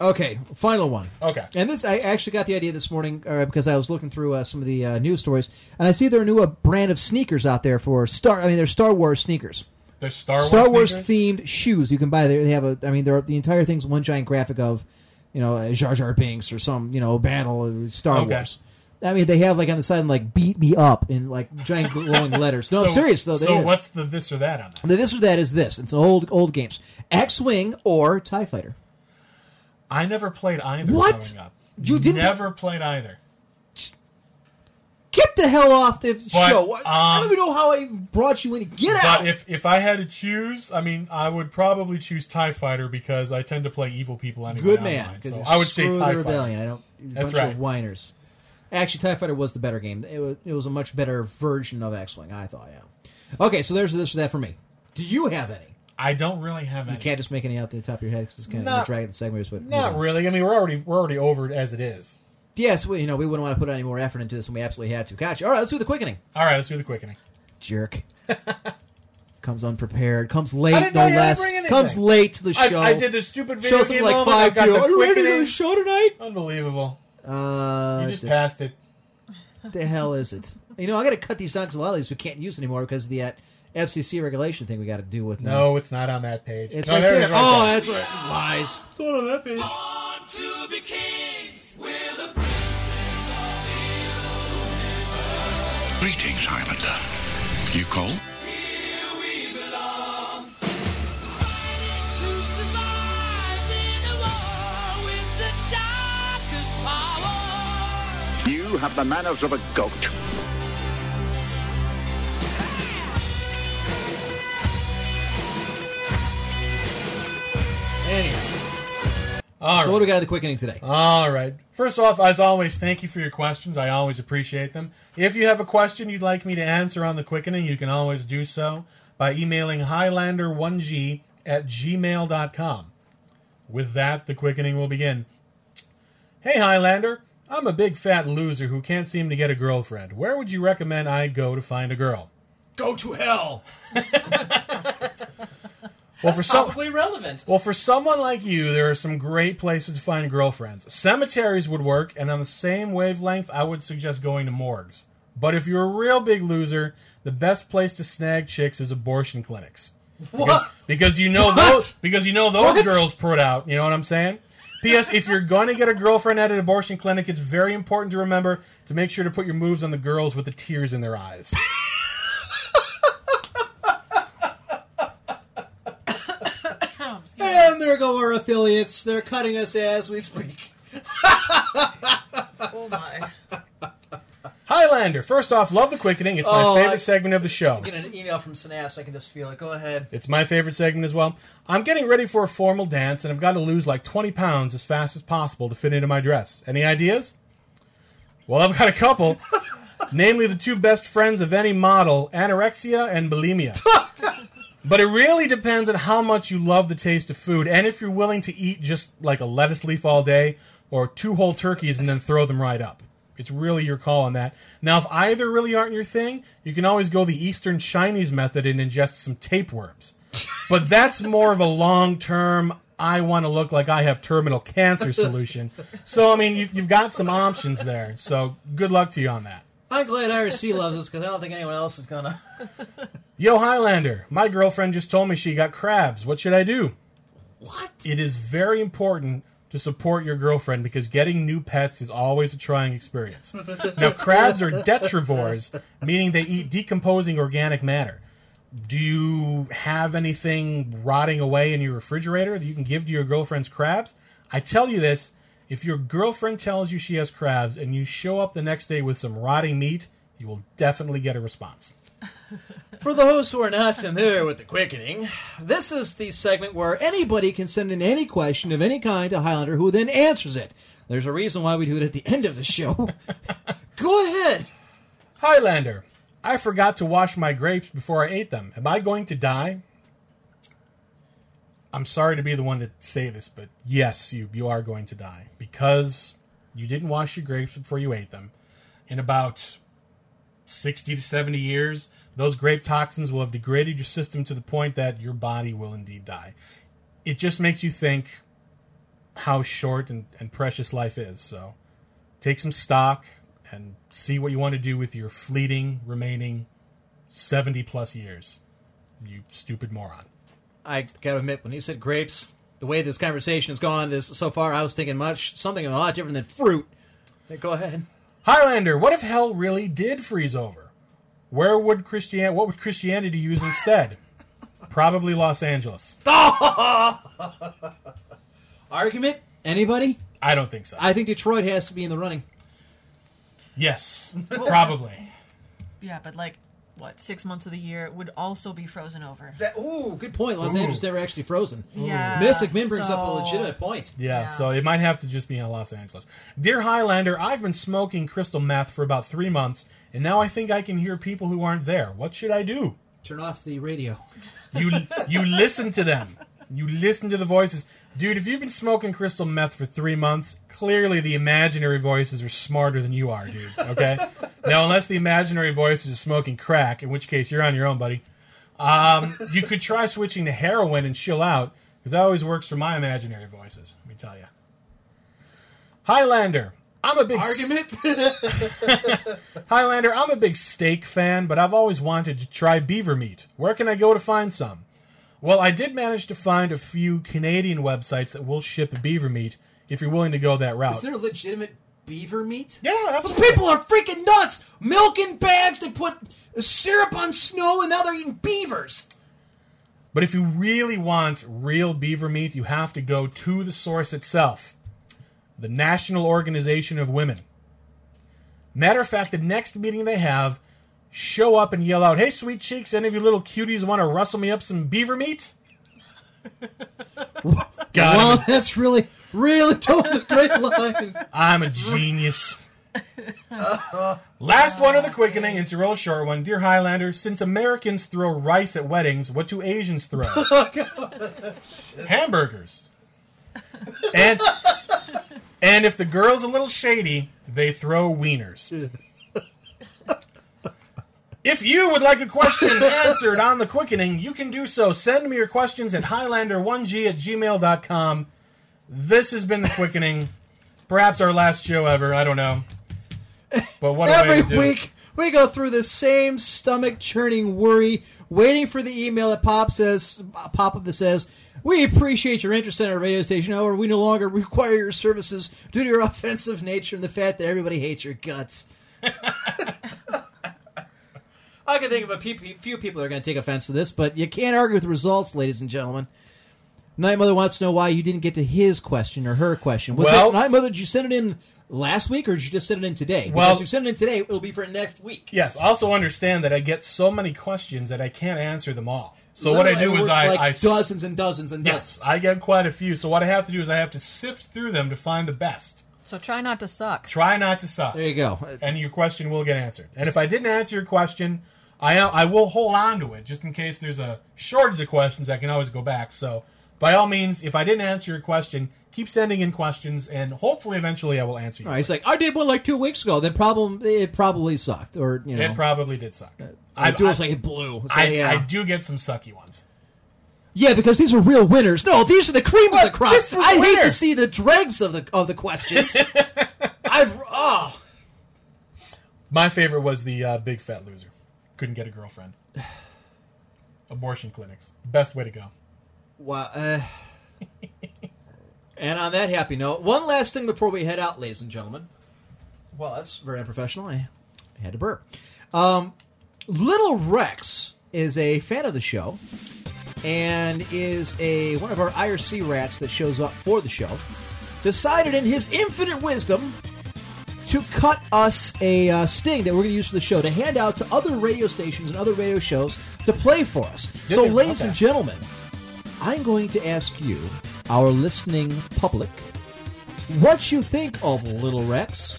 Okay, final one. Okay. And this, I actually got the idea this morning uh, because I was looking through uh, some of the uh, news stories, and I see there are new uh, brand of sneakers out there for Star. I mean, they're Star Wars sneakers, There's Star Wars. Star Wars sneakers? themed shoes you can buy. There, they have a. I mean, they're the entire thing's one giant graphic of, you know, uh, Jar Jar Binks or some, you know, battle of Star Okay. Wars. I mean, they have like on the side like "beat me up" in like giant glowing letters. No, I'm serious though. So it is. what's the this or that on that? the this or that is this? It's old old games: X Wing or Tie Fighter. I never played either. What? Growing up. You didn't- never played either. Get the hell off the But, show. I I um, don't even know how I brought you in. Get out. But if if I had to choose, I mean, I would probably choose Tie Fighter because I tend to play evil people anyway. Good online, man. 'cause so you I would say screw Tie the Fighter. Rebellion. I don't. a That's bunch right. Of whiners. Actually, Tie Fighter was the better game. It was, it was a much better version of X Wing. I thought. Yeah. Okay, so there's this or that for me. Do you have any? I don't really have any. You can't just make any out the top of your head because it's kind of Not- the drag of the segment. But Not really. I mean, we're already we're already over it as it is. Yes, we, you know we wouldn't want to put any more effort into this, and we absolutely had to. Gotcha. All right, let's do the quickening. All right, let's do the quickening. Jerk. comes unprepared. Comes late, I didn't no know you had to less. bring anything. Comes late to the I, show. I did the stupid video Shows game him like moment, I five got to the Are you ready to do quickening. the show tonight? Unbelievable! Uh, You just the, passed it. the hell is it? You know, I got to cut these down because a lot of these we can't use anymore because of the uh, FCC regulation thing we got to do with them. No, it's not on that page. It's no, right there it there. is oh, there. that's what lies. it's not on that page. Greetings, Highlander. You call? You have the manners of a goat. Anyway, All right. so what do we got in the quickening today? All right. First off, as always, thank you for your questions. I always appreciate them. If you have a question you'd like me to answer on the quickening, you can always do so by emailing Highlander1G at gmail.com. With that, the quickening will begin. Hey, Highlander. I'm a big fat loser who can't seem to get a girlfriend. Where would you recommend I go to find a girl? Go to hell. Well, for some, Probably relevant. Well, for someone like you, there are some great places to find girlfriends. Cemeteries would work, and on the same wavelength, I would suggest going to morgues. But if you're a real big loser, the best place to snag chicks is abortion clinics. Because, because you know those because you know those girls put out, you know what I'm saying? P.S. If you're going to get a girlfriend at an abortion clinic, it's very important to remember to make sure to put your moves on the girls with the tears in their eyes. and there go our affiliates. They're cutting us as we speak. Oh my. Highlander, first off, love the quickening. It's my Oh, favorite I- segment of the show. Get an email from Synapse. I can just feel it. Go ahead. It's my favorite segment as well. I'm getting ready for a formal dance, and I've got to lose like 20 pounds as fast as possible to fit into my dress. Any ideas? Well, I've got a couple, namely the two best friends of any model, anorexia and bulimia. but it really depends on how much you love the taste of food, and if you're willing to eat just like a lettuce leaf all day or two whole turkeys and then throw them right up. It's really your call on that. Now, if either really aren't your thing, you can always go the Eastern Chinese method and ingest some tapeworms. But that's more of a long term, I want to look like I have terminal cancer solution. So, I mean, you, you've got some options there. So, good luck to you on that. I'm glad IRC loves us because I don't think anyone else is gonna. Yo, Highlander, my girlfriend just told me she got crabs. What should I do? What? It is very important to support your girlfriend because getting new pets is always a trying experience. now, crabs are detrivores, meaning they eat decomposing organic matter. Do you have anything rotting away in your refrigerator that you can give to your girlfriend's crabs? I tell you this if your girlfriend tells you she has crabs and you show up the next day with some rotting meat, you will definitely get a response. For those who are not familiar with the quickening, this is the segment where anybody can send in any question of any kind to Highlander, who then answers it. There's a reason why we do it at the end of the show. Go ahead. Highlander, I forgot to wash my grapes before I ate them. Am I going to die? I'm sorry to be the one to say this, but yes, you, you are going to die because you didn't wash your grapes before you ate them. In about 60 to 70 years, those grape toxins will have degraded your system to the point that your body will indeed die. It just makes you think how short and, and precious life is. So take some stock and see what you want to do with your fleeting remaining 70 plus years. You stupid moron. I gotta admit, when you said grapes, the way this conversation has gone this so far, I was thinking much something a lot different than fruit. Go ahead. Highlander, what if hell really did freeze over? Where would Christian what would Christianity use instead? Probably Los Angeles. Argument? Anybody? I don't think so. I think Detroit has to be in the running. yes, probably. Yeah, but like, what, six months of the year would also be frozen over. ooh, good point. Los Angeles never actually frozen. Yeah, Mystic Min brings up a so- legitimate point. Yeah, Yeah. so it might have to just be in Los Angeles. Dear Highlander, I've been smoking crystal meth for about three months, and now I think I can hear people who aren't there. What should I do? Turn off the radio. You you listen to them. You listen to the voices. Dude, if you've been smoking crystal meth for three months, clearly the imaginary voices are smarter than you are, dude. Okay? now, unless the imaginary voices are smoking crack, in which case you're on your own, buddy. Um, you could try switching to heroin and chill out, because that always works for my imaginary voices, let me tell you. Highlander. I'm a big Argument? Highlander, I'm a big steak fan, but I've always wanted to try beaver meat. Where can I go to find some? Well, I did manage to find a few Canadian websites that will ship beaver meat if you're willing to go that route. Is there legitimate beaver meat? yeah, Those absolutely. people are freaking nuts! Milking bags, they put syrup on snow, and now they're eating beavers! But if you really want real beaver meat, you have to go to the source itself the National Organization of Women. Matter of fact, the next meeting they have, show up and yell out, Hey, sweet cheeks, any of you little cuties want to rustle me up some beaver meat? God, I'm a Well, that's really, really told the great line. I'm a genius. Last one of the quickening, it's a real short one. Dear Highlander, since Americans throw rice at weddings, what do Asians throw? Hamburgers. And and if the girl's a little shady, they throw wieners. If you would like a question answered on the quickening, you can do so. Send me your questions at Highlander1G at gmail.com. This has been the quickening. Perhaps our last show ever. I don't know. But what a way to Every do it. week, we go through the same stomach churning worry, waiting for the email that Pop says, pop up that says, "We appreciate your interest in our radio station. However, we no longer require your services due to your offensive nature and the fact that everybody hates your guts." I can think of a pe- few people that are going to take offense to this, but you can't argue with the results, ladies and gentlemen. Night Mother wants to know why you didn't get to his question or her question. Was Well- it Night Mother? Did you send it in last week, or did you just send it in today? Well- Because if you send it in today, it'll be for next week. Yes. Also understand that I get so many questions that I can't answer them all. So what I Literally, do is worked I, like I s- dozens and dozens and yes, dozens. I get quite a few. So what I have to do is I have to sift through them to find the best. So try not to suck. Try not to suck, there you go. and your question will get answered. And if I didn't answer your question, I I will hold on to it just in case there's a shortage of questions. I can always go back. So by all means, if I didn't answer your question, keep sending in questions, and hopefully eventually I will answer you. All right, it's like I did one like two weeks ago. Then problem, it probably sucked, or you know, Uh, it probably did suck. I do. It's like uh, it blew. So, I, yeah. I do get some sucky ones. Yeah, because these are real winners. No, these are the cream of the crop. This was I hate winner. to see the dregs of the of the questions. I've oh. My favorite was the uh, big fat loser. Couldn't get a girlfriend. Abortion clinics. Best way to go. Wow. Uh, and on that happy note, one last thing before we head out, ladies and gentlemen. Well, that's very unprofessional. I had to burp. Um, Little Rex is a fan of the show and is a one of our IRC rats that shows up for the show. Decided in his infinite wisdom to cut us a uh, sting that we're going to use for the show to hand out to other radio stations and other radio shows to play for us. so, you? ladies Okay. and gentlemen, I'm going to ask you, our listening public, what you think of Little Rex.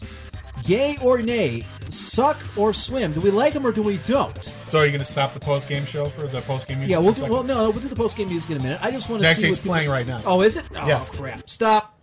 Yay or nay, suck or swim. Do we like him or do we don't? So are you going to stop the post game show for the post game music? Yeah, we'll do, for a second? well, no, no, we'll do the post game music in a minute. I just want to That see tape's what people- playing right now. Oh, is it? Oh, Yes. crap. Stop.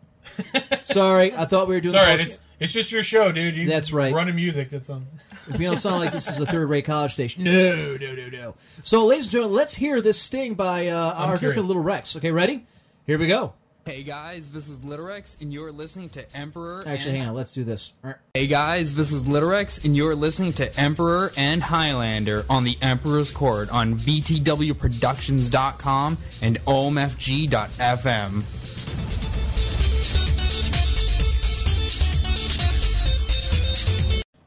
Sorry, I thought we were doing it's all the right. post- It's it's just your show, dude. You That's right. Running music. That's on. We don't sound like this is a third-rate college station. No, no, no, no. So, ladies and gentlemen, let's hear this sting by uh, our curious. good friend Little Rex. Okay, ready? Here we go. Hey guys, this is Litterex, and you're listening to Emperor. Actually, hang on. Let's do this. Hey guys, this is Litterex, and you're listening to Emperor and Highlander on the Emperor's Court on BTWProductions.com and OMFG.FM.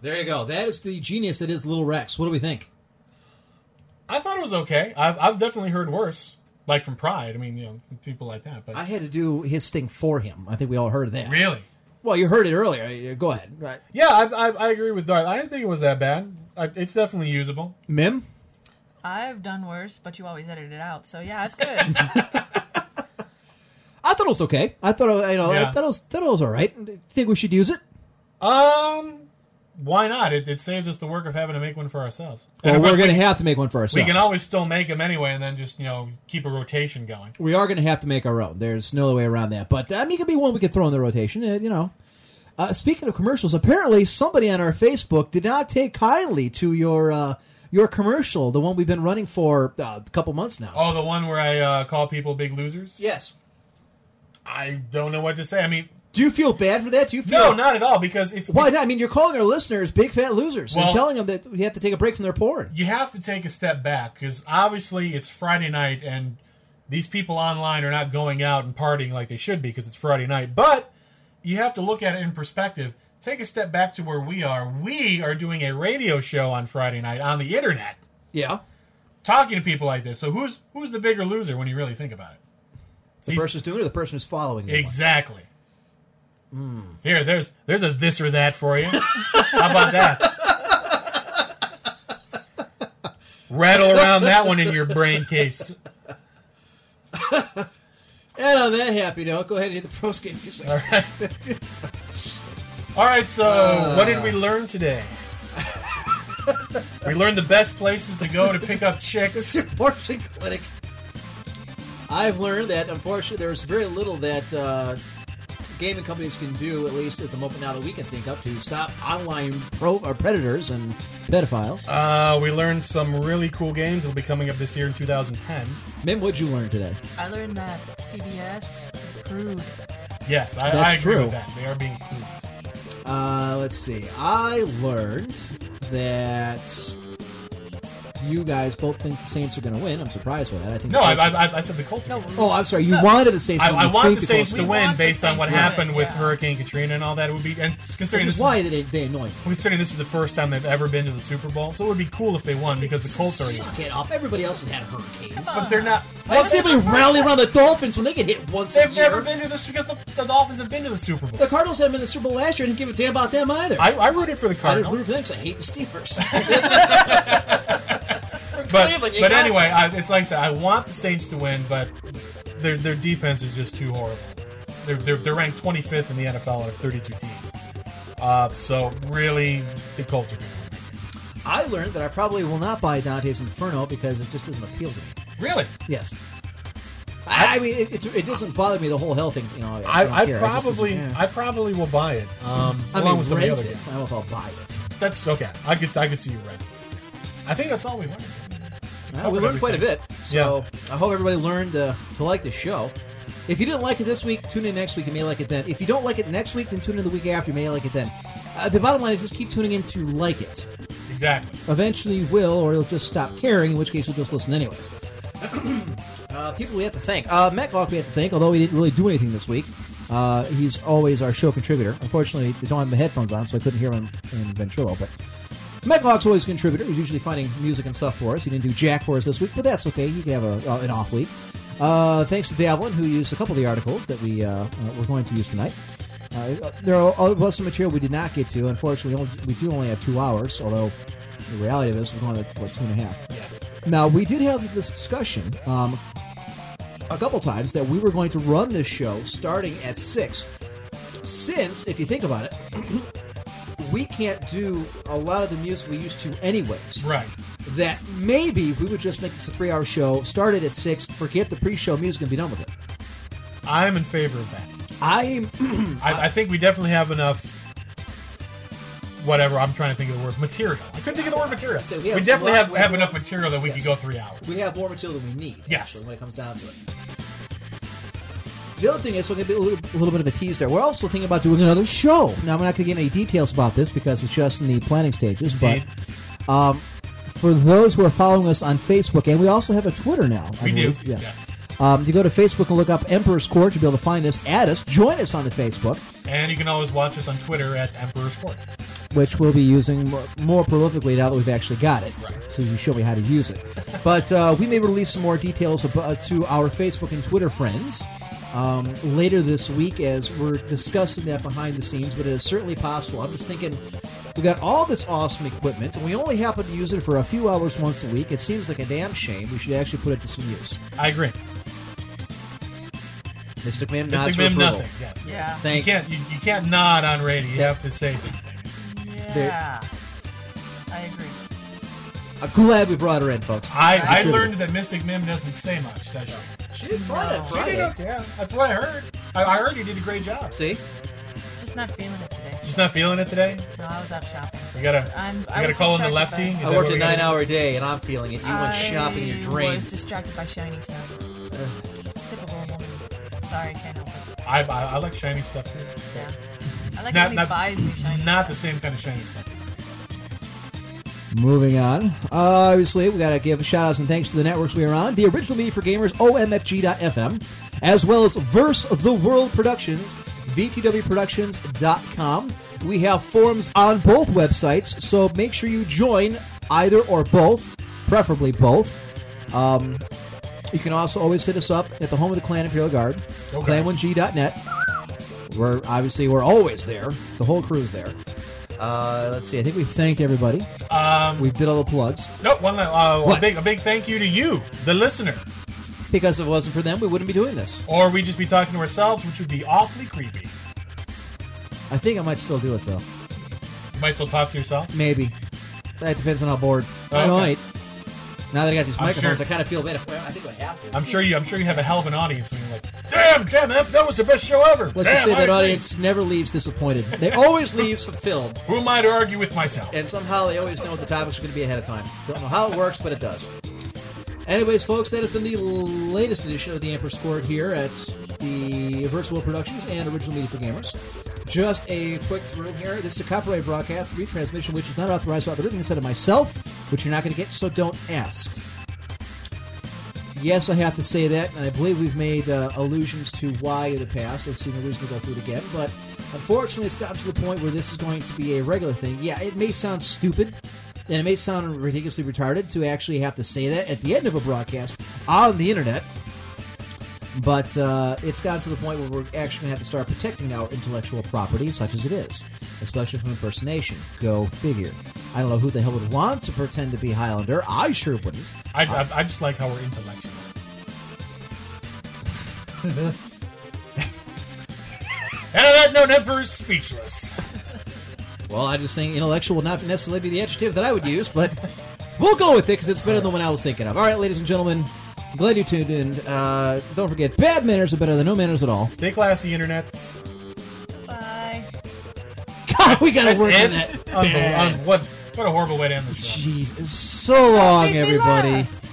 There you go. That is the genius that is Little Rex. What do we think? I thought it was okay. I've I've definitely heard worse, like from Pride. I mean, you know, people like that. But I had to do his sting for him. I think we all heard that. really, Well, you heard it earlier. Uh, Go ahead. Right. yeah, I, I I agree with Dart. I didn't think it was that bad. I, it's definitely usable. Mim? I've done worse, but you always edit it out, so yeah, it's good. I thought it was okay. I thought it- you know I Yeah. thought it was thought it was all right. Think we should use it? Um, why not? It, it saves us the work of having to make one for ourselves. Well, And we're we- going to have to make one for ourselves. We can always still make them anyway, and then just you know keep a rotation going. We are going to have to make our own. There's no other way around that. But I mean, it could be one we could throw in the rotation. uh, you know. Uh, speaking of commercials, apparently somebody on our Facebook did not take kindly to your uh, your commercial, the one we've been running for uh, a couple months now. Oh, the one where I uh, call people big losers. Yes. I don't know what to say. I mean, Do you feel bad for that? Do you feel no, not at all. Because if Why not? I mean, you're calling our listeners big fat losers and Well- telling them that we have to take a break from their porn. you have to take a step back because obviously it's Friday night and these people online are not going out and partying like they should be because it's Friday night. But you have to look at it in perspective. Take a step back to where we are. We are doing a radio show on Friday night on the internet, Yeah. talking to people like this. So who's who's the bigger loser when you really think about it? The He's- person's doing it or the person who's following them. exactly. Here, there's there's a this or that for you. How about that? Rattle around that one in your brain case. And on that happy note, go ahead and hit the pro game music. Uh. All right, so what did we learn today? we learned the best places to go to pick up chicks. It's abortion clinic. I've learned that unfortunately there's very little that uh, gaming companies can do, at least at the moment now that we can think of, to stop online pro or predators and pedophiles. Uh, we learned some really cool games that will be coming up this year in 2010. Mim, what'd you learn today? I learned that CBS crude. Yes, I, I That's agree true. with that. They are being cool. Uh, let's see. I learned that you guys both think the Saints are going to win. I'm surprised by that. I think. No, the I, Colts- I, I- I said the Colts. No, again. Oh, I'm sorry. You No. wanted the Saints. I, win. I You want think the Saints Colts to win, win want the based on what Saints to happened win, with yeah. Hurricane Katrina and all that. It would be, and Which considering is this, why is, they, they annoy me. considering this is the first time they've ever been to the Super Bowl, so it would be cool if they won because the Colts are. Suck it up. Everybody else has had hurricanes. But they're not. I don't see anybody rally around the Dolphins when they get hit once a They've year. never been to this because the, the Dolphins have been to the Super Bowl. The Cardinals had them in the Super Bowl last year. I didn't give a damn about them either. I, I rooted for the I didn't root Cardinals, for them 'cause I hate the Steelers. but Cleveland, you but got anyway, I, it's like I said, I want the Saints to win, but their their defense is just too horrible. They're they're, they're ranked 25th in the NFL out of 32 teams. Uh, so really, the Colts are going to I learned that I probably will not buy Dante's Inferno because it just doesn't appeal to me. win. Really, Yes. I, I mean, it, it's it doesn't bother me the whole hell thing. You know, I, don't I, I care. It just probably doesn't- I probably will buy it. Um, I along mean, with some of the rent other it. games. I don't know if I'll buy it. That's okay. I could I could see you rent. it. I think that's all we learned. Well, we learned quite a bit, so I hope everybody learned uh, to like the show. If you didn't like it this week, tune in next week. You may like it then. If you don't like it next week, then tune in the week after. You may like it then. Uh, the bottom line is just keep tuning in to like it. Exactly. Eventually you will, or you'll just stop caring, in which case you'll just listen anyways. uh, people we have to thank. Uh, Matt Gawk we have to thank, although he didn't really do anything this week. Uh, he's always our show contributor. Unfortunately, they don't have my headphones on, so I couldn't hear him in Ventrilo, but... Matt Gawk's always a contributor. He's usually finding music and stuff for us. He didn't do Jack for us this week, but that's okay. He can have a, uh, an off week. Uh, thanks to Davlin, who used a couple of the articles that we uh, uh, were going to use tonight. Uh, there are uh, was some material we did not get to. Unfortunately, we, only, we do only have two hours, although the reality of it is we're going like, what, two and a half. Now, we did have this discussion um, a couple times that we were going to run this show starting at 6. Since, if you think about it, we can't do a lot of the music we used to, anyways Right. that maybe we would just make this a three hour show, start it at six, forget the pre show music, and be done with it. I'm in favor of that. I I, I think we definitely have enough. Whatever I'm trying to think of the word material. I couldn't think of the word material. So we we, have definitely a lot- have, we have have enough material that we Yes. could go three hours. we have more material than we need. Yes. actually, when it comes down to it. The other thing is, so I'm going to be a little, a little bit of a tease there. We're also thinking about doing another show. Now, I'm not going to get any details about this because it's just in the planning stages. But um, for those who are following us on Facebook, and we also have a Twitter now. I We do, believe. Yes. yes. Um, you go to Facebook and look up Emperor's Court. You'll be able to find us, add us, join us on the Facebook. And you can always watch us on Twitter at Emperor's Court. which we'll be using mo- more prolifically now that we've actually got it. So you show me how to use it. But uh, we may release some more details ab- uh, to our Facebook and Twitter friends um, later this week as we're discussing that behind the scenes. But it is certainly possible. I'm just thinking we got all this awesome equipment and we only happen to use it for a few hours once a week. It seems like a damn shame. We should actually put it to some use. I agree. Mr. McMahon Just nods give for them approval. nothing. Yes. Yeah. You Thank can't you, you can't nod on radio. You have to say something. Yeah. I agree. I'm glad we brought her in, folks. I, I should've. learned that Mystic Mim doesn't say much, does she? She did fun at She did okay. Yeah, that's what I heard. I, I heard you did a great job. See? Just not feeling it today. Just not feeling it today. No, I was out shopping. We gotta I'm- we I gotta was call in the distracted lefty. by- Is I that worked what a we gotta nine do? hour day and I'm feeling it. You went I shopping, you're drained. was distracted by shiny stuff. Typical woman. Sorry, can't help it. I, I I like shiny stuff too. Yeah. I like Not- how he not- buys me shiny. Not the same kind of shiny stuff. Moving on. Uh, obviously, we got to give shout outs and thanks to the networks we are on. The original media for gamers, OMFG.FM, as well as Verse the World Productions, VTWProductions.com. We have forums on both websites, so make sure you join either or both, preferably both. Um, You can also always hit us up at the home of the Clan Imperial Guard, Okay. clan1g.net. We're obviously we're always there. The whole crew's there. Uh, let's see. I think we thanked everybody. Um, we did all the plugs. No, one la- uh, a What? big a big thank you to you, the listener, Because if it wasn't for them, we wouldn't be doing this. or we'd just be talking to ourselves, which would be awfully creepy. I think I might still do it though. You might as well talk to yourself. Maybe. That depends on how bored I Okay. might. Now that I got these I'm microphones, sure- I kind of feel bad. Well, I think I have to. I'm sure you. I'm sure you have a hell of an audience. When you're like, damn, damn, that, that was the best show ever. Let's damn, just say I that agree." audience never leaves disappointed. They always leave fulfilled, Who am I to argue with myself? and somehow they always know what the topics are going to be ahead of time. Don't know how it works, but it does. Anyways, folks, that has been the latest edition of the Emperor's Court here at the Virtual Productions and Original Media for Gamers. Just a quick through here. This is a copyright broadcast, retransmission, which is not authorized without the written consent of myself, which you're not going to get, so don't ask. Yes, I have to say that, and I believe we've made uh, allusions to why in the past. I've seen no reason to go through it again, but unfortunately, it's gotten to the point where this is going to be a regular thing. Yeah, it may sound stupid, and it may sound ridiculously retarded to actually have to say that at the end of a broadcast on the internet, but uh, it's gotten to the point where we're actually going to have to start protecting our intellectual property, such as it is, especially from impersonation. Go figure. I don't know who the hell would want to pretend to be Highlander. I sure wouldn't. I, I, I just like how we're intellectual. and on that note, Emperor's speechless. Well, I just think intellectual would not necessarily be the adjective that I would use, but we'll go with it because it's better than what I was thinking of. All right, ladies and gentlemen, I'm glad you tuned in. Uh, don't forget, bad manners are better than no manners at all. Stay classy, internet. Bye. God, we got to work on It's- that. Oh, Unbel- un- what, what a horrible way to end the show. Jeez, it's so long, Leave me everybody. last.